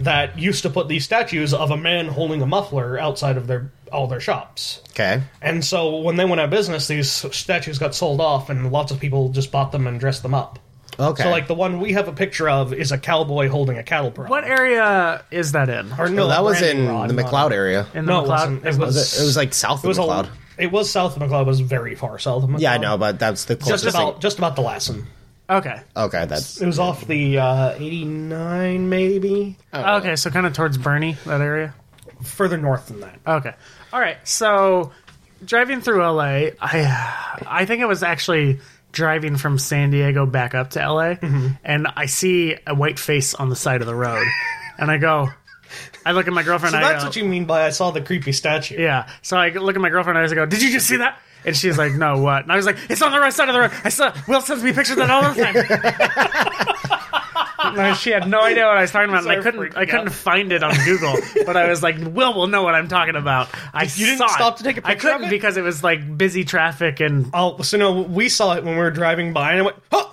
Speaker 2: That used to put these statues of a man holding a muffler outside of their all their shops.
Speaker 4: Okay.
Speaker 2: And so when they went out of business, these statues got sold off, and lots of people just bought them and dressed them up.
Speaker 4: Okay.
Speaker 2: So like the one we have a picture of is a cowboy holding a cattle prod.
Speaker 1: what area is that in
Speaker 2: Or
Speaker 4: no,
Speaker 2: no,
Speaker 4: that
Speaker 2: a
Speaker 4: was
Speaker 2: branding
Speaker 4: in
Speaker 2: rod,
Speaker 4: the
Speaker 2: not-
Speaker 4: McLeod area.
Speaker 1: in the
Speaker 2: No, it
Speaker 1: McLeod?
Speaker 2: wasn't. It was.
Speaker 4: It was, it was like south
Speaker 2: it
Speaker 4: of
Speaker 2: was a-
Speaker 4: McLeod.
Speaker 2: it was south of McLeod. It was very far south of McLeod.
Speaker 4: yeah, I know, but that's the closest
Speaker 2: Just about
Speaker 4: thing.
Speaker 2: just about the Lassen.
Speaker 1: okay
Speaker 4: Okay, that's
Speaker 2: It was off the uh, 89, maybe?
Speaker 1: okay so kind of towards bernie that area
Speaker 2: Further north than that.
Speaker 1: Okay. All right. So driving through LA, I I think it was actually driving from San Diego back up to LA
Speaker 2: Mm-hmm.
Speaker 1: and I see a white face on the side of the road and I go I look at my girlfriend
Speaker 2: So
Speaker 1: and I
Speaker 2: that's
Speaker 1: go,
Speaker 2: what you mean by I saw the creepy statue.
Speaker 1: Yeah. So I look at my girlfriend and I just go, "Did you just see that?" And she's like, "No, what?" And I was [laughs] like, "It's on the right side of the road." I saw Will sends me pictures of that all the time. No, she had no idea what I was talking about. and I
Speaker 2: Sorry,
Speaker 1: couldn't. I
Speaker 2: freaking
Speaker 1: couldn't find it on Google, but I was like, "Will will know what I'm talking about." I
Speaker 2: You didn't
Speaker 1: saw it.
Speaker 2: stop to take a
Speaker 1: I
Speaker 2: picture of
Speaker 1: couldn't
Speaker 2: it?
Speaker 1: because it was like busy traffic and
Speaker 2: Oh, so no, we saw it when we were driving by, and I went, "Huh,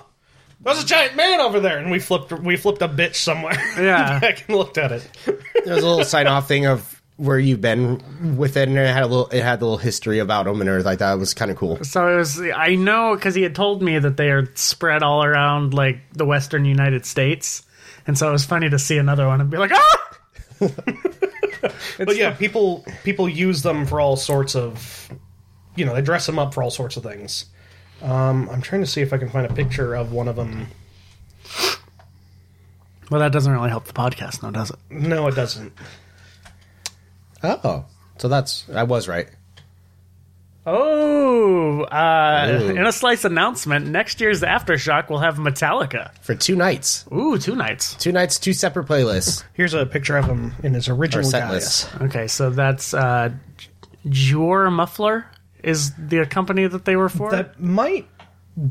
Speaker 2: there's a giant man over there," and we flipped we flipped a bitch somewhere. [laughs]
Speaker 1: Yeah.
Speaker 2: back and looked at it.
Speaker 4: There was a little sign off thing of where you've been with it, and it had a little. It had a little history about them and everything like that. It was kind of cool.
Speaker 1: so it was. I know because he had told me that they are spread all around like the Western United States, and so it was funny to see another one and be like, "Ah!"
Speaker 2: But yeah, people people use them for all sorts of, you know, they dress them up for all sorts of things. Um, I'm trying to see if I can find a picture of one of them.
Speaker 1: Well, that doesn't really help the podcast, no, does it?
Speaker 2: No, it doesn't.
Speaker 4: Oh, so that's I was right.
Speaker 1: Oh, uh,
Speaker 4: Ooh.
Speaker 1: in a slice announcement, next year's aftershock will have Metallica.
Speaker 4: For two nights,
Speaker 1: Ooh, two nights.
Speaker 4: two nights, two separate playlists.
Speaker 2: Here's a picture of him in his
Speaker 4: Or
Speaker 2: original
Speaker 4: set
Speaker 2: guise.
Speaker 4: lists.
Speaker 1: Okay, so that's uh, Jure Muffler is the company that they were for.
Speaker 2: That might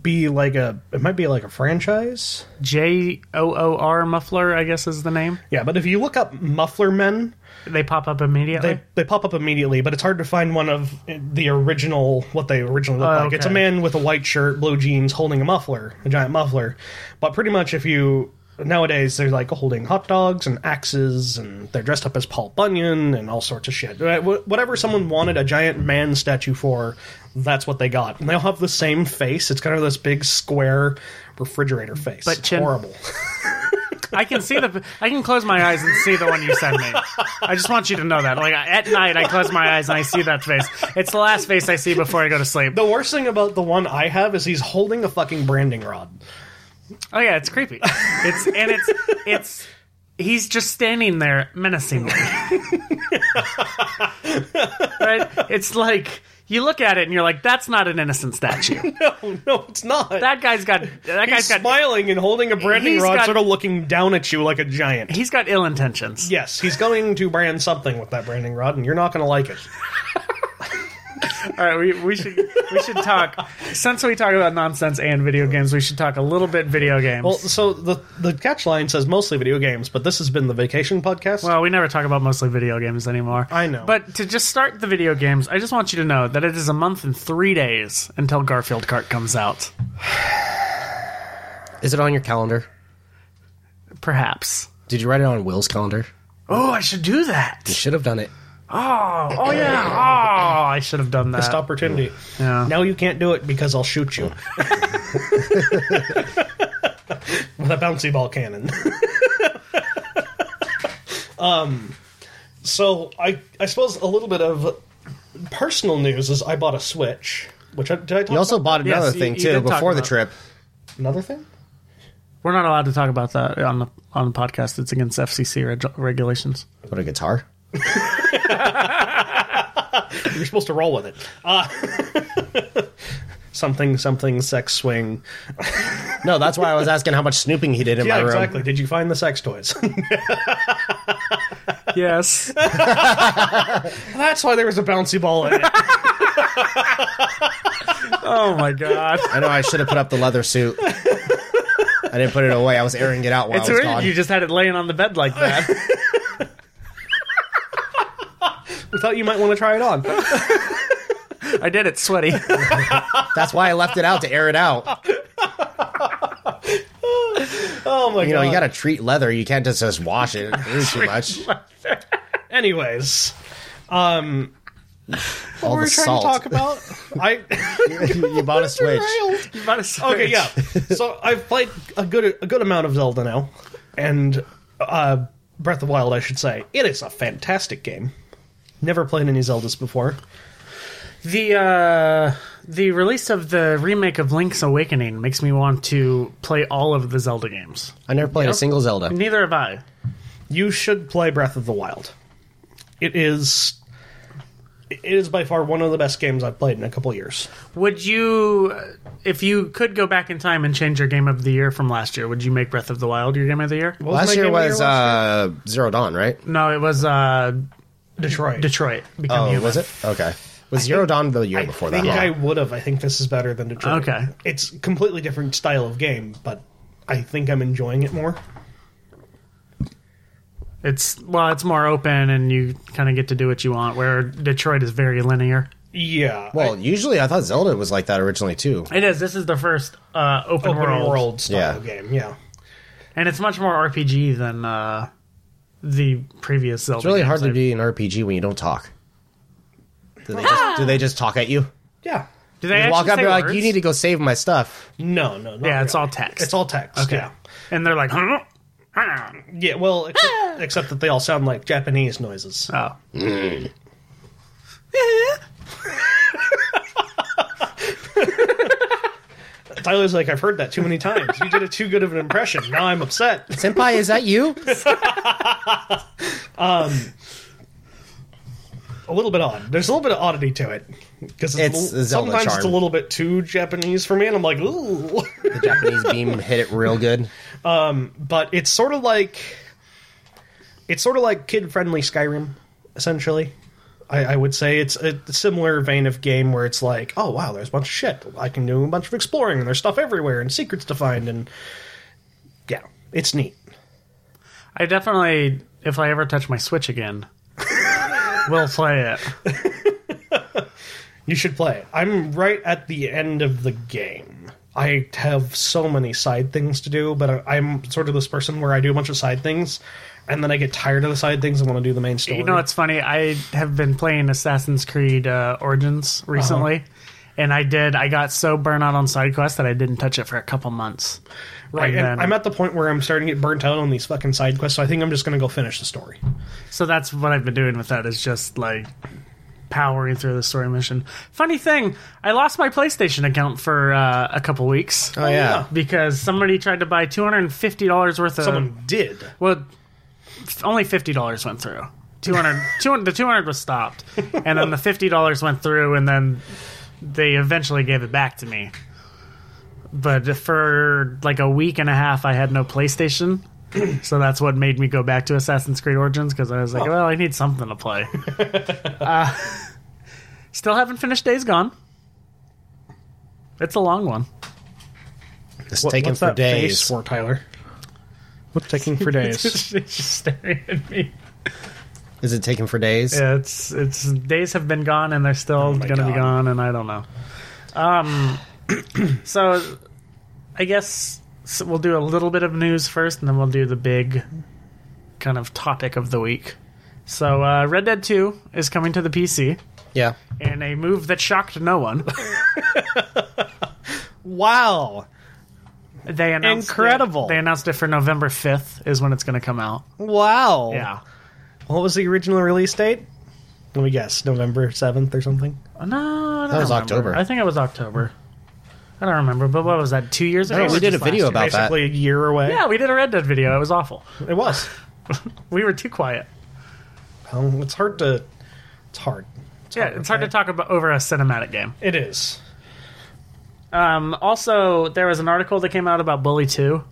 Speaker 2: be like a it might be like a franchise.
Speaker 1: J O O R Muffler, I guess, is the name.
Speaker 2: Yeah, but if you look up muffler men,
Speaker 1: They pop up immediately.
Speaker 2: they they pop up immediately, but it's hard to find one of the original what they originally looked
Speaker 1: Oh,
Speaker 2: like. It's a
Speaker 1: okay.
Speaker 2: man with a white shirt, blue jeans, holding a muffler, a giant muffler. But pretty much, if you nowadays they're like holding hot dogs and axes, and they're dressed up as Paul Bunyan and all sorts of shit. Right, wh- Whatever someone wanted a giant man statue for, that's what they got, and they all have the same face. It's kind of this big square refrigerator face.
Speaker 1: But chin-
Speaker 2: horrible.
Speaker 1: I can see the. I can close my eyes and see the one you send me. I just want you to know that. Like at night, I close my eyes and I see that face. It's the last face I see before I go to sleep.
Speaker 2: the worst thing about the one I have is he's holding a fucking branding rod. [laughs]
Speaker 1: Oh yeah, it's creepy. It's and it's it's he's just standing there menacingly. right? It's like you look at it and you're like, that's not an innocent statue.
Speaker 2: No, no, it's not.
Speaker 1: That guy's got that
Speaker 2: He's
Speaker 1: guy's got
Speaker 2: smiling and holding a branding
Speaker 1: He's
Speaker 2: rod,
Speaker 1: got-
Speaker 2: sort of looking down at you like a giant.
Speaker 1: he's got ill intentions.
Speaker 2: Yes, he's going to brand something with that branding rod, and you're not going to like it.
Speaker 1: All right, we, we should we should talk since we talk about nonsense and video games, we should talk a little bit video games.
Speaker 2: Well,
Speaker 1: Well,
Speaker 2: so the the catch line says mostly video games, but this has been the Vacation Podcast.
Speaker 1: we never talk about mostly video games anymore.
Speaker 2: I know.
Speaker 1: But to just start the video games, I just want you to know that it is a month and three days until Garfield Kart comes out.
Speaker 4: Is it on your calendar?
Speaker 1: Perhaps.
Speaker 4: Did you write it on Will's calendar?
Speaker 1: Oh, I should do
Speaker 4: You
Speaker 1: that.
Speaker 4: should have done it.
Speaker 1: Oh, oh yeah. Oh, I should have done that.
Speaker 2: Missed opportunity.
Speaker 1: Yeah.
Speaker 2: Now you can't do it because I'll
Speaker 1: [laughs]
Speaker 2: shoot you with a bouncy ball cannon. [laughs] um, so I I suppose a little bit of personal news is I bought a Switch, which I, did I talk
Speaker 4: You also
Speaker 2: about
Speaker 4: bought
Speaker 1: Yes,
Speaker 4: another
Speaker 1: you-
Speaker 4: thing
Speaker 1: you
Speaker 4: too
Speaker 1: did talk
Speaker 4: before the
Speaker 1: about-
Speaker 4: trip.
Speaker 2: another thing.
Speaker 1: We're not allowed to talk about that on the on the podcast. It's against FCC reg- regulations.
Speaker 4: What a guitar!
Speaker 2: You're supposed to roll with it. Uh, [laughs] something, something, sex swing.
Speaker 4: No, that's why I was asking how much snooping he did in my
Speaker 2: [laughs] Yeah,
Speaker 4: room.
Speaker 2: exactly. Did you find the sex toys? [laughs]
Speaker 1: Yes.
Speaker 2: That's why there was a bouncy ball in it.
Speaker 1: oh my [laughs] god.
Speaker 4: I know I should have put up the leather suit. I didn't put it away. I was airing it out while
Speaker 1: It's
Speaker 4: I was
Speaker 1: weird.
Speaker 4: gone.
Speaker 1: You just had it laying on the bed like that.
Speaker 2: We thought you might want to try it on.
Speaker 1: [laughs] I did it [laughs] sweaty.
Speaker 4: That's why I left it out to air it out.
Speaker 2: Oh my
Speaker 4: You know,
Speaker 2: god!
Speaker 4: you got to treat leather. You can't just, just wash it. It is too much.
Speaker 2: Anyways,
Speaker 4: All
Speaker 2: what were
Speaker 4: the
Speaker 2: we trying to
Speaker 4: salt.
Speaker 2: talk about? [laughs] I
Speaker 4: [laughs] you bought a switch.
Speaker 2: derailed.
Speaker 1: You bought a switch.
Speaker 2: Okay, yeah. [laughs] So I've played a good a good amount of Zelda now, and uh, Breath of the Wild, I should say. It is a fantastic game. Never played any Zeldas before.
Speaker 1: The uh, the release of the remake of Link's Awakening makes me want to play all of the Zelda games.
Speaker 4: I never played a single Zelda.
Speaker 1: Neither have I.
Speaker 2: you should play Breath of the Wild. It is it is by far one of the best games I've played in a couple of years.
Speaker 1: Would you, if you could go back in time and change your game of the year from last year, would you make Breath of the Wild your game of the year?
Speaker 2: What my
Speaker 4: Last year
Speaker 2: game of the
Speaker 4: was
Speaker 2: year last
Speaker 4: uh, Zero Dawn, right?
Speaker 1: No, it was uh,
Speaker 2: year? Detroit.
Speaker 1: Detroit. Become
Speaker 4: Oh,
Speaker 1: Human.
Speaker 4: was it? Okay. Was Zero Dawn the year before
Speaker 2: I
Speaker 4: that?
Speaker 2: think I
Speaker 4: Yeah.
Speaker 2: would have. I think this is better than Detroit.
Speaker 1: Okay.
Speaker 2: it's completely different style of game, but I think I'm enjoying it more.
Speaker 1: It's well, it's more open, and you kind of get to do what you want. Where Detroit is very linear.
Speaker 2: Yeah.
Speaker 4: Well, usually I thought Zelda was like that originally too.
Speaker 1: It is. This is the first uh, open,
Speaker 2: open world,
Speaker 1: world.
Speaker 2: style
Speaker 4: Yeah.
Speaker 2: game. Yeah.
Speaker 1: and it's much more RPG than uh, the previous Zelda.
Speaker 4: It's really hard to
Speaker 1: games.
Speaker 4: be an RPG when you don't talk. Do
Speaker 2: [gasps]
Speaker 4: they just, do they just talk at you?
Speaker 2: Yeah.
Speaker 1: Do they
Speaker 4: You walk
Speaker 1: actually
Speaker 4: up,
Speaker 1: say
Speaker 4: you're like,
Speaker 1: words?
Speaker 4: you need to go save my stuff.
Speaker 2: No, no. not
Speaker 1: Yeah, it's
Speaker 2: really.
Speaker 1: all text.
Speaker 2: It's all text.
Speaker 1: Okay.
Speaker 2: Yeah.
Speaker 1: and they're like, [laughs] huh? Huh?
Speaker 2: Yeah. Well, except, except that they all sound like Japanese noises.
Speaker 1: oh,
Speaker 2: Tyler's like, I've heard that too many times. You did a too good of an impression. Now I'm upset.
Speaker 4: Senpai, is that you?
Speaker 2: a little bit odd. There's a little bit of oddity to it because it's,
Speaker 4: It's
Speaker 2: a
Speaker 4: a
Speaker 2: little-
Speaker 4: Zelda
Speaker 2: sometimes it's a
Speaker 4: charm.
Speaker 2: little bit too Japanese for me, and I'm like, ooh. [laughs]
Speaker 4: the Japanese beam hit it real good.
Speaker 2: but it's sort of like it's sort of like kid-friendly Skyrim, essentially. I, I would say it's a similar vein of game where it's like, oh wow, there's a bunch of shit. I can do a bunch of exploring, and there's stuff everywhere, and secrets to find, and yeah, it's neat.
Speaker 1: I definitely, if I ever touch my Switch
Speaker 2: [laughs]
Speaker 1: again, will play it.
Speaker 2: You should play. it. I'm right at the end of the game. I have so many side things to do, but I, I'm sort of this person where I do a bunch of side things, and then I get tired of the side things and want to do the main story.
Speaker 1: You know, it's funny. I have been playing Assassin's Creed uh, Origins
Speaker 2: Uh-huh.
Speaker 1: recently, and I did. I got so burnt out on side quests that I didn't touch it for a couple months.
Speaker 2: right?
Speaker 1: And
Speaker 2: And
Speaker 1: then-
Speaker 2: I'm at the point where I'm starting to get burnt out on these fucking side quests, so I think I'm just going to go finish the story.
Speaker 1: So that's what I've been doing with that is just like powering through the story mission. Funny thing, I lost my PlayStation account for uh, a couple weeks
Speaker 4: Oh yeah,
Speaker 1: because somebody tried to buy two hundred and fifty dollars worth of
Speaker 2: Someone did.
Speaker 1: Well, f- only fifty dollars went through. 200, 200 the two hundred was stopped, and then the fifty dollars went through, and then they eventually gave it back to me. But for like a week and a half, I had no PlayStation, so that's what made me go back to Assassin's Creed Origins because I was like, well, I need something to play. uh, still haven't finished Days Gone. It's a long one.
Speaker 4: it's taken
Speaker 2: What's
Speaker 4: for
Speaker 2: that
Speaker 4: days.
Speaker 2: face for Tyler? What's taking [laughs]
Speaker 1: [laughs]
Speaker 2: for days?
Speaker 1: She's just staring at me.
Speaker 4: Is it taken for days?
Speaker 1: Yeah, it's it's days have been gone and they're still
Speaker 4: Oh
Speaker 2: my
Speaker 1: gonna be
Speaker 2: God.
Speaker 1: gone and I don't know. Um, [clears throat] so I guess s we'll do a little bit of news first and then we'll do the big kind of topic of the week. So uh, Red Dead Two is coming to the PC
Speaker 4: Yeah.
Speaker 1: in a move that shocked no
Speaker 4: [laughs]
Speaker 1: one.
Speaker 2: Wow!
Speaker 1: They announced it-
Speaker 2: Incredible.
Speaker 1: they announced it for November fifth is when it's gonna come out.
Speaker 4: Oh.
Speaker 2: Wow!
Speaker 1: Yeah.
Speaker 2: What was the original release date? Let me guess, November seventh or something.
Speaker 1: No, I don't
Speaker 4: That was
Speaker 1: remember.
Speaker 4: October.
Speaker 1: I think it was October. I don't remember, but what was that? Two years ago?
Speaker 4: No,
Speaker 1: or
Speaker 4: we did
Speaker 1: just
Speaker 4: a
Speaker 1: last
Speaker 4: video
Speaker 1: year?
Speaker 4: about that.
Speaker 2: Basically, a year away.
Speaker 1: Yeah, we did a Red Dead video. It was awful.
Speaker 2: it was.
Speaker 1: We were too quiet.
Speaker 2: Um, it's hard to. It's hard.
Speaker 1: Yeah, it's hard to talk about over a cinematic game.
Speaker 2: It is.
Speaker 1: Um, also, there was an article that came out about Bully 2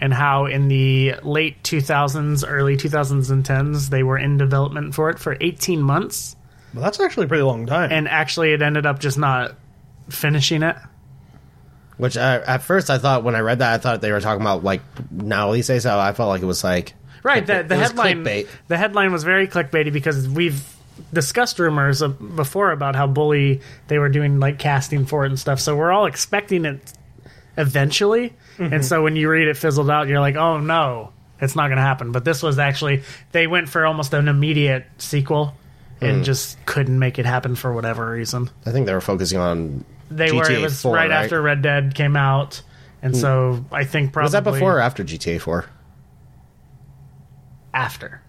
Speaker 1: and how in the late 2000s, early 2010s, they were in development for it for 18 months.
Speaker 2: Well, that's actually a pretty long time.
Speaker 1: And actually, it ended up just not finishing it.
Speaker 4: Which I, at first I thought when I read that I thought they were talking about like now he says so I felt like it was like
Speaker 1: Right. The, the
Speaker 4: It was
Speaker 1: headline.
Speaker 4: clickbait.
Speaker 1: The headline was very clickbaity because we've discussed rumors of, before about how bully they were doing like casting for it and stuff. So we're all expecting it eventually.
Speaker 4: Mm-hmm.
Speaker 1: And so when you read it fizzled out, you're like, oh no, it's not going to happen. But this was actually they went for almost an immediate sequel
Speaker 4: Mm.
Speaker 1: and just couldn't make it happen for whatever reason.
Speaker 4: I think they were focusing on
Speaker 1: They were. It
Speaker 4: GTA
Speaker 1: was
Speaker 4: 4,
Speaker 1: right,
Speaker 4: right? Mm.
Speaker 1: after Red Dead came out. And so I think probably
Speaker 4: was that before or after GTA 4?
Speaker 1: after.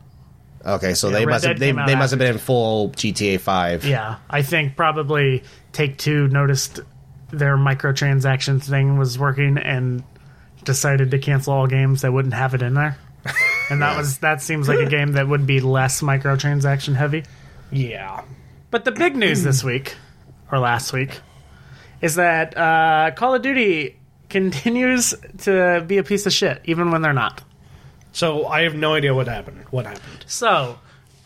Speaker 4: Okay, so they
Speaker 1: Red
Speaker 4: must
Speaker 1: Dead
Speaker 4: have they,
Speaker 1: came out
Speaker 4: they must have been in full GTA 5.
Speaker 1: Yeah, I think probably Take Two noticed their microtransactions thing was working and decided to cancel all games that wouldn't have it in there. And that was that seems like a game that would be less microtransaction heavy.
Speaker 2: yeah.
Speaker 1: But the big news this week or last week is that uh, Call of Duty continues to be a piece of shit even when they're not.
Speaker 2: So I have no idea what happened. What happened?
Speaker 1: So.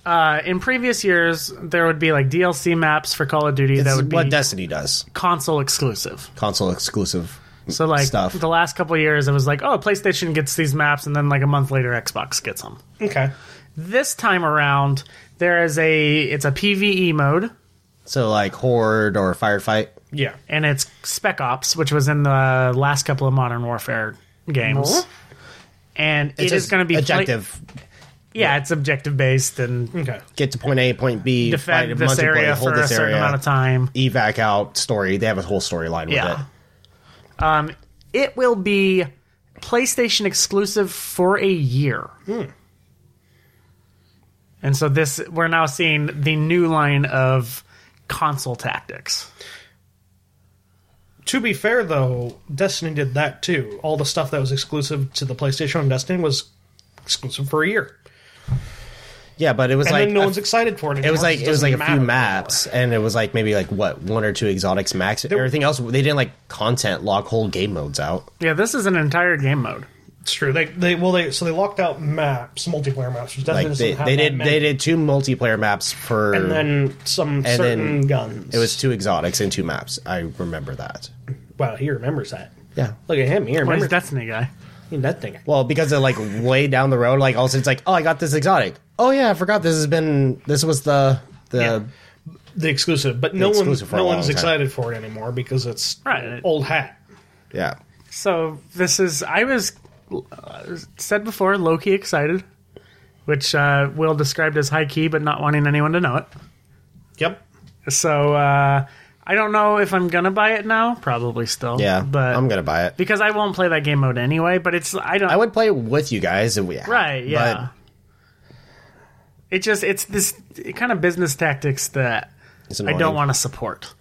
Speaker 1: Uh, in previous years, there would be like DLC maps for Call of Duty
Speaker 4: This
Speaker 1: that
Speaker 4: is
Speaker 1: would be
Speaker 4: what Destiny does.
Speaker 1: console exclusive.
Speaker 4: Console exclusive.
Speaker 1: So like
Speaker 4: Stuff.
Speaker 1: the last couple of years, it was like, oh, PlayStation gets these maps, and then like a month later, Xbox gets them.
Speaker 2: Okay.
Speaker 1: This time around, there is a it's a PVE mode,
Speaker 4: So like horde or firefight.
Speaker 2: Yeah.
Speaker 1: and it's Spec Ops, which was in the last couple of Modern Warfare games.
Speaker 2: Huh?
Speaker 1: And it's
Speaker 4: just
Speaker 1: going to be flight-
Speaker 4: objective.
Speaker 1: yeah, it's objective based and
Speaker 2: Okay.
Speaker 4: Get to point A, point B. fight a
Speaker 1: defend this
Speaker 4: bunch of
Speaker 1: area
Speaker 4: players,
Speaker 1: for a certain amount of time.
Speaker 4: Evac out story. They have a whole storyline with
Speaker 1: Yeah.
Speaker 4: it.
Speaker 1: Um, it will be PlayStation exclusive for a year.
Speaker 4: Hmm.
Speaker 1: And so this we're now seeing the new line of console tactics.
Speaker 2: To be fair, though, Destiny did that too. All the stuff that was exclusive to the PlayStation on Destiny was exclusive for a year,
Speaker 4: Yeah, but it was
Speaker 2: and
Speaker 4: like
Speaker 2: then no
Speaker 4: a-
Speaker 2: one's excited for it.
Speaker 4: it
Speaker 2: anymore
Speaker 4: was like
Speaker 2: 'cause
Speaker 4: it was like
Speaker 2: doesn't
Speaker 4: a few
Speaker 2: matter.
Speaker 4: maps, and it was like maybe like what one or two exotics max. Everything else they didn't like content lock whole game modes out.
Speaker 1: Yeah, this is an entire game mode.
Speaker 2: It's true. They they well they so they locked out maps, multiplayer maps. Which
Speaker 4: Like
Speaker 2: Destiny
Speaker 4: they,
Speaker 2: doesn't have
Speaker 4: they
Speaker 2: that
Speaker 4: did
Speaker 2: many.
Speaker 4: they did two multiplayer maps for
Speaker 2: and then some
Speaker 4: then
Speaker 2: certain guns.
Speaker 4: it was two exotics and two maps. I remember that.
Speaker 2: wow. He remembers that.
Speaker 4: Yeah.
Speaker 2: Look at him. He
Speaker 1: Where's
Speaker 2: remembers that,
Speaker 1: Destiny guy?
Speaker 2: that thing.
Speaker 4: Well, because it like way down the road, like also it's like oh I got this exotic. Oh yeah, I forgot this has been this was the the
Speaker 1: Yeah.
Speaker 2: The exclusive, but no one
Speaker 4: exclusive for a
Speaker 2: no
Speaker 4: long
Speaker 2: one's
Speaker 4: time.
Speaker 2: excited for it anymore because it's
Speaker 1: Right.
Speaker 2: old hat.
Speaker 4: yeah.
Speaker 1: So this is I was uh, said before low key excited, which uh, Will described as high key but not wanting anyone to know it.
Speaker 2: Yep.
Speaker 1: So uh, I don't know if I'm gonna buy it now. Probably still.
Speaker 4: Yeah,
Speaker 1: but
Speaker 4: I'm gonna buy it.
Speaker 1: because I won't play that game mode anyway. But it's I don't
Speaker 4: I would play it with you guys if we
Speaker 1: right
Speaker 4: but
Speaker 1: yeah. it just it's this kind of business tactics that
Speaker 4: it's
Speaker 1: I don't
Speaker 4: annoying.
Speaker 1: want to support.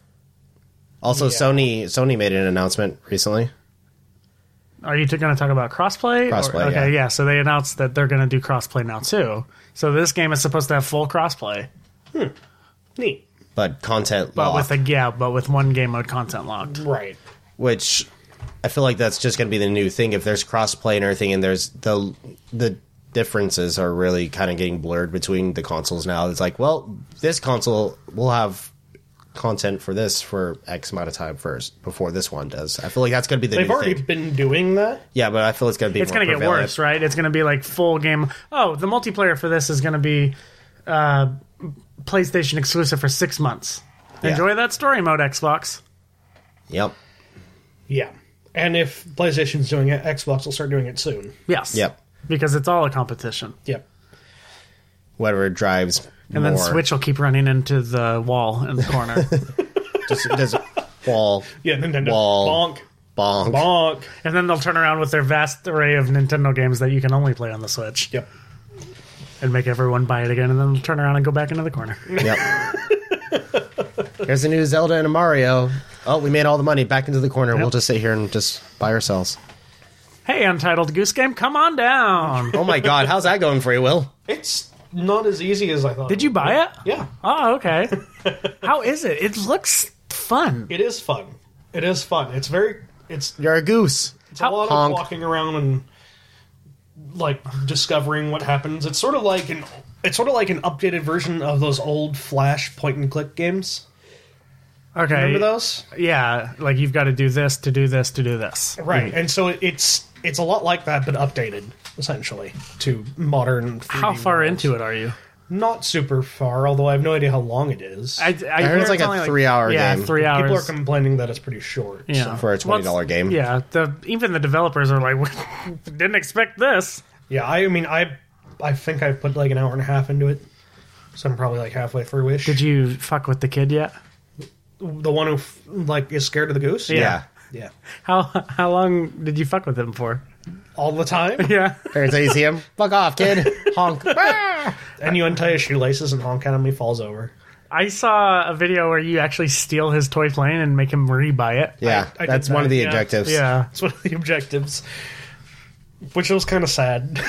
Speaker 4: Also, Sony Sony made an announcement recently.
Speaker 1: Are you going to talk about crossplay? Or-
Speaker 4: Crossplay,
Speaker 1: okay,
Speaker 4: yeah.
Speaker 1: yeah. So they announced that they're going to do crossplay now too. So this game is supposed to have full crossplay,
Speaker 2: Neat.
Speaker 4: but content
Speaker 1: but
Speaker 4: locked,
Speaker 1: with a yeah, but with one game mode content locked.
Speaker 2: Right.
Speaker 4: which I feel like that's just going to be the new thing. If there's crossplay and everything, and there's the the differences are really kind of getting blurred between the consoles now. It's like, well, this console will have content for this for X amount of time first before this one does. I feel like that's going to be the
Speaker 2: They've
Speaker 4: new
Speaker 2: already
Speaker 4: thing.
Speaker 2: been doing that.
Speaker 4: Yeah, but I feel it's going to be
Speaker 1: It's
Speaker 4: more
Speaker 1: going to get
Speaker 4: prevalent.
Speaker 1: worse, right? It's going to be like full game. Oh, the multiplayer for this is going to be uh, PlayStation exclusive for six months.
Speaker 4: Yeah.
Speaker 1: Enjoy that story mode, Xbox.
Speaker 4: Yep.
Speaker 2: Yeah. And if PlayStation's doing it, Xbox will start doing it soon.
Speaker 1: Yes.
Speaker 4: Yep.
Speaker 1: Because it's all a competition.
Speaker 2: Yep.
Speaker 4: Whatever drives.
Speaker 1: And then Switch will keep running into the wall in the corner.
Speaker 4: just,
Speaker 1: [laughs]
Speaker 4: just wall
Speaker 2: Yeah, Nintendo.
Speaker 4: Wall.
Speaker 2: Bonk.
Speaker 4: bonk.
Speaker 2: Bonk.
Speaker 1: and then they'll turn around with their vast array of Nintendo games that you can only play on the Switch
Speaker 2: Yep.
Speaker 1: and make everyone buy it again. And then they'll turn around and go back into the corner.
Speaker 4: Yep. [laughs] Here's a new Zelda and a Mario. Oh, we made all the money back into the corner. We'll just sit here and just buy ourselves.
Speaker 1: hey, Untitled Goose Game, come on down.
Speaker 4: Oh my God, how's that going for you, Will?
Speaker 2: It's not as easy as I thought.
Speaker 1: Did you buy it?
Speaker 2: Yeah.
Speaker 1: Oh, okay. How is it? It looks fun.
Speaker 2: It is fun. It is fun. It's very. It's,
Speaker 4: You're a goose.
Speaker 2: it's a lot
Speaker 4: Honk.
Speaker 2: of walking around and like discovering what happens. It's sort of like an. It's sort of like an updated version of those old Flash point and click games.
Speaker 1: Okay.
Speaker 2: Remember those?
Speaker 1: Yeah, like you've got to do this to do this to do this.
Speaker 2: Right. And so it's it's a lot like that, but updated essentially to modern. 3D
Speaker 1: How far
Speaker 2: worlds.
Speaker 1: into it are you?
Speaker 2: Not super far, although I have no idea how long it is.
Speaker 1: I, I, hear
Speaker 4: it's like a
Speaker 1: only
Speaker 4: three-hour
Speaker 1: yeah,
Speaker 4: game.
Speaker 1: three hours.
Speaker 2: People are complaining that it's pretty short.
Speaker 1: yeah.
Speaker 2: so-
Speaker 4: For a $20
Speaker 1: What's-
Speaker 4: game.
Speaker 1: Yeah, the, even the developers are like, [laughs] "We didn't expect this.
Speaker 2: yeah. I mean, I I think I've put like an hour and a half into it, so I'm probably like halfway through. Ish.
Speaker 1: Did you fuck with the kid yet?
Speaker 2: the one who f- like is scared of the goose?
Speaker 1: Yeah.
Speaker 4: Yeah.
Speaker 2: Yeah.
Speaker 1: How how long did you fuck with him for?
Speaker 2: All the time,
Speaker 1: Yeah,
Speaker 4: Parents, you see him? Fuck off, kid.
Speaker 2: [laughs]
Speaker 4: Honk.
Speaker 2: and you untie his shoelaces and honk at him. He falls over.
Speaker 1: [laughs] I saw a video where you actually steal his toy plane and make him re-buy it.
Speaker 4: Yeah,
Speaker 2: I did
Speaker 4: that's one
Speaker 2: that,
Speaker 4: of the
Speaker 2: yeah.
Speaker 4: objectives.
Speaker 1: Yeah,
Speaker 2: That's one of the objectives, which was kind of sad.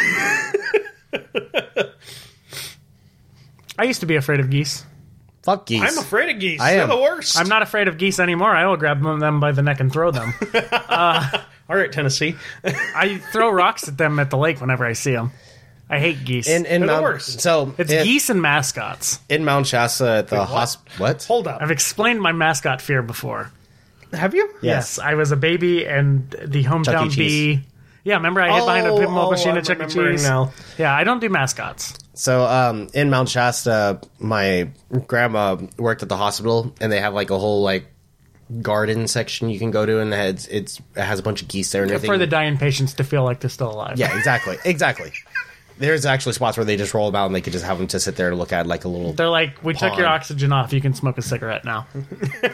Speaker 1: I used to be afraid of geese.
Speaker 4: Fuck geese.
Speaker 2: I'm afraid of geese.
Speaker 4: I
Speaker 2: They're
Speaker 4: am.
Speaker 2: the worst.
Speaker 1: I'm not afraid of geese anymore. I will grab them by the neck and throw
Speaker 4: [laughs]
Speaker 1: them.
Speaker 2: All right, Tennessee.
Speaker 1: I throw rocks at them at the lake whenever I see them. I hate geese.
Speaker 4: in in
Speaker 2: They're the
Speaker 4: Mount,
Speaker 2: worst.
Speaker 4: So
Speaker 1: it's
Speaker 4: in,
Speaker 1: geese and mascots.
Speaker 4: in Mount Shasta at the
Speaker 2: what?
Speaker 4: hospital. What?
Speaker 2: Hold up.
Speaker 1: I've explained my mascot fear before.
Speaker 2: Have you?
Speaker 1: Yes. I was a baby, and the hometown
Speaker 4: E. Cheese.
Speaker 1: bee. Yeah, remember I hid behind a
Speaker 2: Oh,
Speaker 1: pinball
Speaker 2: oh,
Speaker 1: machine
Speaker 2: I'm
Speaker 1: at Chuck E.
Speaker 2: remembering
Speaker 1: Cheese.
Speaker 2: now.
Speaker 1: Yeah, I don't do mascots.
Speaker 4: So um, in Mount Shasta, my grandma worked at the hospital, and they have like a whole like garden section you can go to, and it's, it's it has a bunch of geese there and everything.
Speaker 1: For the dying patients to feel like they're still alive.
Speaker 4: [laughs] yeah, exactly, exactly. There's actually spots where they just roll them out, and they could just have them to sit there and look at like a little.
Speaker 1: They're like, we took your
Speaker 4: Pong.
Speaker 1: oxygen off. You can smoke a cigarette now.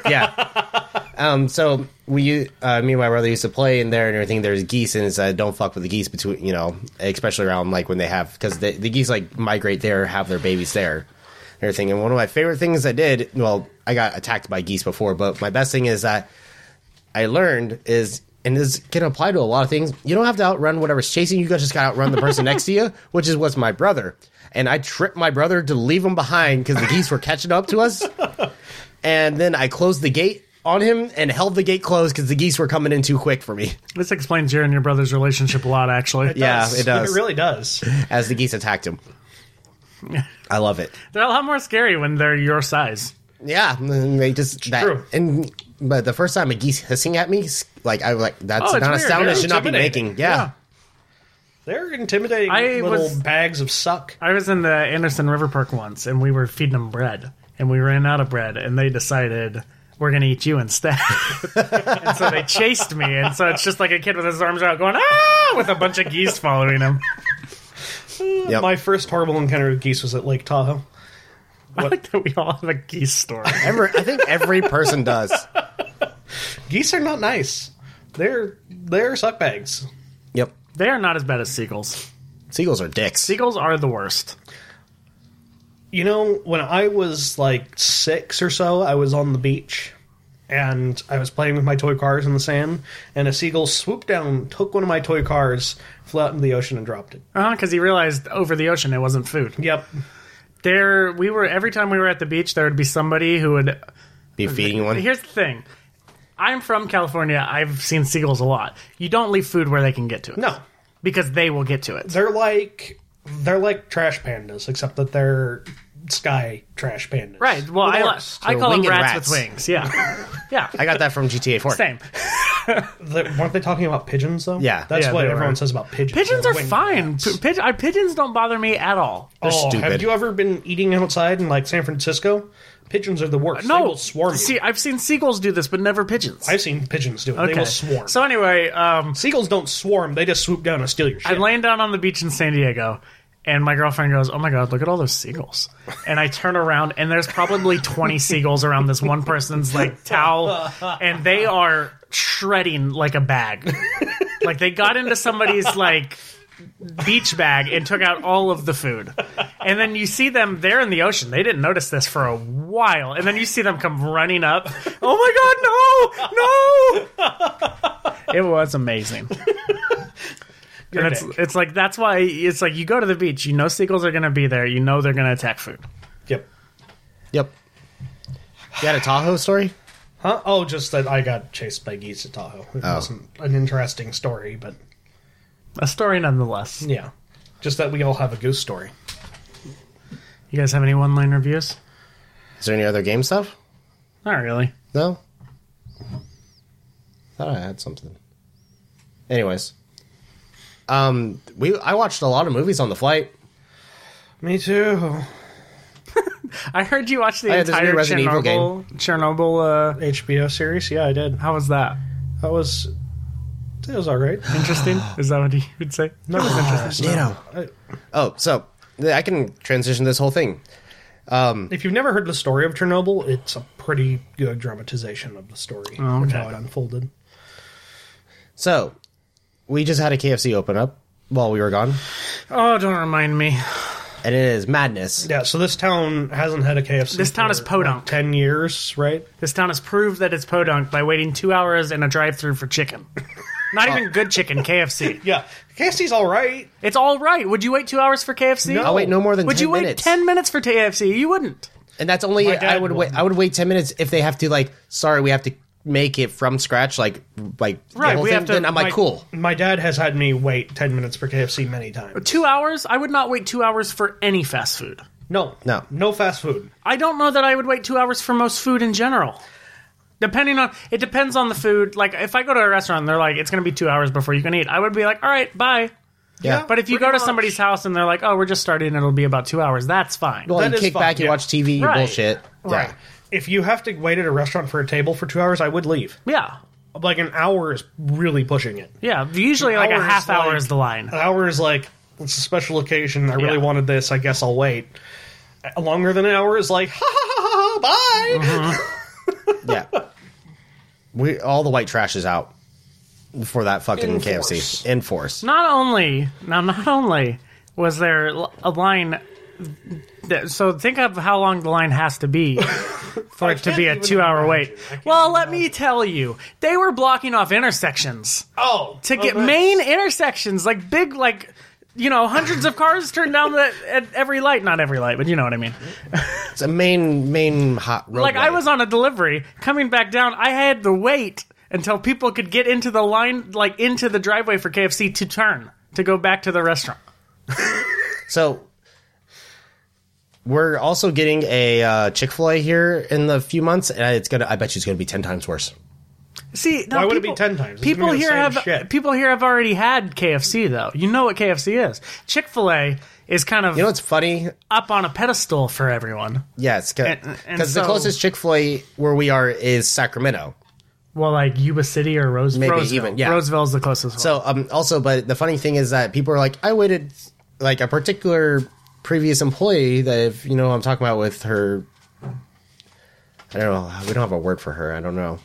Speaker 4: yeah. [laughs] Um, so we, uh, me and my brother used to play in there and everything. There's geese and it's uh, don't fuck with the geese between, you know, especially around like when they have because the, the geese like migrate there, have their babies there, and everything. And one of my favorite things I did, well, I got attacked by geese before, but my best thing is that I learned is. And this can apply to a lot of things. You don't have to outrun whatever's chasing you. You just got to outrun the person next to you, which is what's my brother. And I tripped my brother to leave him behind because the geese were catching up to us and then I closed the gate on him and held the gate closed because the geese were coming in too quick for me [laughs]
Speaker 1: This explains your and your brother's relationship a lot, actually.
Speaker 4: Yeah. it does.
Speaker 2: It really does.
Speaker 4: as the geese attacked
Speaker 1: [laughs]
Speaker 4: him. I love it.
Speaker 1: They're a lot more scary when they're your size.
Speaker 4: Yeah, and they just that,
Speaker 2: true.
Speaker 4: and but the first time a geese hissing at me, like I was like that's
Speaker 1: Oh, it's
Speaker 4: not a
Speaker 1: weird.
Speaker 4: sound I
Speaker 1: They're
Speaker 4: should not be
Speaker 2: intimidating.
Speaker 4: making. Yeah.
Speaker 2: They're intimidating
Speaker 1: I
Speaker 2: little
Speaker 1: was-
Speaker 2: bags of suck.
Speaker 1: I was in the Anderson River Park once, and we were feeding them bread, and we ran out of bread, and they decided we're going to eat you instead. [laughs] and so they chased me, and so it's just like a kid with his arms out going ah, with a bunch of geese following him. [laughs]
Speaker 4: Yep.
Speaker 2: My first horrible encounter with geese was at Lake Tahoe.
Speaker 1: I like that we all have a geese story.
Speaker 4: Every, I think every person
Speaker 1: [laughs]
Speaker 4: does.
Speaker 2: Geese are not nice. They're they're suck bags.
Speaker 4: Yep.
Speaker 1: They are not as bad as seagulls.
Speaker 4: Seagulls are dicks.
Speaker 1: Seagulls are the worst.
Speaker 2: You know, when I was like six or so, I was on the beach and I was playing with my toy cars in the sand, and a seagull swooped down, took one of my toy cars, flew out into the ocean, and dropped it.
Speaker 1: Uh huh. Because he realized over the ocean it wasn't food.
Speaker 2: Yep.
Speaker 1: There, we were every time we were at the beach, there would be somebody who would
Speaker 4: Be feeding one.
Speaker 1: Here's the thing. I'm from California. I've seen seagulls a lot. You don't leave food where they can get to it.
Speaker 2: No.
Speaker 1: Because they will get to it.
Speaker 2: They're like they're like trash pandas, except that they're sky trash pandas.
Speaker 1: Right. Well,
Speaker 2: They're-
Speaker 1: I, I call them
Speaker 4: winged
Speaker 1: rats,
Speaker 4: rats.
Speaker 1: with wings.
Speaker 2: [laughs]
Speaker 1: Yeah. yeah.
Speaker 4: I got that from GTA Four.
Speaker 1: Same.
Speaker 2: They- weren't they talking about pigeons though?
Speaker 4: Yeah.
Speaker 2: that's
Speaker 1: Yeah,
Speaker 2: what
Speaker 1: they were.
Speaker 2: everyone says about pigeons.
Speaker 1: Pigeons
Speaker 2: They're
Speaker 1: are
Speaker 2: winged
Speaker 1: fine.
Speaker 2: rats.
Speaker 1: P- pig- I, pigeons don't bother me at all.
Speaker 2: oh,
Speaker 4: stupid.
Speaker 2: have you ever been eating outside in like San Francisco? Pigeons are the worst. they
Speaker 1: No.
Speaker 2: will swarm. you.
Speaker 1: See, I've seen seagulls do this, but never pigeons.
Speaker 2: I've seen pigeons do it. They will swarm.
Speaker 1: So anyway, um,
Speaker 2: Seagulls don't swarm; they just swoop down and steal your shit.
Speaker 1: I'm laying down on the beach in San Diego. And my girlfriend goes, "Oh my god, look at all those seagulls!" And I turn around, and there's probably 20 seagulls around this one person's like towel, and they are shredding like a bag. Like they got into somebody's like beach bag and took out all of the food. And then you see them there in the ocean. They didn't notice this for a while, and then you see them come running up. Oh my god, no, no! [laughs] It was amazing.
Speaker 2: You're
Speaker 1: And it's,
Speaker 2: dead.
Speaker 1: it's like that's why it's like you go to the beach, you know seagulls are gonna be there, you know they're gonna attack food.
Speaker 2: Yep.
Speaker 4: Yep. You had a Tahoe story?
Speaker 2: Huh? Oh, just that I got chased by geese at Tahoe. It
Speaker 1: Oh.
Speaker 2: wasn't an interesting story, but
Speaker 1: A story nonetheless.
Speaker 2: yeah, just that we all have a goose story.
Speaker 1: You guys have any one line reviews?
Speaker 4: Is there any other game stuff?
Speaker 1: Not really.
Speaker 4: No? Thought I had something. Anyways. Um we I watched a lot of movies on the flight.
Speaker 2: Me too.
Speaker 1: I heard you watched the
Speaker 4: Oh, yeah, there's a new
Speaker 1: entire
Speaker 4: Resident Evil
Speaker 1: Chernobyl Chernobyl uh
Speaker 2: HBO series. Yeah, I did.
Speaker 1: how was that?
Speaker 2: That was. It was all right.
Speaker 1: Interesting? Is that what you would say? No, [sighs] it was interesting.
Speaker 4: Ditto. Oh, so th- I can transition this whole thing.
Speaker 2: If you've never heard the story of Chernobyl, it's a pretty good dramatization of the story
Speaker 1: Oh,
Speaker 2: of
Speaker 1: okay.
Speaker 2: how it unfolded.
Speaker 4: So we just had a KFC open up while we were gone.
Speaker 1: Oh, don't remind me.
Speaker 4: And it is madness.
Speaker 2: Yeah, so this town hasn't had a KFC.
Speaker 1: This town
Speaker 2: for,
Speaker 1: is podunk.
Speaker 2: like, Ten years, right?
Speaker 1: This town has proved that it's podunk by waiting two hours in a drive through for chicken. [laughs] Not even good chicken, KFC.
Speaker 2: Yeah, KFC's all right.
Speaker 1: It's all right. Would you wait two hours for KFC?
Speaker 4: I'll wait no more than
Speaker 1: Would
Speaker 4: 10
Speaker 1: you wait
Speaker 4: minutes.
Speaker 1: ten minutes for KFC? You wouldn't.
Speaker 4: And that's only
Speaker 2: My dad
Speaker 4: I would wait
Speaker 2: wouldn't.
Speaker 4: I would wait 10 minutes if they have to like sorry, we have to make it from scratch like like
Speaker 1: Right, we have to-
Speaker 4: then I'm like
Speaker 1: like-
Speaker 4: cool.
Speaker 2: My dad has had me wait ten minutes for KFC many times.
Speaker 1: Two hours? I would not wait two hours for any fast food.
Speaker 2: No,
Speaker 4: No.
Speaker 2: no fast food.
Speaker 1: I don't know that I would wait two hours for most food in general. Depending on it depends on the food. Like if I go to a restaurant and they're like, it's gonna be two hours before you can eat, I would be like, All right, bye.
Speaker 4: Yeah.
Speaker 1: But if you
Speaker 2: Pretty
Speaker 1: go to
Speaker 2: much.
Speaker 1: somebody's house and they're like, Oh, we're just starting and it'll be about two hours, that's fine.
Speaker 4: well,
Speaker 2: that
Speaker 4: you
Speaker 2: is
Speaker 4: kick
Speaker 2: fine,
Speaker 4: back, you
Speaker 2: yeah.
Speaker 4: watch TV, you
Speaker 1: Right.
Speaker 4: bullshit.
Speaker 2: Right. If you have to wait at a restaurant for a table for two hours, I would leave.
Speaker 1: yeah.
Speaker 2: Like an hour is really pushing it.
Speaker 1: Yeah. Usually like a
Speaker 2: hour is
Speaker 1: half hour
Speaker 2: like-
Speaker 1: is the line.
Speaker 2: An hour is like it's a special occasion. I really
Speaker 1: Yeah.
Speaker 2: wanted this. I guess I'll wait. Uh, Longer than an hour is like ha ha ha ha. ha bye.
Speaker 1: [laughs]
Speaker 4: Yeah. yeah. We all the white trash is out for that fucking
Speaker 2: In
Speaker 4: KFC
Speaker 2: force.
Speaker 4: in force.
Speaker 1: not only now not only was there l- a line that, so think of how long the line has to
Speaker 2: [laughs]
Speaker 1: be for it to
Speaker 2: can't
Speaker 1: be a
Speaker 2: even
Speaker 1: 2 hour wait
Speaker 2: imagine. I can't
Speaker 1: well let me tell you they were blocking off intersections
Speaker 2: [laughs] Oh,
Speaker 1: to get main intersections like big like you know hundreds of cars turned down the, at every light not every light but you know what i mean
Speaker 4: It's a main main hot road.
Speaker 1: like I was on a delivery coming back down. I had to wait until people could get into the line, like into the driveway for KFC to turn to go back to the restaurant.
Speaker 4: So we're also getting a uh, Chick Fil A here in the few months, and it's gonna. I bet you it's gonna be ten times worse.
Speaker 1: See, no,
Speaker 2: Why would it
Speaker 1: people-
Speaker 2: be 10 times? It's
Speaker 1: people
Speaker 2: gonna be the
Speaker 1: here
Speaker 2: same
Speaker 1: have
Speaker 2: shit.
Speaker 1: people here have already had KFC though. You know what KFC is? Chick Fil A is kind of
Speaker 4: You know what's funny?
Speaker 1: up on a pedestal for everyone.
Speaker 4: Yes,
Speaker 1: And- and
Speaker 4: because the
Speaker 1: so-
Speaker 4: closest Chick Fil A where we are is Sacramento.
Speaker 1: Well, like Yuba City or Rose-
Speaker 4: Maybe
Speaker 1: Roseville.
Speaker 4: even, yeah.
Speaker 1: Roseville's the closest. one.
Speaker 4: So um, also, but the funny thing is that people are like, I waited like a particular previous employee that if you know what I'm talking about with her. I don't know. We don't have a word for her. I don't know.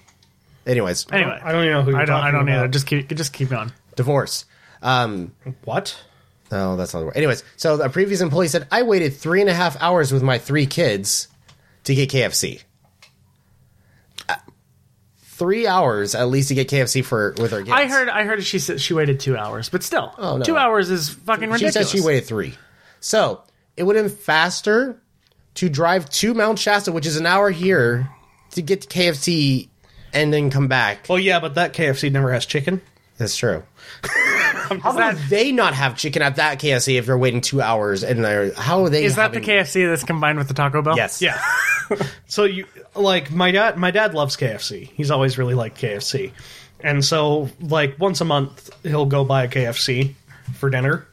Speaker 4: Anyways,
Speaker 1: anyway,
Speaker 2: I don't even know who you're
Speaker 1: I don't. I
Speaker 2: talking
Speaker 1: don't either.
Speaker 2: about.
Speaker 1: Just keep. Just keep going.
Speaker 4: divorce. Um,
Speaker 2: What?
Speaker 4: Oh, that's not the word. Anyways, so a previous employee said, I waited three and a half hours with my three kids to get KFC. Uh, Three hours at least to get KFC for with her kids.
Speaker 1: I heard. I heard she said she waited two hours, but still,
Speaker 4: Oh, no.
Speaker 1: two hours is fucking
Speaker 4: she
Speaker 1: ridiculous.
Speaker 4: said she waited three. So it would have been faster to drive to Mount Shasta, which is an hour here, to get to KFC and then come back.
Speaker 2: Well, yeah, but that KFC never has chicken.
Speaker 4: That's true. How would they not have chicken at that KFC if they're waiting two hours and they're how are they?
Speaker 1: Is that
Speaker 4: having-
Speaker 1: the KFC that's combined with the Taco Bell?
Speaker 4: Yes.
Speaker 2: Yeah. so you like my dad my dad loves KFC. He's always really liked KFC. And so like once a month he'll go buy a KFC for dinner.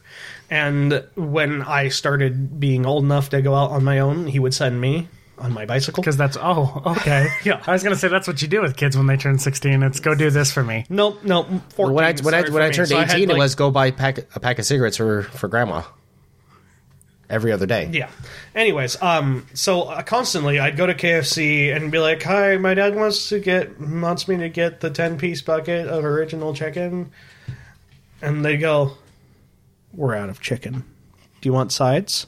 Speaker 2: And when I started being old enough to go out on my own, he would send me on my bicycle.
Speaker 1: Because that's oh okay.
Speaker 2: [laughs] Yeah.
Speaker 1: I was gonna say that's what you do with kids when they turn sixteen. It's go do this for me.
Speaker 2: Nope, nope. 14,
Speaker 4: when I when I
Speaker 2: sorry
Speaker 4: when
Speaker 2: for
Speaker 4: I
Speaker 2: me.
Speaker 4: turned
Speaker 2: So had,
Speaker 4: eighteen, it
Speaker 2: like-
Speaker 4: was go buy pack, a pack of cigarettes for for grandma every other day.
Speaker 2: Yeah. Anyways, um, so uh, constantly I'd go to KFC and be like, "Hi, my dad wants to get wants me to get the ten piece bucket of original chicken," and they go, "We're out of chicken. Do you want sides?"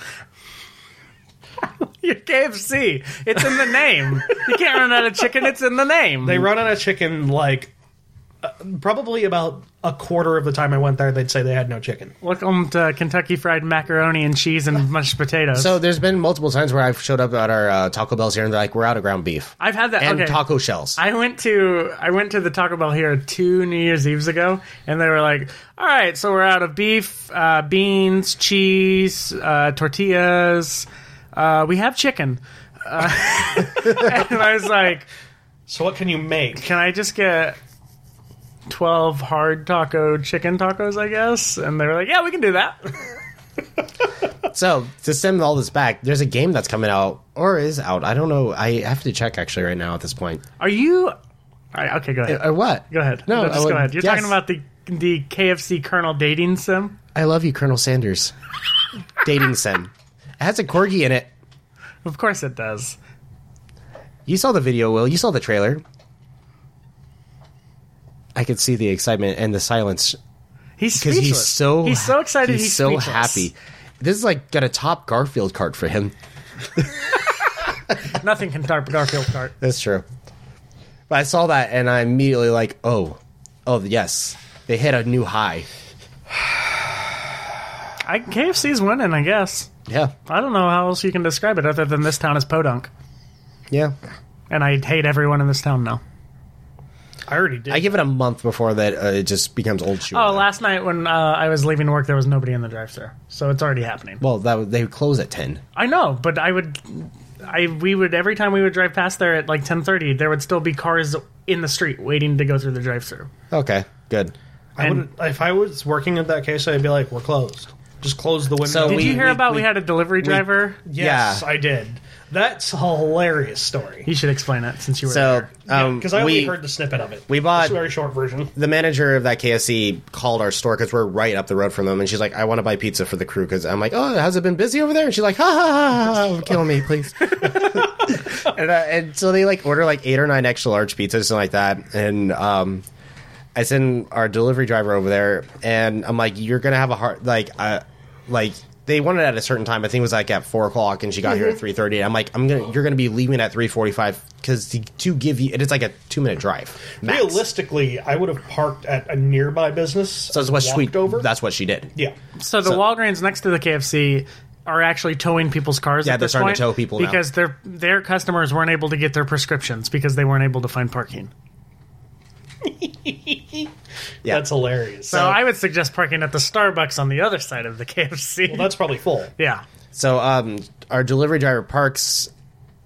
Speaker 1: [laughs] Your KFC. It's in the name. you can't run out of chicken. It's in the name.
Speaker 2: They run out of chicken like uh, probably about a quarter of the time I went there. They'd say they had no chicken.
Speaker 1: Welcome to Kentucky Fried Macaroni and Cheese and Mashed Potatoes.
Speaker 4: So there's been multiple times where I've showed up at our uh, Taco Bell's here and they're like, "We're out of ground beef
Speaker 1: I've had that.
Speaker 4: and
Speaker 1: okay.
Speaker 4: taco shells."
Speaker 1: I went to I went to the Taco Bell here two New Year's Eves ago, and they were like, "All right, so we're out of beef, uh, beans, cheese, uh, tortillas. Uh, we have chicken." Uh, [laughs] and I was like,
Speaker 2: So what can you make?
Speaker 1: "Can I just get twelve hard taco chicken tacos?" I guess, and they were like, "Yeah, we can do that."
Speaker 4: so to stem all this back, there's a game that's coming out or is out. I don't know. I have to check actually right now at this point.
Speaker 1: Are you? All right, okay, go ahead.
Speaker 4: Or Uh, what?
Speaker 1: Go ahead.
Speaker 4: No,
Speaker 1: No,
Speaker 4: I
Speaker 1: just
Speaker 4: would-
Speaker 1: go ahead. You're
Speaker 4: yes.
Speaker 1: talking about the the KFC Colonel dating sim.
Speaker 4: I love you, Colonel Sanders. Dating sim. It has a corgi in it.
Speaker 1: Of course, it does.
Speaker 4: You saw the video, Will. You saw the trailer. I could see the excitement and the silence
Speaker 1: He's
Speaker 4: because
Speaker 1: speechless.
Speaker 4: he's so
Speaker 1: he's so excited. He's,
Speaker 4: so
Speaker 1: speechless.
Speaker 4: happy. This is like got a top Garfield card for him.
Speaker 1: Nothing can tarp Garfield cart.
Speaker 4: That's true. But I saw that and I immediately like, oh, oh yes, they hit a new high.
Speaker 1: I, KFC's winning, I guess.
Speaker 4: Yeah,
Speaker 1: I don't know how else you can describe it other than this town is podunk,
Speaker 4: yeah.
Speaker 1: and I hate everyone in this town now.
Speaker 2: I already did.
Speaker 4: I give it a month before that uh, it just becomes old shoe.
Speaker 1: Oh, last night when uh, I was leaving work, there was nobody in the drive-thru, so it's already happening.
Speaker 4: well, that was- they close at ten.
Speaker 1: I know, but I would I we would every time we would drive past there at like ten thirty, there would still be cars in the street waiting to go through the drive-through.
Speaker 4: Okay, good.
Speaker 2: I
Speaker 1: And-
Speaker 2: would, if I was working in that case, I'd be like, "We're closed. Just close the window."
Speaker 4: So
Speaker 1: Did
Speaker 4: we-
Speaker 1: you hear
Speaker 4: we-
Speaker 1: about we,
Speaker 4: we-
Speaker 1: had a delivery driver?
Speaker 2: yes,
Speaker 4: Yeah.
Speaker 2: I did. That's a hilarious story
Speaker 1: you should explain it since you were
Speaker 4: So,
Speaker 1: there.
Speaker 4: um,
Speaker 2: because I only
Speaker 4: we,
Speaker 2: heard the snippet of it.
Speaker 4: we bought-
Speaker 2: It's a very short version.
Speaker 4: the manager of that KFC called our store because we're right up the road from them, and she's like, "I want to buy pizza for the crew." Because I'm like, "Oh, has it been busy over there?" And she's like, "Ha ha ha, ha kill me, please." and, uh, and so they like order like eight or nine extra large pizzas, something like that. And um, I send our delivery driver over there, and I'm like, "You're gonna have a hard like, uh, like." They wanted it at a certain time. I think it was like at four o'clock, and she got here at three thirty. I'm like, I'm gonna, you're gonna be leaving at three forty five because to, to give you, and it's like a two minute drive. max.
Speaker 2: Realistically, I would have parked at a nearby business.
Speaker 4: So that's what she
Speaker 2: walked over.
Speaker 4: That's what she did.
Speaker 2: yeah.
Speaker 1: So the Walgreens next to the KFC are actually towing people's cars.
Speaker 4: Yeah,
Speaker 1: at
Speaker 4: they're
Speaker 1: this
Speaker 4: starting
Speaker 1: point
Speaker 4: to tow people now.
Speaker 1: because their their customers weren't able to get their prescriptions because they weren't able to find parking.
Speaker 4: Yeah.
Speaker 2: that's hilarious.
Speaker 1: So I would suggest parking at the Starbucks on the other side of the [laughs] KFC.
Speaker 2: well, that's probably full.
Speaker 1: yeah.
Speaker 4: So um, our delivery driver parks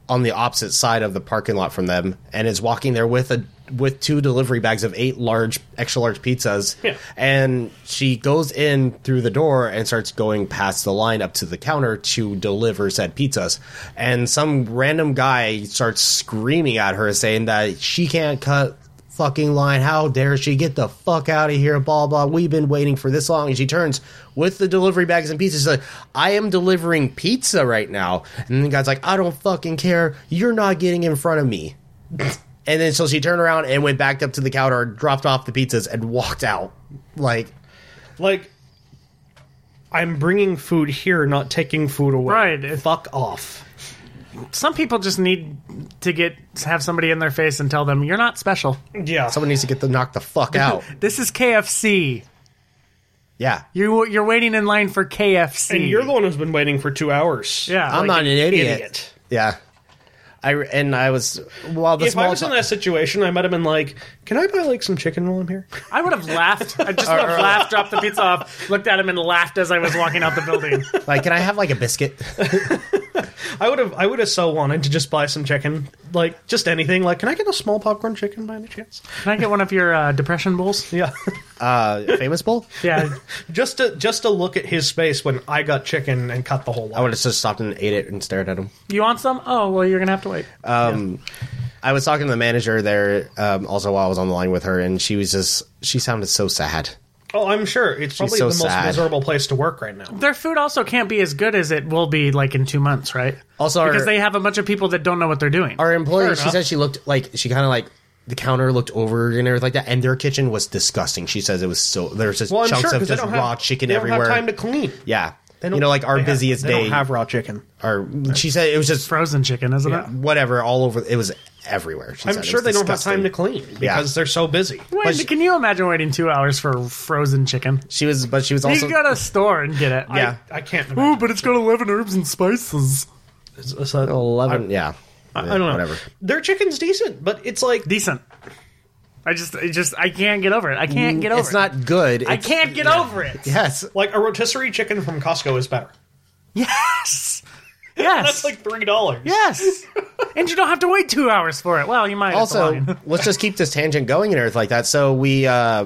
Speaker 4: on the opposite side of the parking lot from them, and is walking there with a with two delivery bags of eight large extra large pizzas.
Speaker 2: Yeah.
Speaker 4: And she goes in through the door and starts going past the line up to the counter to deliver said pizzas. And some random guy starts screaming at her, saying that she can't cut fucking line. How dare she get the fuck out of here? Blah blah. We've been waiting for this long. And she turns with the delivery bags and pizzas. She's like, I am delivering pizza right now. And the guy's like, I don't fucking care. You're not getting in front of me. [laughs] And then so she turned around and went back up to the counter, dropped off the pizzas, and walked out. Like,
Speaker 2: Like, I'm bringing food here, not taking food away.
Speaker 1: Right.
Speaker 2: Fuck off.
Speaker 1: Some people just need to get have somebody in their face and tell them you're not special.
Speaker 2: Yeah.
Speaker 4: someone needs to get them knocked
Speaker 2: [laughs]
Speaker 4: the fuck out.
Speaker 1: [laughs] This is KFC.
Speaker 4: Yeah.
Speaker 1: You you're waiting in line for KFC.
Speaker 2: and you're the one who's been waiting for two hours.
Speaker 1: yeah. like,
Speaker 4: I'm not an idiot.
Speaker 2: idiot.
Speaker 4: Yeah. I, and I was, while the
Speaker 2: If I
Speaker 4: small
Speaker 2: was in
Speaker 4: town,
Speaker 2: that situation, I might have been like, "Can I buy like some chicken while I'm here?"
Speaker 1: I would have laughed. I just would
Speaker 4: [laughs]
Speaker 1: have laughed, dropped the pizza off, looked at him, and laughed as I was walking out the building.
Speaker 4: like, can I have like
Speaker 2: [laughs]
Speaker 4: a biscuit?
Speaker 2: I would have. I would have so wanted to just buy some chicken, like just anything. Like, can I get a small popcorn chicken by any chance?
Speaker 1: Can I get one of your uh, depression bowls?
Speaker 2: Yeah, [laughs]
Speaker 4: Uh, famous bowl?
Speaker 1: Yeah.
Speaker 2: just to just to look at his face when I got chicken and cut the whole
Speaker 4: I
Speaker 2: line.
Speaker 4: would have just stopped and ate it and stared at him. Um,
Speaker 1: You want some? Oh, well, you're going to have to wait.
Speaker 4: I was talking to the manager there um, also while I was on the line with her, and she was just, she sounded so sad.
Speaker 2: Oh, I'm sure it's probably
Speaker 4: so
Speaker 2: the most
Speaker 4: sad.
Speaker 2: miserable place to work right now.
Speaker 1: Their food also can't be as good as it will be like in two months, right?
Speaker 4: Also, our-
Speaker 1: because they have a bunch of people that don't know what they're doing.
Speaker 4: our employer, she
Speaker 2: enough.
Speaker 4: said she looked like she kind of like the counter looked over and everything like that, and their kitchen was disgusting. She says it was so there's just
Speaker 2: Well, I'm
Speaker 4: chunks
Speaker 2: sure
Speaker 4: of
Speaker 2: because they
Speaker 4: just
Speaker 2: don't
Speaker 4: raw
Speaker 2: have
Speaker 4: chicken
Speaker 2: they
Speaker 4: everywhere.
Speaker 2: Don't have time to clean.
Speaker 4: yeah,
Speaker 2: They
Speaker 4: you know, like our
Speaker 2: they have-
Speaker 4: busiest
Speaker 2: they
Speaker 4: day.
Speaker 2: Don't have raw chicken.
Speaker 4: our she said it was just
Speaker 1: Frozen chicken, isn't
Speaker 2: Yeah.
Speaker 1: it?
Speaker 4: whatever all over. It was everywhere. She
Speaker 2: I'm
Speaker 4: said. It
Speaker 2: sure
Speaker 4: was
Speaker 2: they don't have
Speaker 4: disgusting.
Speaker 2: time to clean because they're so busy.
Speaker 1: Wait, can you imagine waiting two hours for frozen chicken?
Speaker 4: She was, but she was also
Speaker 1: you go to a store and get it.
Speaker 4: yeah.
Speaker 2: I can't.
Speaker 1: Ooh,
Speaker 2: Imagine.
Speaker 1: but it's got 11 herbs and spices.
Speaker 2: It's a-
Speaker 4: Eleven, yeah.
Speaker 2: I don't know.
Speaker 4: Whatever.
Speaker 2: Their chicken's decent, but it's like
Speaker 1: Decent. I just, I just, I can't get over it. I can't get over
Speaker 4: Mm, It's
Speaker 1: it.
Speaker 4: not good.
Speaker 1: I
Speaker 4: It's-
Speaker 1: can't get over
Speaker 4: [laughs]
Speaker 1: it.
Speaker 4: Yes,
Speaker 2: like a rotisserie chicken from Costco is better. [laughs]
Speaker 1: [laughs] Yes. Yes.
Speaker 2: That's like three dollars.
Speaker 1: yes. [laughs] and you don't have to wait two hours for it. Well, you might. at the
Speaker 4: also
Speaker 1: line.
Speaker 4: let's just keep this tangent going and everything like that so we uh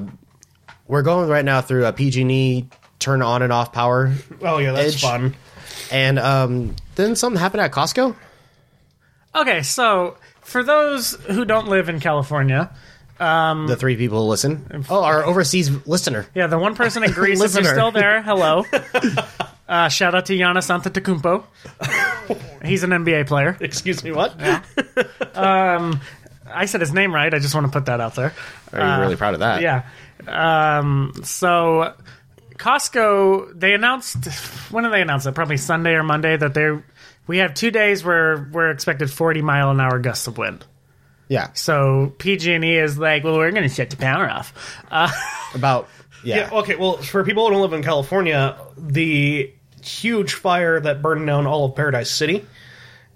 Speaker 4: we're going right now through a pg&e E turn on and off power
Speaker 2: Oh yeah, that's
Speaker 4: Edge.
Speaker 2: fun.
Speaker 4: and um then something happened at costco
Speaker 1: okay. So for those who don't live in California,
Speaker 4: the three people who listen oh our overseas listener
Speaker 1: yeah, the one person
Speaker 4: [laughs]
Speaker 1: in Greece, if you're
Speaker 4: Listener.
Speaker 1: still there,
Speaker 4: [laughs]
Speaker 1: hello. Uh, shout out to Giannis Antetokounmpo. He's an NBA player.
Speaker 2: Excuse me,
Speaker 4: Ah,
Speaker 2: what?
Speaker 1: I said his name right. I just want to put that out there.
Speaker 4: i'm really proud of
Speaker 1: [laughs]
Speaker 4: that
Speaker 1: Yeah. Um, so Costco, they announced when did they announce it? Probably Sunday or Monday that they we have two days where we're expected 40 mile an hour gusts of wind.
Speaker 4: yeah
Speaker 1: So PG&E E is like, well, we're going to shut the power off. Uh,
Speaker 4: about yeah,
Speaker 2: Yeah, okay. Well, for people who don't live in California, the huge fire that burned down all of Paradise City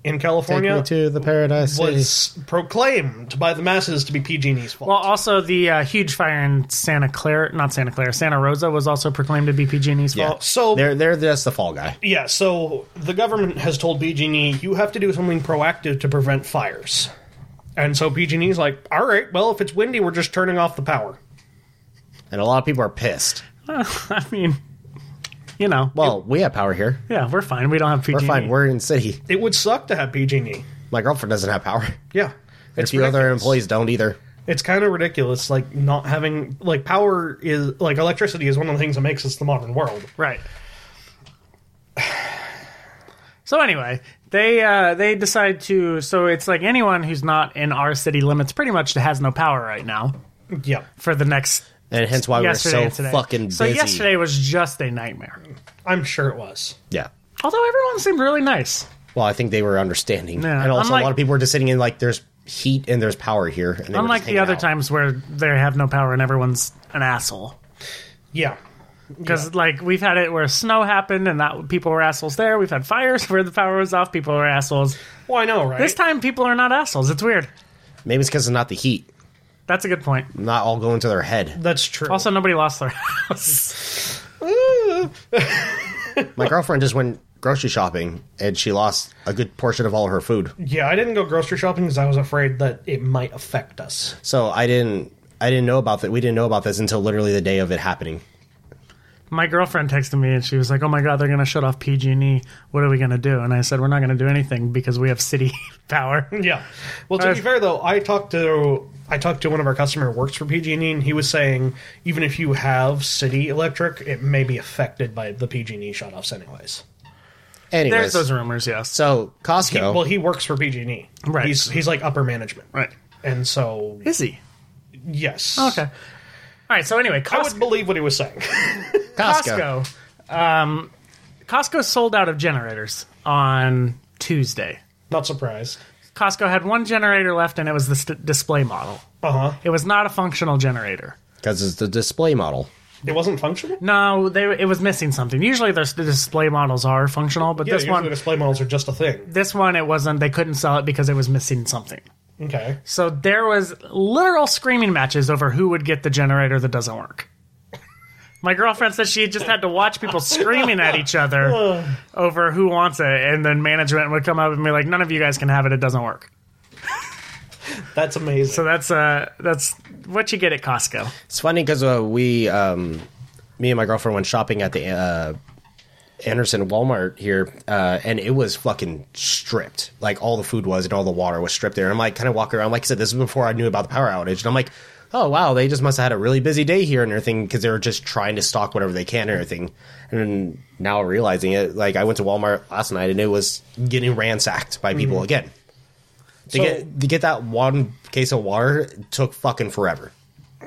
Speaker 2: in
Speaker 4: Take
Speaker 2: California
Speaker 4: me to the paradise city.
Speaker 2: was proclaimed by the masses to be PG&E's fault.
Speaker 1: Well, also the uh, huge fire in Santa Clara, not Santa Clara, Santa Rosa was also proclaimed to be PG&E's
Speaker 4: Yeah.
Speaker 1: fault. [laughs]
Speaker 2: so-
Speaker 4: they're they're just the fall guy.
Speaker 2: yeah, so the government has told PG&E E, you have to do something proactive to prevent fires. And so PG&E's E like, "All right, well, if it's windy, we're just turning off the power."
Speaker 4: And a lot of people are pissed.
Speaker 1: I mean, you know,
Speaker 4: Well, we have power here.
Speaker 1: yeah, we're fine. We don't have PG.
Speaker 4: We're fine. We're in city.
Speaker 2: It would suck to have PG&E.
Speaker 4: My girlfriend doesn't have power.
Speaker 2: E. Yeah.
Speaker 4: A
Speaker 2: It's
Speaker 4: few other
Speaker 2: ridiculous.
Speaker 4: employees don't either.
Speaker 2: It's kind of ridiculous like not having like power is like electricity is one of the things that makes us the modern world.
Speaker 1: Right. So anyway, they uh, they decide to. So it's like anyone who's not in our city limits pretty much has no power right now
Speaker 2: Yeah.
Speaker 1: for the next.
Speaker 4: And hence why we're
Speaker 1: yesterday
Speaker 4: Oh, so
Speaker 1: and today.
Speaker 4: fucking busy.
Speaker 1: So yesterday was just a nightmare.
Speaker 2: I'm sure it was.
Speaker 4: Yeah.
Speaker 1: Although everyone seemed really nice.
Speaker 4: Well, I think they were understanding.
Speaker 1: Yeah,
Speaker 4: And also,
Speaker 1: unlike-
Speaker 4: a lot of people were just sitting in like, there's heat and there's power here. And they were
Speaker 1: Unlike
Speaker 4: just
Speaker 1: the
Speaker 4: hanging
Speaker 1: other
Speaker 4: out.
Speaker 1: times where they have no power and everyone's an asshole.
Speaker 2: Yeah.
Speaker 1: Because like we've had it where snow happened and that people were assholes there. We've had fires [laughs] where the power was off. People were assholes.
Speaker 2: Well, I know, right?
Speaker 1: This time people are not assholes. It's weird.
Speaker 4: Maybe it's because it's not the heat,
Speaker 1: That's a good point.
Speaker 4: not all going to their head.
Speaker 2: That's true.
Speaker 1: Also, nobody lost their [laughs] house.
Speaker 4: My girlfriend just went grocery shopping and she lost a good portion of all her food.
Speaker 2: yeah, I didn't go grocery shopping because I was afraid that it might affect us.
Speaker 4: So I didn't. I didn't know about that. We didn't know about this until literally the day of it happening.
Speaker 1: My girlfriend texted me and she was like, "Oh my god, they're gonna shut off PG and E. What are we gonna do?" And I said, "We're not gonna do anything because we have city [laughs] power."
Speaker 2: Yeah. Well, to be
Speaker 1: Uh,
Speaker 2: fair though, I talked to I talked to one of our customer who works for PG&E, and he was saying even if you have city electric, it may be affected by the PG&E E shutoffs, anyways.
Speaker 1: There's
Speaker 4: Anyways,
Speaker 1: those rumors, yes.
Speaker 4: so Costco.
Speaker 2: He- well, he works for PG&E.
Speaker 1: Right.
Speaker 2: E. He's he's like upper management,
Speaker 1: Right?
Speaker 2: and so
Speaker 1: Is he?
Speaker 2: yes.
Speaker 1: Okay. All right. So anyway,
Speaker 2: I
Speaker 1: Costco.
Speaker 2: would believe what he was saying. [laughs]
Speaker 4: Costco.
Speaker 1: Costco. Um, Costco sold out of generators on Tuesday.
Speaker 2: Not surprised.
Speaker 1: Costco had one generator left, and it was the st- display model.
Speaker 2: Uh huh.
Speaker 1: It was not a functional generator.
Speaker 4: because it's the display model.
Speaker 2: It wasn't functional.
Speaker 1: No, they, it was missing something. Usually, their, the display models are functional, but
Speaker 2: Yeah,
Speaker 1: this
Speaker 2: usually
Speaker 1: one,
Speaker 2: display models are just a thing.
Speaker 1: this one, it wasn't. They couldn't sell it because it was missing something.
Speaker 2: Okay.
Speaker 1: So there was literal screaming matches over who would get the generator that doesn't work. My girlfriend said she just had to watch people screaming at each
Speaker 2: [sighs]
Speaker 1: other over who wants it, and then management would come up and be like, "None of you guys can have it. It doesn't work."
Speaker 2: That's amazing.
Speaker 1: So that's uh, that's what you get at Costco.
Speaker 4: It's funny because uh, we, um, me and my girlfriend went shopping at the uh, Anderson Walmart here, uh, and it was fucking stripped. Like all the food was and all the water was stripped there. And I'm like, kind of walking around. Like I said, this is before I knew about the power outage. And I'm like, oh wow, they just must have had a really busy day here and everything because they were just trying to stock whatever they can and everything. And then now realizing it, like I went to Walmart last night and it was getting ransacked by people again. To
Speaker 2: Mm-hmm. So-
Speaker 4: get to get that one case of water took fucking forever,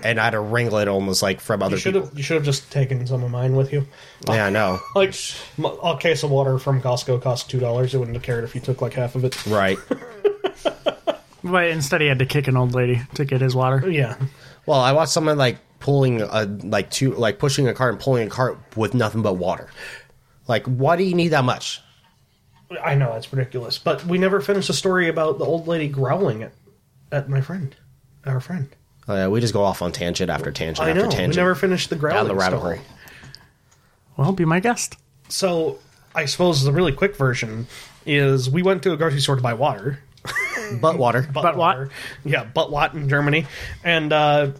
Speaker 4: and I had to wrangle it almost like from other
Speaker 2: You should
Speaker 4: people.
Speaker 2: have you should have just taken some of mine with you.
Speaker 4: Yeah, I know.
Speaker 2: Like m- a case of water from Costco cost two dollars. It wouldn't have cared if you took like half of it.
Speaker 4: Right.
Speaker 1: But instead, he had to kick an old lady to get his water.
Speaker 2: Yeah,
Speaker 4: [laughs] Well, I watched someone like pulling a like two like pushing a cart and pulling a cart with nothing but water. Like, why do you need that much?
Speaker 2: I know that's ridiculous, but we never finished the story about the old lady growling at at my friend, our friend.
Speaker 4: Oh, yeah, we just go off on tangent after tangent
Speaker 2: I
Speaker 4: after
Speaker 2: know
Speaker 4: tangent
Speaker 2: we never finished the growling
Speaker 4: down the rabbit
Speaker 2: story.
Speaker 4: hole.
Speaker 1: Well, be my guest.
Speaker 2: So I suppose the really quick version is we went to a grocery store to buy water.
Speaker 4: Butt water.
Speaker 1: Butt Wat?
Speaker 2: water. yeah, butt Wat in Germany, and uh,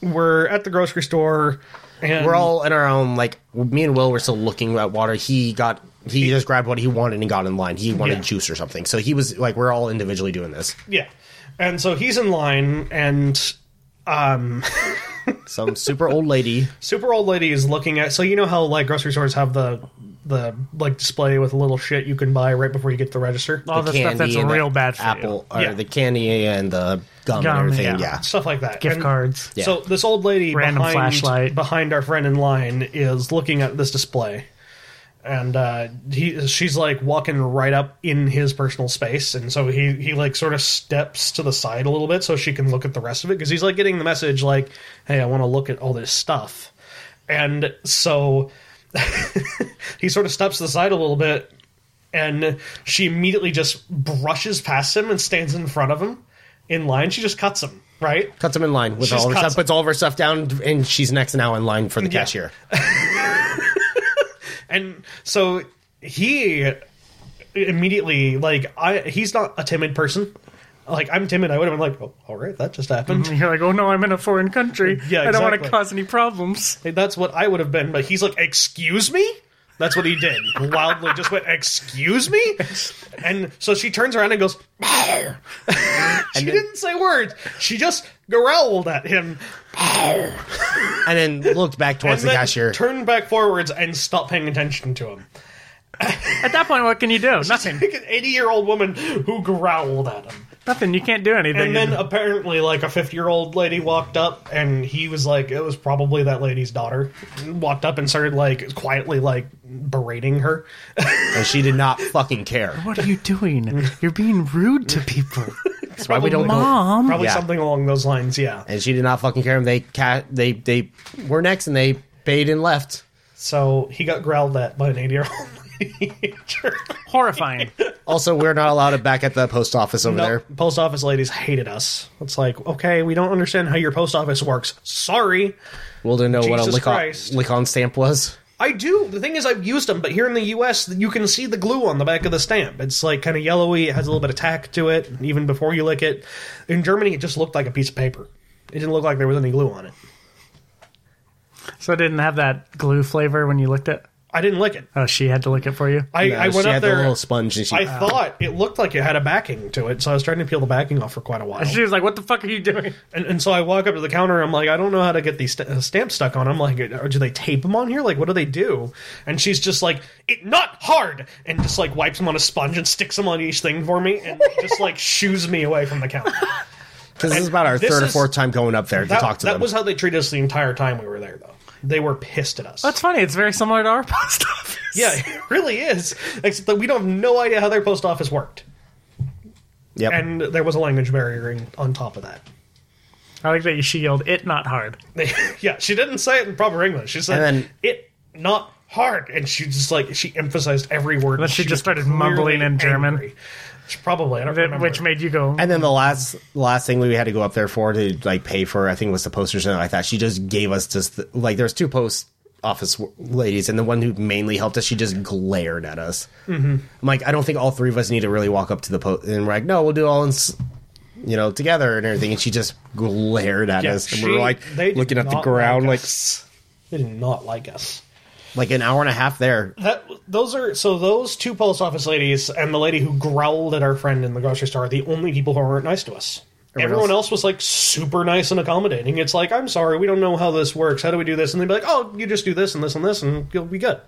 Speaker 2: we're at the grocery store. And
Speaker 4: We're all in our own like. Me and Will were still looking at water. He got. He just grabbed what he wanted and got in line. He wanted
Speaker 2: Yeah.
Speaker 4: juice or something. So he was like, we're all individually doing this.
Speaker 2: Yeah. And so he's in line, and um,
Speaker 4: Some super old lady.
Speaker 2: super old lady is looking at. So you know how like grocery stores have the the like display with little shit you can buy right before you get to the register,
Speaker 4: Oh.
Speaker 1: All the, stuff that's
Speaker 4: and the
Speaker 1: real bad for
Speaker 4: apple or
Speaker 2: Yeah.
Speaker 4: the candy and the gum,
Speaker 1: Gum,
Speaker 4: and everything.
Speaker 1: yeah.
Speaker 4: Yeah.
Speaker 2: stuff like that.
Speaker 1: you. Gift
Speaker 2: And
Speaker 1: cards.
Speaker 4: Yeah.
Speaker 2: So this old lady
Speaker 1: Random
Speaker 2: behind
Speaker 1: flashlight.
Speaker 2: behind our friend in line is looking at this display. And uh, he, she's like walking right up in his personal space, and so he, he like sort of steps to the side a little bit so she can look at the rest of it because he's like getting the message like, "Hey, I want to look at all this stuff," [laughs] and so he sort of steps to the side a little bit, and she immediately just brushes past him and stands in front of him in line. She just cuts him, right?
Speaker 4: Cuts him in line with
Speaker 2: She just
Speaker 4: all her
Speaker 2: cuts
Speaker 4: stuff,
Speaker 2: him.
Speaker 4: puts all of her stuff down, and she's next now in line for the
Speaker 2: Yeah.
Speaker 4: cashier.
Speaker 2: And so he immediately like I he's not a timid person. Like I'm timid, I would have been like, oh, all right, that just happened.
Speaker 1: And you're like, oh no, I'm in a foreign country.
Speaker 2: Yeah,
Speaker 1: I don't want to
Speaker 2: exactly.
Speaker 1: cause any problems.
Speaker 2: Like, That's what I would have been, but he's like, "Excuse me." That's what he did. Wildly just went, "Excuse me," and so she turns around and goes. "Arr." she didn't say words. She just growled at him,
Speaker 4: And then looked back
Speaker 2: and
Speaker 4: towards the
Speaker 2: then
Speaker 4: cashier.
Speaker 2: turned back forwards and stopped paying attention to him.
Speaker 1: At that point, what can you do? Nothing.
Speaker 2: Like an eighty-year-old woman who growled at him,
Speaker 1: Nothing. You can't do anything.
Speaker 2: and then apparently, like a fifty-year-old lady walked up, and he was like, "It was probably that lady's daughter." Walked up and started like quietly like berating her.
Speaker 4: and she did not fucking care.
Speaker 1: what are you doing? You're being rude to [laughs] people.
Speaker 4: That's why we don't go-
Speaker 1: Mom.
Speaker 2: Probably
Speaker 4: Yeah.
Speaker 2: something along those lines, yeah.
Speaker 4: And she did not fucking care. And they ca- they they were next, and they paid and left.
Speaker 2: So he got growled at by an 80 year [laughs] old lady.
Speaker 1: Horrifying.
Speaker 4: Also, we're not allowed it back at the post office over
Speaker 2: No,
Speaker 4: there.
Speaker 2: post office ladies hated us. It's like, okay, we don't understand how your post office works. Sorry.
Speaker 4: We'll didn't know what a
Speaker 2: Jesus
Speaker 4: lick on,
Speaker 2: Christ.
Speaker 4: lick on stamp was.
Speaker 2: I do. The thing is, I've used them, but here in the US, you can see the glue on the back of the stamp. It's like kind of yellowy, it has a little bit of tack to it, even before you lick it. In Germany, it just looked like a piece of paper. It didn't look like there was any glue on it.
Speaker 1: so it didn't have that glue flavor when you licked it.
Speaker 2: I didn't lick it.
Speaker 1: Oh, she had to lick it for you.
Speaker 2: I, I
Speaker 4: No,
Speaker 2: went
Speaker 4: she
Speaker 2: up
Speaker 4: had
Speaker 2: there.
Speaker 4: the little sponge, and she
Speaker 2: I thought it looked like it had a backing to it, so I was trying to peel the backing off for quite a
Speaker 4: [laughs]
Speaker 2: while.
Speaker 1: she was like, "What the fuck are you doing?"
Speaker 2: And, and so I walk up to the counter. I'm like, I don't know how to get these st- uh, stamps stuck on. I'm like, "Are- do they tape them on here? Like, what do they do? And she's just like, it not hard, and just like wipes them on a sponge and sticks them on each thing for me, and just
Speaker 4: [laughs]
Speaker 2: like shoos me away from the counter.
Speaker 4: because this is about our
Speaker 2: this
Speaker 4: third or
Speaker 2: is-
Speaker 4: fourth time going up there to
Speaker 2: That,
Speaker 4: talk to
Speaker 2: that
Speaker 4: them.
Speaker 2: was how they treated us the entire time we were there, though. They were pissed at us.
Speaker 1: That's funny. It's very similar to our [laughs] post office.
Speaker 2: yeah, [laughs] it really is. Except that we don't have no idea how their post office worked,
Speaker 4: yep.
Speaker 2: and there was a language barrier in, on top of that.
Speaker 1: I like that she yelled, "It not hard."
Speaker 2: [laughs] yeah, she didn't say it in proper English. She said
Speaker 4: And then-
Speaker 2: it not hard, and she just like she emphasized every word.
Speaker 1: she just
Speaker 2: was
Speaker 1: started
Speaker 2: clearly
Speaker 1: mumbling in German.
Speaker 2: angry. She probably, I don't
Speaker 1: That,
Speaker 2: remember.
Speaker 1: which made you go.
Speaker 4: And then the last last thing we had to go up there for to like pay for, I think was the posters and like that. She just gave us just the, like there's two post office w- ladies, and the one who mainly helped us, she just glared at us. Mm-hmm. I'm like, I don't think all three of us need to really walk up to the post, and we're like, no, we'll do all in. s- You know, together and everything, and she just glared at
Speaker 2: Yeah,
Speaker 4: us, and
Speaker 2: she-
Speaker 4: we were like
Speaker 2: they did
Speaker 4: looking at the
Speaker 2: not
Speaker 4: ground,
Speaker 2: like
Speaker 4: like
Speaker 2: us. they did not like us.
Speaker 4: like an hour and a half there.
Speaker 2: That those are so those two post office ladies and the lady who growled at our friend in the grocery store are the only people who weren't nice to us.
Speaker 4: Everyone
Speaker 2: Everyone
Speaker 4: else-
Speaker 2: else was like super nice and accommodating. It's like, I'm sorry, we don't know how this works. How do we do this? And they'd be like, Oh, you just do this and this and this, and you'll be good.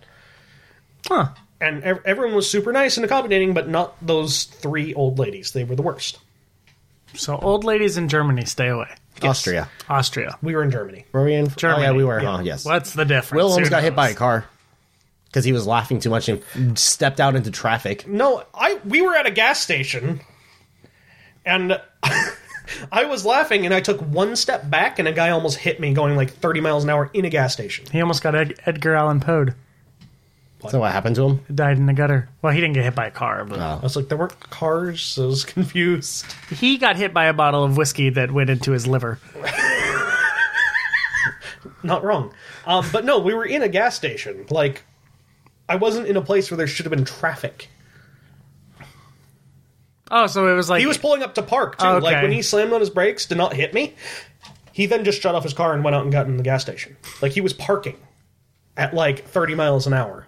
Speaker 1: Huh.
Speaker 2: and ev- everyone was super nice and accommodating, but not those three old ladies. They were the worst.
Speaker 1: So old ladies in Germany stay away.
Speaker 4: Austria,
Speaker 1: Austria.
Speaker 2: We were in Germany.
Speaker 4: were we in?
Speaker 1: Germany.
Speaker 4: Oh yeah, we were.
Speaker 2: Yeah.
Speaker 4: Huh? Yes.
Speaker 1: What's the difference?
Speaker 4: Will almost
Speaker 1: Who
Speaker 4: got hit
Speaker 1: knows?
Speaker 4: by a car because he was laughing too much and stepped out into traffic.
Speaker 2: No, I we were at a gas station, and [laughs] I was laughing, and I took one step back, and a guy almost hit me, going like thirty miles an hour in a gas station.
Speaker 1: He almost got Ed- Edgar Allan Poe.
Speaker 4: So what happened to him?
Speaker 1: Died in the gutter. Well, he didn't get hit by a car, but
Speaker 2: I was like, there weren't cars, so I was [laughs] confused.
Speaker 1: he got hit by a bottle of whiskey that went into his liver.
Speaker 2: Not wrong, um, but no, we were in a gas station. Like, I wasn't in a place where there should have been traffic.
Speaker 1: Oh, so it was like
Speaker 2: He was pulling up to park too.
Speaker 1: Okay.
Speaker 2: Like when he slammed on his brakes to not hit me, he then just shut off his car and went out and got in the gas station. Like he was parking at like 30 miles an hour.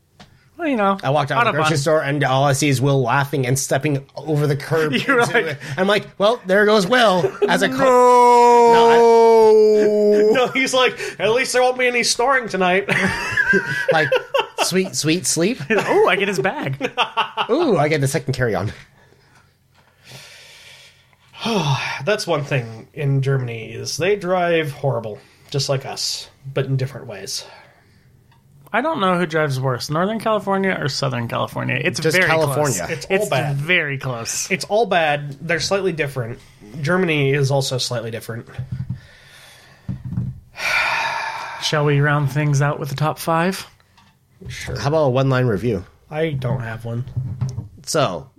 Speaker 2: [laughs]
Speaker 1: well, you know.
Speaker 4: I walked out of the
Speaker 1: Autobahn.
Speaker 4: grocery store and all I see is Will laughing and stepping over the curb.
Speaker 1: You're
Speaker 4: into
Speaker 1: like-
Speaker 4: it. I'm like, well, there goes Will as a car.
Speaker 2: No, he's like, at least there won't be any snoring tonight.
Speaker 4: [laughs]
Speaker 2: [laughs]
Speaker 4: like sweet, sweet sleep.
Speaker 1: oh, I get his
Speaker 4: [laughs]
Speaker 1: bag.
Speaker 4: Ooh, I get the second carry on.
Speaker 2: That's one thing in Germany is they drive horrible, just like us, but in different ways.
Speaker 1: I don't know who drives worse, Northern California or Southern California. It's
Speaker 4: Just
Speaker 1: very
Speaker 4: California.
Speaker 1: Close.
Speaker 2: It's all
Speaker 1: It's
Speaker 2: bad.
Speaker 1: very close.
Speaker 2: It's all bad. They're slightly different. Germany is also slightly different.
Speaker 1: Shall we round things out with the top five?
Speaker 4: How about a one line review?
Speaker 2: I don't have one.
Speaker 4: So,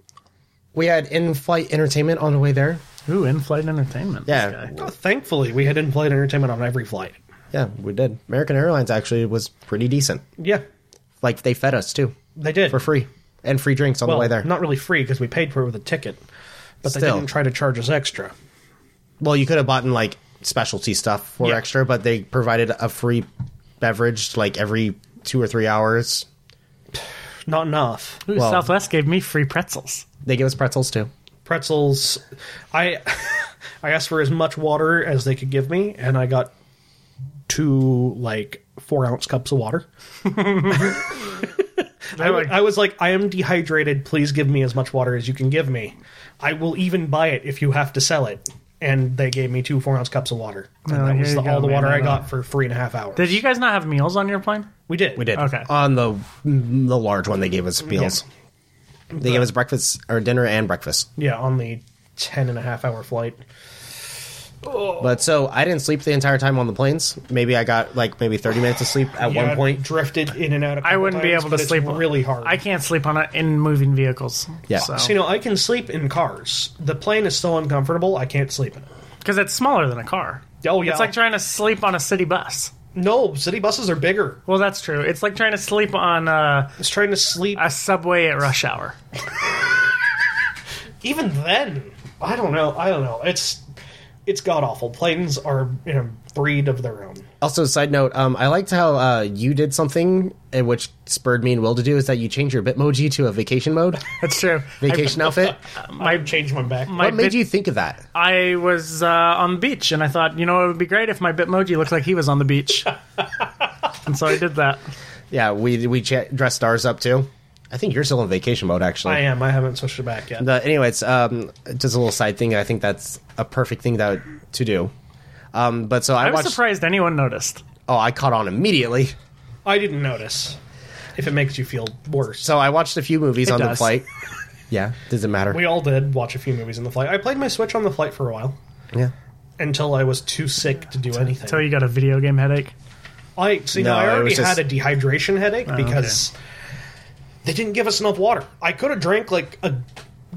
Speaker 4: we had in-flight entertainment on the way there.
Speaker 1: Ooh, in-flight entertainment.
Speaker 4: Yeah.
Speaker 1: This guy.
Speaker 2: Oh, thankfully, we had in-flight entertainment on every flight.
Speaker 4: Yeah, we did. American Airlines actually was pretty decent.
Speaker 2: Yeah,
Speaker 4: Like they fed us too
Speaker 2: they did
Speaker 4: for free and free drinks on
Speaker 2: Well,
Speaker 4: the way there.
Speaker 2: not really free because we paid for it with a ticket, but they
Speaker 4: Still.
Speaker 2: didn't try to charge us extra.
Speaker 4: well, you could have bought in like specialty stuff for
Speaker 2: Yeah.
Speaker 4: extra, but they provided a free beverage like every two or three hours.
Speaker 2: Not enough.
Speaker 1: Ooh,
Speaker 4: Well-
Speaker 1: Southwest gave me free pretzels.
Speaker 4: They gave us pretzels too.
Speaker 2: Pretzels. I [laughs] I asked for as much water as they could give me, and I got two like four ounce cups of water. [laughs] I, wa- I was like, I am dehydrated. Please give me as much water as you can give me. I will even buy it if you have to sell it. And they gave me two four ounce cups of water. And
Speaker 1: Well,
Speaker 2: that
Speaker 1: Oh, here
Speaker 2: was
Speaker 1: you
Speaker 2: the,
Speaker 1: go,
Speaker 2: all the
Speaker 1: man.
Speaker 2: water
Speaker 1: I
Speaker 2: I
Speaker 1: know.
Speaker 2: got for three and a half hours.
Speaker 1: Did you guys not have meals on your plane?
Speaker 2: We did.
Speaker 4: We did.
Speaker 1: Okay.
Speaker 4: On the the large one, they gave us meals. They gave
Speaker 2: But-
Speaker 4: us breakfast or dinner and breakfast.
Speaker 2: Yeah, on the ten and a half hour flight.
Speaker 4: But so I didn't sleep the entire time on the planes. Maybe I got like maybe thirty minutes of sleep at
Speaker 2: Yeah,
Speaker 4: one point.
Speaker 2: drifted in and out. A
Speaker 1: I
Speaker 2: couple
Speaker 1: wouldn't be
Speaker 2: times,
Speaker 1: able
Speaker 2: but
Speaker 1: to
Speaker 2: it's
Speaker 1: sleep
Speaker 2: really hard.
Speaker 1: I can't sleep on it in moving vehicles.
Speaker 4: Yeah.
Speaker 2: So, you know, I can sleep in cars. The plane is so uncomfortable. I can't sleep in it.
Speaker 1: because it's smaller than a car.
Speaker 2: Oh yeah.
Speaker 1: It's like trying to sleep on a city bus.
Speaker 2: no, city buses are bigger.
Speaker 1: Well, that's true. It's like trying to sleep on uh,
Speaker 2: It's trying to sleep.
Speaker 1: a subway at rush hour.
Speaker 2: Even then, I don't know. I don't know. It's it's god awful. Planes are in a breed of their own.
Speaker 4: Also, side note, um, I liked how uh, you did something, and which spurred me and Will to do is that you changed your Bitmoji to a vacation [laughs] mode,
Speaker 1: That's
Speaker 2: [laughs]
Speaker 1: true.
Speaker 4: vacation outfit.
Speaker 1: I, my,
Speaker 2: Change my back.
Speaker 1: my
Speaker 4: What made
Speaker 1: bit-
Speaker 4: you think of that?
Speaker 1: I was uh, on the beach and I thought, you know, it would be great if my Bitmoji looked like he was on the beach.
Speaker 4: [laughs]
Speaker 1: and so I did that.
Speaker 4: Yeah, we we ch- dressed ours up too. I think you're still in vacation mode, actually.
Speaker 2: I am. I haven't switched it back yet.
Speaker 4: But anyways, um, just a little side thing. I think that's a perfect thing that to do. Um, but so I,
Speaker 1: I was
Speaker 4: watched.
Speaker 1: surprised anyone noticed.
Speaker 4: Oh, I caught on immediately.
Speaker 2: I didn't notice. If it makes you feel worse.
Speaker 4: So I watched a few movies on the
Speaker 1: does.
Speaker 4: flight. Yeah, doesn't matter.
Speaker 2: We all did watch a few movies on the flight. I played my Switch on the flight for a while
Speaker 4: yeah.
Speaker 2: until I was too sick to do anything.
Speaker 1: Until you got a video game headache.
Speaker 2: I see. No,
Speaker 4: No,
Speaker 2: I
Speaker 4: it
Speaker 2: already
Speaker 4: was just-
Speaker 2: had a dehydration
Speaker 1: Oh,
Speaker 2: headache because they didn't give us enough water. I could have drank like a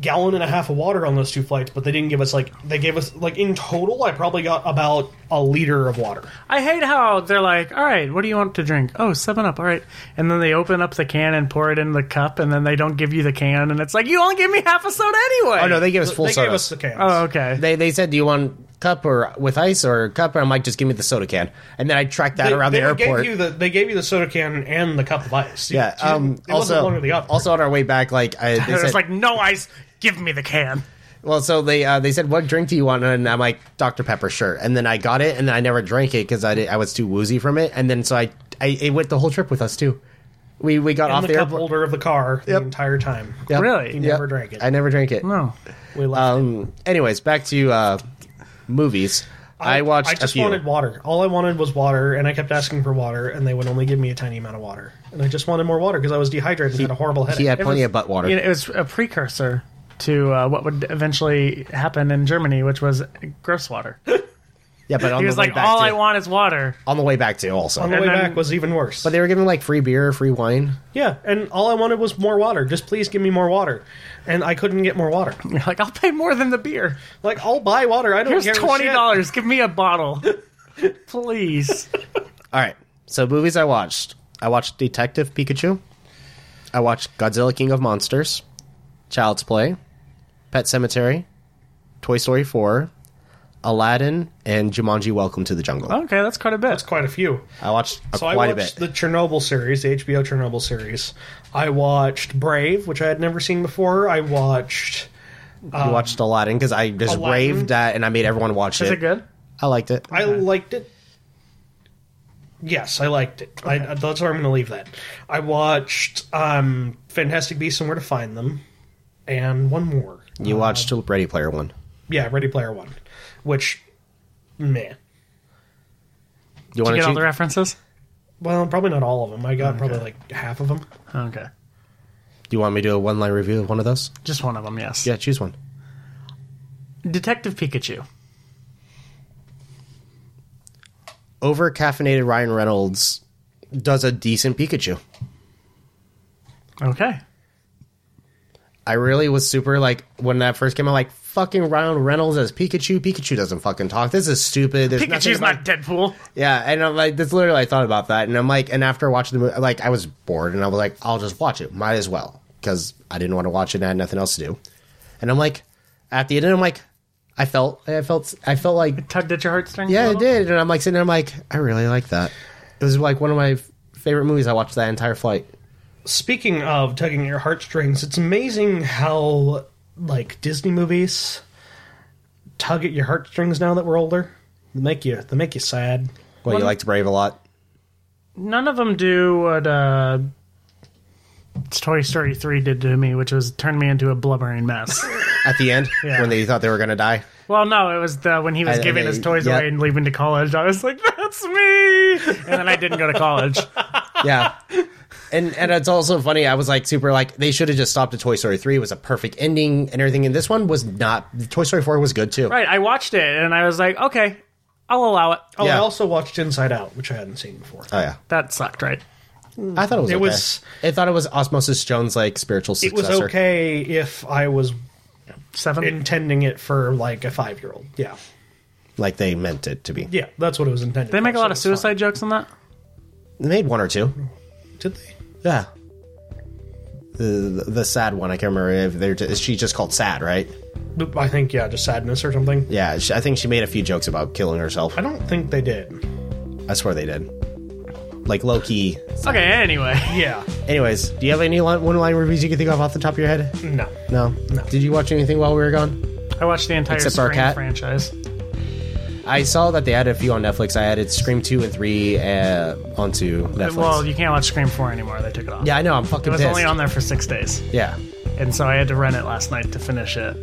Speaker 2: gallon and a half of water on those two flights, but they didn't give us like they gave us like in total. I probably got about a liter of water.
Speaker 1: I hate how they're like, all right, what do you want to drink? Oh, seven up, all right. And then they open up the can and pour it in the cup, and then they don't give you the can, and it's like, you only give me half a soda anyway.
Speaker 4: Oh no, they gave us full
Speaker 2: they
Speaker 4: sodas.
Speaker 2: gave us the cans.
Speaker 1: Oh, okay.
Speaker 4: they they said, "Do you want cup or with ice or cup?" And I'm like, "Just give me the soda can." And then I tracked that
Speaker 2: They,
Speaker 4: around
Speaker 2: they
Speaker 4: the airport.
Speaker 2: Gave you the, they gave you the soda can and the cup of ice. You-
Speaker 4: yeah.
Speaker 2: you
Speaker 4: Um,
Speaker 2: didn't- it wasn't
Speaker 4: also,
Speaker 2: one or the other.
Speaker 4: also on our way back, like
Speaker 2: [laughs]
Speaker 4: I, they
Speaker 1: They're
Speaker 4: said,
Speaker 1: just like, no ice, give me the can.
Speaker 4: well, so they uh, they said, "What drink do you want?" And I'm like, "Dr Pepper, sure." And then I got it, and then I never drank it because I did, I was too woozy from it. And then so I, I it went the whole trip with us too. We we got
Speaker 2: in
Speaker 4: off
Speaker 2: the,
Speaker 4: the,
Speaker 2: cup
Speaker 4: airport.
Speaker 2: holder of the car the entire time.
Speaker 4: Yep.
Speaker 1: Really?
Speaker 2: You
Speaker 1: Yeah.
Speaker 2: never drank it.
Speaker 4: I never drank it.
Speaker 1: No.
Speaker 2: we left.
Speaker 4: Um. Anyways, back to uh, movies. I, watched.
Speaker 2: I just
Speaker 4: a few.
Speaker 2: wanted water. All I wanted was water, and I kept asking for water, and they would only give me a tiny amount of water. And I just wanted more water because I was dehydrated and had a horrible headache.
Speaker 4: He had plenty
Speaker 1: was-
Speaker 4: of butt water.
Speaker 1: You know, it was a precursor to uh, what would eventually happen in Germany, which was gross water.
Speaker 4: yeah, but [laughs] on
Speaker 1: He
Speaker 4: the
Speaker 1: was
Speaker 4: way
Speaker 1: like,
Speaker 4: back
Speaker 1: all
Speaker 4: to,
Speaker 1: I want is water. [laughs]
Speaker 4: on the way back too. Also,
Speaker 2: On the
Speaker 1: and
Speaker 2: way
Speaker 1: then-
Speaker 2: back was even worse.
Speaker 4: But they were giving like free beer, free wine.
Speaker 2: yeah, and all I wanted was more water. Just please give me more water. And I couldn't get more water.
Speaker 1: You're like, I'll pay more than the beer.
Speaker 2: Like I'll buy water. I don't
Speaker 1: Here's
Speaker 2: care.
Speaker 1: twenty dollars. Give me a
Speaker 4: [laughs]
Speaker 1: bottle, please.
Speaker 4: All right. So movies I watched. I watched Detective Pikachu. I watched Godzilla King of Monsters, Child's Play, Pet Cemetery, Toy Story 4, Aladdin, and Jumanji Welcome to the Jungle.
Speaker 1: Okay, that's quite a bit.
Speaker 2: That's quite a few.
Speaker 4: I watched uh,
Speaker 2: Oh. So I
Speaker 4: quite a bit.
Speaker 2: watched the Chernobyl series, the HBO Chernobyl series. I watched Brave, which I had never seen before. I watched.
Speaker 4: you watched Aladdin because I just
Speaker 2: um, Aladdin.
Speaker 4: raved at and I made everyone watch
Speaker 1: Is
Speaker 4: it.
Speaker 1: it good?
Speaker 4: I liked it.
Speaker 2: I liked it. Yes, I liked it. I, that's where I'm going to leave that. I watched um, Fantastic Beasts and Where to Find Them, and one more.
Speaker 4: you watched Ready Player One.
Speaker 2: Yeah, Ready Player One, which, meh.
Speaker 4: You
Speaker 1: Did
Speaker 4: want
Speaker 1: you
Speaker 4: to
Speaker 1: get all the references?
Speaker 2: Well, probably not all of them. I got probably like half of them.
Speaker 1: Okay,
Speaker 4: Do you want me to do a one line review of one of those?
Speaker 1: just one of them. Yes.
Speaker 4: Yeah, choose one.
Speaker 1: Detective Pikachu.
Speaker 4: Over caffeinated Ryan Reynolds does a decent Pikachu.
Speaker 1: Okay.
Speaker 4: I really was super like when that first came out, like fucking Ryan Reynolds as Pikachu. Pikachu doesn't fucking talk. This is stupid. There's nothing
Speaker 1: Pikachu's
Speaker 4: about-
Speaker 1: not Deadpool.
Speaker 4: Yeah, and I'm like, that's literally I thought about that, and I'm like, and after watching the movie, like I was bored, and I was like, I'll just watch it, might as well, because I didn't want to watch it, and I had nothing else to do, and I'm like, at the end, I'm like, I felt, I felt, I felt like,
Speaker 1: Tugged at your heartstrings. a
Speaker 4: yeah, it
Speaker 1: little?
Speaker 4: did, and I'm like sitting there, I'm like, I really like that. It was like one of my f- favorite movies. I watched that entire flight.
Speaker 2: Speaking of tugging at your heartstrings, it's amazing how like Disney movies tug at your heartstrings now that we're older. They make you they make you sad.
Speaker 4: Well, you liked Brave a lot.
Speaker 1: None of them do what uh, Toy Story 3 did to me, which was turn me into a blubbering mess.
Speaker 4: At the end,
Speaker 1: Yeah.
Speaker 4: when they thought they were gonna die,
Speaker 1: well, no, it was the, when he was
Speaker 4: I-
Speaker 1: giving
Speaker 4: I-
Speaker 1: his toys
Speaker 4: yeah.
Speaker 1: away and leaving to college. I was like, that's me. And then I didn't go to
Speaker 4: [laughs]
Speaker 1: college.
Speaker 4: yeah. And and it's also funny. I was like super like they should have just stopped at Toy Story three. It was a perfect ending and everything. And this one was not. Toy Story four was good too.
Speaker 1: right. I watched it and I was like, okay, I'll allow it.
Speaker 2: Oh, I
Speaker 4: Yeah.
Speaker 2: also watched Inside Out, which I hadn't seen before.
Speaker 4: Oh yeah,
Speaker 1: That sucked, right?
Speaker 4: I thought it was.
Speaker 2: It
Speaker 4: okay.
Speaker 2: was-
Speaker 4: I thought it was Osmosis Jones like spiritual
Speaker 2: It was
Speaker 4: successor.
Speaker 2: okay if I was
Speaker 1: Seven.
Speaker 2: intending it for like a five year old. Yeah.
Speaker 4: Like they meant it to be.
Speaker 2: Yeah, that's what it was intended.
Speaker 1: they make
Speaker 2: for,
Speaker 1: a lot
Speaker 2: so
Speaker 1: of
Speaker 2: it's fine.
Speaker 1: suicide jokes on that.
Speaker 4: They made one or two.
Speaker 2: Did they?
Speaker 4: Yeah. The, the sad one I can't remember if they're ju- she just called sad right
Speaker 2: But I think yeah, just sadness or something.
Speaker 4: yeah she, I think she made a few jokes about killing herself
Speaker 2: I don't think they did.
Speaker 4: I swear they did like low key
Speaker 1: Okay, anyway.
Speaker 2: Yeah.
Speaker 4: anyways do you have any one line reviews you can think of off the top of your head
Speaker 2: No.
Speaker 4: No.
Speaker 2: No.
Speaker 4: Did you watch anything while we were gone?
Speaker 1: I watched the entire
Speaker 4: Except our
Speaker 1: Scream
Speaker 4: cat.
Speaker 1: franchise.
Speaker 4: I saw that they added a few on Netflix. I added Scream 2 and 3 uh, onto Netflix.
Speaker 1: Well, you can't watch Scream 4 anymore. They took it off.
Speaker 4: yeah, I know. I'm fucking
Speaker 1: It was
Speaker 4: pissed.
Speaker 1: only on there for six days.
Speaker 4: yeah.
Speaker 1: and so I had to rent it last night to finish it.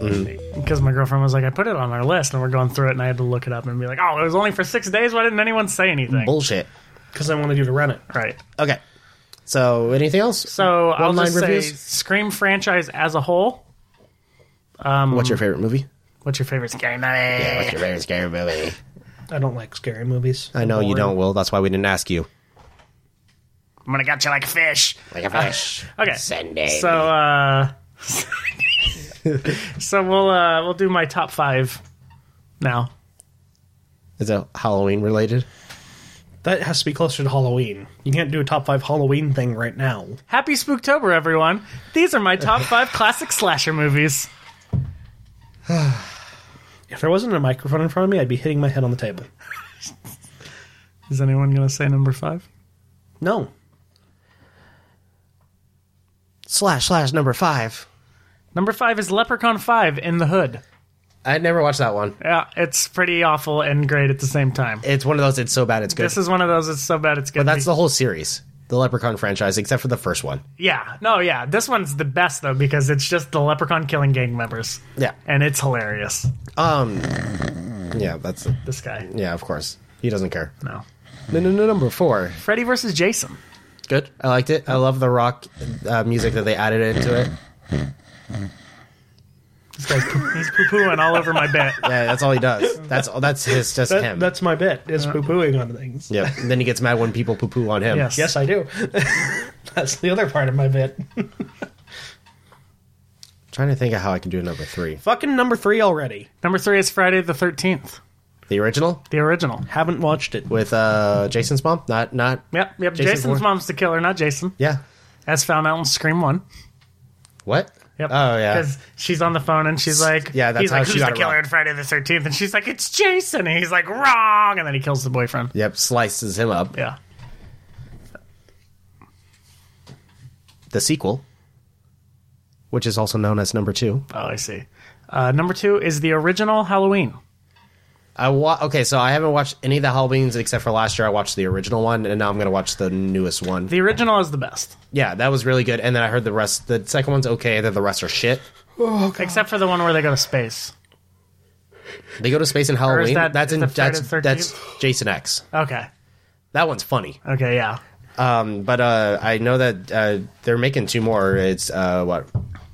Speaker 4: Mm-hmm.
Speaker 1: Because my girlfriend was like, I put it on our list, and we're going through it, and I had to look it up and be like, oh, it was only for six days. Why didn't anyone say anything?
Speaker 4: Bullshit.
Speaker 2: Because I wanted you to rent it.
Speaker 1: right.
Speaker 4: Okay. So, anything else?
Speaker 1: So I'll
Speaker 4: One-line
Speaker 1: just say,
Speaker 4: reviews?
Speaker 1: Scream franchise as a whole.
Speaker 4: what's your favorite movie?
Speaker 1: What's your favorite scary movie?
Speaker 4: What's your favorite scary movie?
Speaker 2: I don't like scary movies.
Speaker 4: I know you
Speaker 2: Boring.
Speaker 4: don't, Will. That's why we didn't ask you.
Speaker 1: I'm gonna get you like a fish.
Speaker 4: Like a fish.
Speaker 1: Okay.
Speaker 4: Sunday.
Speaker 1: So, uh, [laughs] so we'll uh, we'll do my top five now.
Speaker 4: Is it Halloween related?
Speaker 2: That has to be closer to Halloween. You can't do a top five Halloween thing right now.
Speaker 1: Happy Spooktober, everyone! These are my top five classic slasher movies.
Speaker 2: If there wasn't a microphone in front of me, I'd be hitting my head on the table.
Speaker 1: Is anyone gonna say number five?
Speaker 2: No.
Speaker 4: Slash, slash, number five.
Speaker 1: Number five is Leprechaun Five in the Hood.
Speaker 4: I never watched that one.
Speaker 1: Yeah, it's pretty awful and great at the same time.
Speaker 4: It's one of those, it's so bad, it's good.
Speaker 1: This is one of those that's so bad it's good.
Speaker 4: That's the whole series, the Leprechaun franchise, except for the first one.
Speaker 1: yeah, no, yeah. This one's the best though because it's just the Leprechaun killing gang members.
Speaker 4: Yeah.
Speaker 1: and it's hilarious.
Speaker 4: Um. Yeah, that's
Speaker 1: This guy,
Speaker 4: yeah. Of course, he doesn't care.
Speaker 1: no,
Speaker 4: No, no, no. Number four.
Speaker 1: Freddy versus Jason.
Speaker 4: Good. I liked it. I love the rock uh, music that they added into it.
Speaker 1: This guy's poo- he's poo pooing all over my bed.
Speaker 4: [laughs] Yeah, that's all he does. That's all. That's his. Just
Speaker 2: That,
Speaker 4: him.
Speaker 2: That's my bit, is
Speaker 1: Uh.
Speaker 2: poo pooing on things.
Speaker 4: yeah. And then he gets mad when people poo poo on him.
Speaker 1: Yes.
Speaker 2: Yes, I do. [laughs] that's the other part of my bit.
Speaker 4: trying to think of how I can do number three.
Speaker 2: Fucking number three already.
Speaker 1: Number three is Friday the Thirteenth,
Speaker 4: The original
Speaker 1: the original.
Speaker 2: Haven't watched it.
Speaker 4: with uh Jason's mom. Not not.
Speaker 1: Yep, yep.
Speaker 4: Jason
Speaker 1: Jason's
Speaker 4: Bourne.
Speaker 1: mom's the killer, not Jason,
Speaker 4: Yeah.
Speaker 1: as found out in Scream One.
Speaker 4: What?
Speaker 1: Yep.
Speaker 4: Oh yeah.
Speaker 1: Because she's on the phone and she's like,
Speaker 4: Yeah, that's
Speaker 1: he's
Speaker 4: how
Speaker 1: like,
Speaker 4: she
Speaker 1: who's
Speaker 4: got
Speaker 1: the
Speaker 4: it
Speaker 1: killer
Speaker 4: wrong."
Speaker 1: on Friday the Thirteenth, and she's like, it's Jason, and he's like, wrong, and then he kills the boyfriend.
Speaker 4: Yep. Slices him up.
Speaker 1: Yeah,
Speaker 4: The sequel, which is also known as number two.
Speaker 1: oh, I see. Uh, number two is the original Halloween.
Speaker 4: I wa- okay, so I haven't watched any of the Halloweens except for last year. I watched the original one, and now I'm gonna watch the newest one.
Speaker 1: The original is the best,
Speaker 4: yeah, that was really good. And then I heard the rest. The second one's okay. and Then the rest are shit.
Speaker 1: except for the one where they go to space.
Speaker 4: They go to space in Halloween.
Speaker 1: that-
Speaker 4: that's
Speaker 1: is
Speaker 4: in
Speaker 1: that Friday
Speaker 4: that's,
Speaker 1: the 13th?
Speaker 4: that's Jason X.
Speaker 1: Okay,
Speaker 4: That one's funny.
Speaker 1: okay, yeah.
Speaker 4: Um, but uh, I know that uh, they're making two more. It's uh, what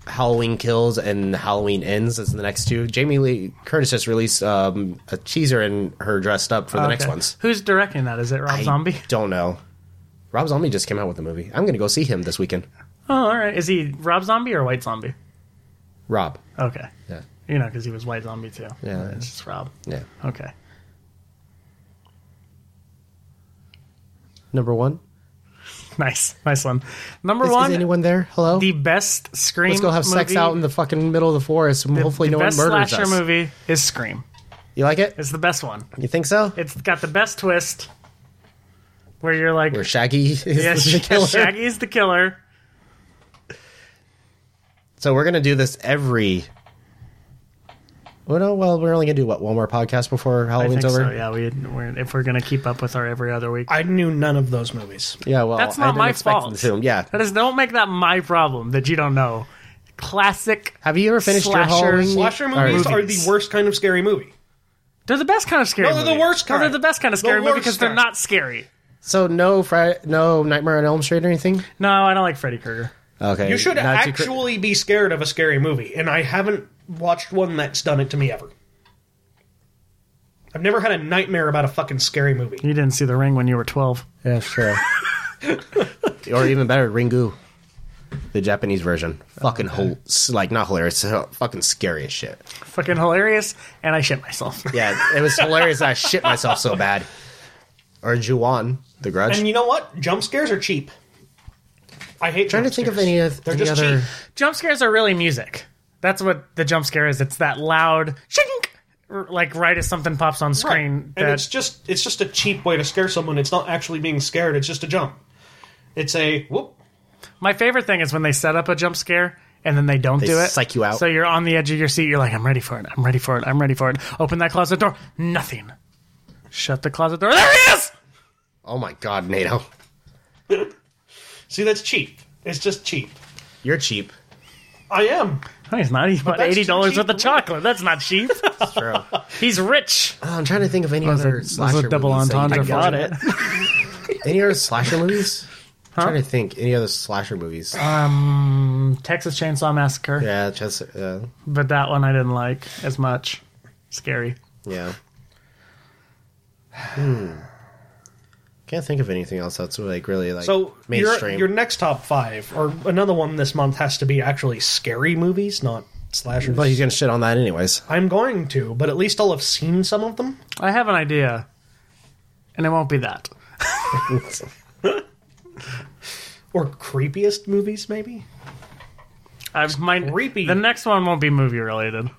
Speaker 4: Halloween Kills and Halloween Ends is the next two. Jamie Lee Curtis just released um, a teaser in her dressed up for the next
Speaker 1: Oh, Okay.
Speaker 4: ones.
Speaker 1: Who's directing that? Is it Rob
Speaker 4: I
Speaker 1: Zombie? [laughs]
Speaker 4: don't know. Rob Zombie just came out with a movie. I'm going to go see him this weekend.
Speaker 1: Oh, all right. Is he Rob Zombie or White Zombie?
Speaker 4: Rob.
Speaker 1: Okay.
Speaker 4: Yeah.
Speaker 1: You know, because he was White Zombie too.
Speaker 4: Yeah.
Speaker 1: It's just Rob.
Speaker 4: Yeah.
Speaker 1: Okay.
Speaker 4: Number one.
Speaker 1: Nice. Nice one. Number
Speaker 4: Is,
Speaker 1: one,
Speaker 4: is anyone there? Hello?
Speaker 1: the best Scream
Speaker 4: Let's go have sex
Speaker 1: movie-
Speaker 4: out in the fucking middle of the forest and hopefully
Speaker 1: the
Speaker 4: no one
Speaker 1: best
Speaker 4: murders
Speaker 1: slasher
Speaker 4: us.
Speaker 1: movie is Scream.
Speaker 4: You like it?
Speaker 1: It's the best one.
Speaker 4: You think so?
Speaker 1: It's got the best twist where you're like,
Speaker 4: Where Shaggy [laughs] is
Speaker 1: yes,
Speaker 4: the killer.
Speaker 1: Shaggy's the killer.
Speaker 4: So we're gonna do this every. Well, no, well, we're only gonna do what one more podcast before
Speaker 1: I think
Speaker 4: Halloween's over.
Speaker 1: so. Yeah, we we're, if we're gonna keep up with our every other week,
Speaker 2: I knew none of those movies.
Speaker 4: Yeah, well,
Speaker 1: That's
Speaker 4: I
Speaker 1: not
Speaker 4: didn't
Speaker 1: my
Speaker 4: expect
Speaker 1: fault.
Speaker 4: To. Yeah.
Speaker 1: that is don't make that my problem that you don't know. Classic.
Speaker 4: Have you ever finished
Speaker 1: Slasher-
Speaker 4: your Halloween?
Speaker 2: Slasher
Speaker 4: All right.
Speaker 2: movies are the
Speaker 1: Movies.
Speaker 2: worst kind of scary movie.
Speaker 1: They're the best kind of scary.
Speaker 2: No, they're the
Speaker 1: movie.
Speaker 2: worst
Speaker 1: No, they're
Speaker 2: kind.
Speaker 1: the best kind of
Speaker 2: The
Speaker 1: scary movie
Speaker 2: worst
Speaker 1: because they're
Speaker 2: kind.
Speaker 1: not scary.
Speaker 4: So no, Fri- no Nightmare on Elm Street or anything.
Speaker 1: No, I don't like Freddy Krueger.
Speaker 4: Okay.
Speaker 2: You should
Speaker 4: not too cr-
Speaker 2: actually be scared of a scary movie, and I haven't watched one that's done it to me ever. I've never had a nightmare about a fucking scary movie.
Speaker 1: You didn't see The Ring when you were twelve.
Speaker 4: yeah, sure. [laughs] or even better, Ringu, the Japanese version. Fucking hol- s like not hilarious, so fucking scary as shit.
Speaker 1: Fucking hilarious, and I shit myself.
Speaker 4: Yeah, it was hilarious. I shit myself so bad. Or Juwan, The Grudge.
Speaker 2: And you know what? Jump scares are cheap. I hate
Speaker 4: trying to
Speaker 2: jump
Speaker 4: think of
Speaker 2: scares.
Speaker 4: any of
Speaker 2: They're
Speaker 4: any
Speaker 2: just
Speaker 4: other.
Speaker 2: cheap.
Speaker 1: [laughs] jump scares are really music. That's what the jump scare is. It's that loud shink, r- like right as something pops on
Speaker 2: Right.
Speaker 1: screen.
Speaker 2: and
Speaker 1: That
Speaker 2: it's just it's just a cheap way to scare someone. It's not actually being scared. It's just a jump. It's a whoop.
Speaker 1: my favorite thing is when they set up a jump scare and then they don't do it.
Speaker 4: psych you out.
Speaker 1: So you're on the edge of your seat. You're like, I'm ready for it. I'm ready for it. I'm ready for it. Open that closet door. Nothing. Shut the closet door. There he is.
Speaker 4: Oh my God, NATO,
Speaker 2: See, that's cheap. It's just cheap.
Speaker 4: you're cheap.
Speaker 2: I
Speaker 1: No,
Speaker 2: am.
Speaker 1: Oh, he's not. He bought
Speaker 2: that's
Speaker 1: eighty dollars
Speaker 2: cheap
Speaker 1: worth of
Speaker 2: to
Speaker 1: chocolate. That's not
Speaker 2: [laughs]
Speaker 1: cheap.
Speaker 4: True.
Speaker 1: he's rich.
Speaker 4: Oh, I'm trying to think of any
Speaker 1: a-
Speaker 4: other
Speaker 1: that's a
Speaker 4: slasher
Speaker 1: double
Speaker 4: movies. that you
Speaker 1: entendre
Speaker 4: can
Speaker 1: for
Speaker 4: watch.
Speaker 1: you.
Speaker 4: Any other slasher movies? I'm trying to think. Any other slasher movies?
Speaker 1: Uh, Texas Chainsaw Massacre.
Speaker 4: yeah, just uh,
Speaker 1: But that one I didn't like as much. Scary.
Speaker 4: yeah. Hmm. Can't think of anything else that's like really like
Speaker 2: So your
Speaker 4: mainstream.
Speaker 2: your next top five or another one this month has to be actually scary movies, not slashers.
Speaker 4: but he's gonna shit on that anyways.
Speaker 2: I'm going to, but at least I'll have seen some of them.
Speaker 1: I have an idea, and it won't be that.
Speaker 2: Or creepiest movies, maybe.
Speaker 1: I've my
Speaker 2: creepy.
Speaker 1: The next one won't be movie related.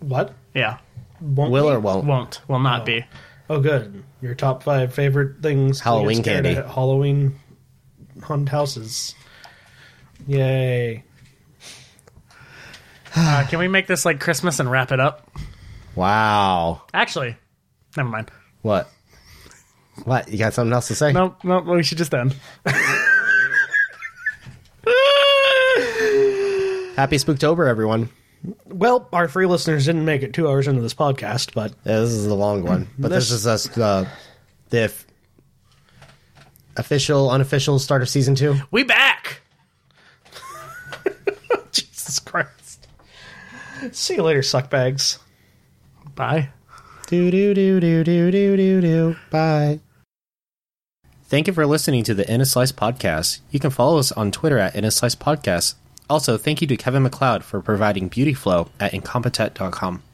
Speaker 2: What?
Speaker 1: Yeah,
Speaker 2: Won't
Speaker 4: Will
Speaker 2: be?
Speaker 4: or won't?
Speaker 1: won't will not be.
Speaker 2: Oh, good. Your top five favorite things. to get
Speaker 4: Halloween
Speaker 2: scared
Speaker 4: candy.
Speaker 2: at Halloween haunted houses. Yay.
Speaker 1: Uh, can we make this like Christmas and wrap it up?
Speaker 4: Wow.
Speaker 1: Actually, never mind.
Speaker 4: What? What? You got something else to say?
Speaker 1: No, no, we should just end.
Speaker 4: Happy Spooktober, everyone.
Speaker 2: Well, our three listeners didn't make it two hours into this podcast, but
Speaker 4: Yeah, this is the long one, but this, is us uh, the f- official, unofficial start of season two.
Speaker 1: We [laughs] back.
Speaker 2: Jesus Christ. See you later, suckbags.
Speaker 1: Bye.
Speaker 4: Do do do do do do do do. Bye. Thank you for listening to the In a Slice podcast. You can follow us on Twitter at In a Slice podcast. Also, thank you to Kevin McLeod for providing Beauty Flow at incompetent.com.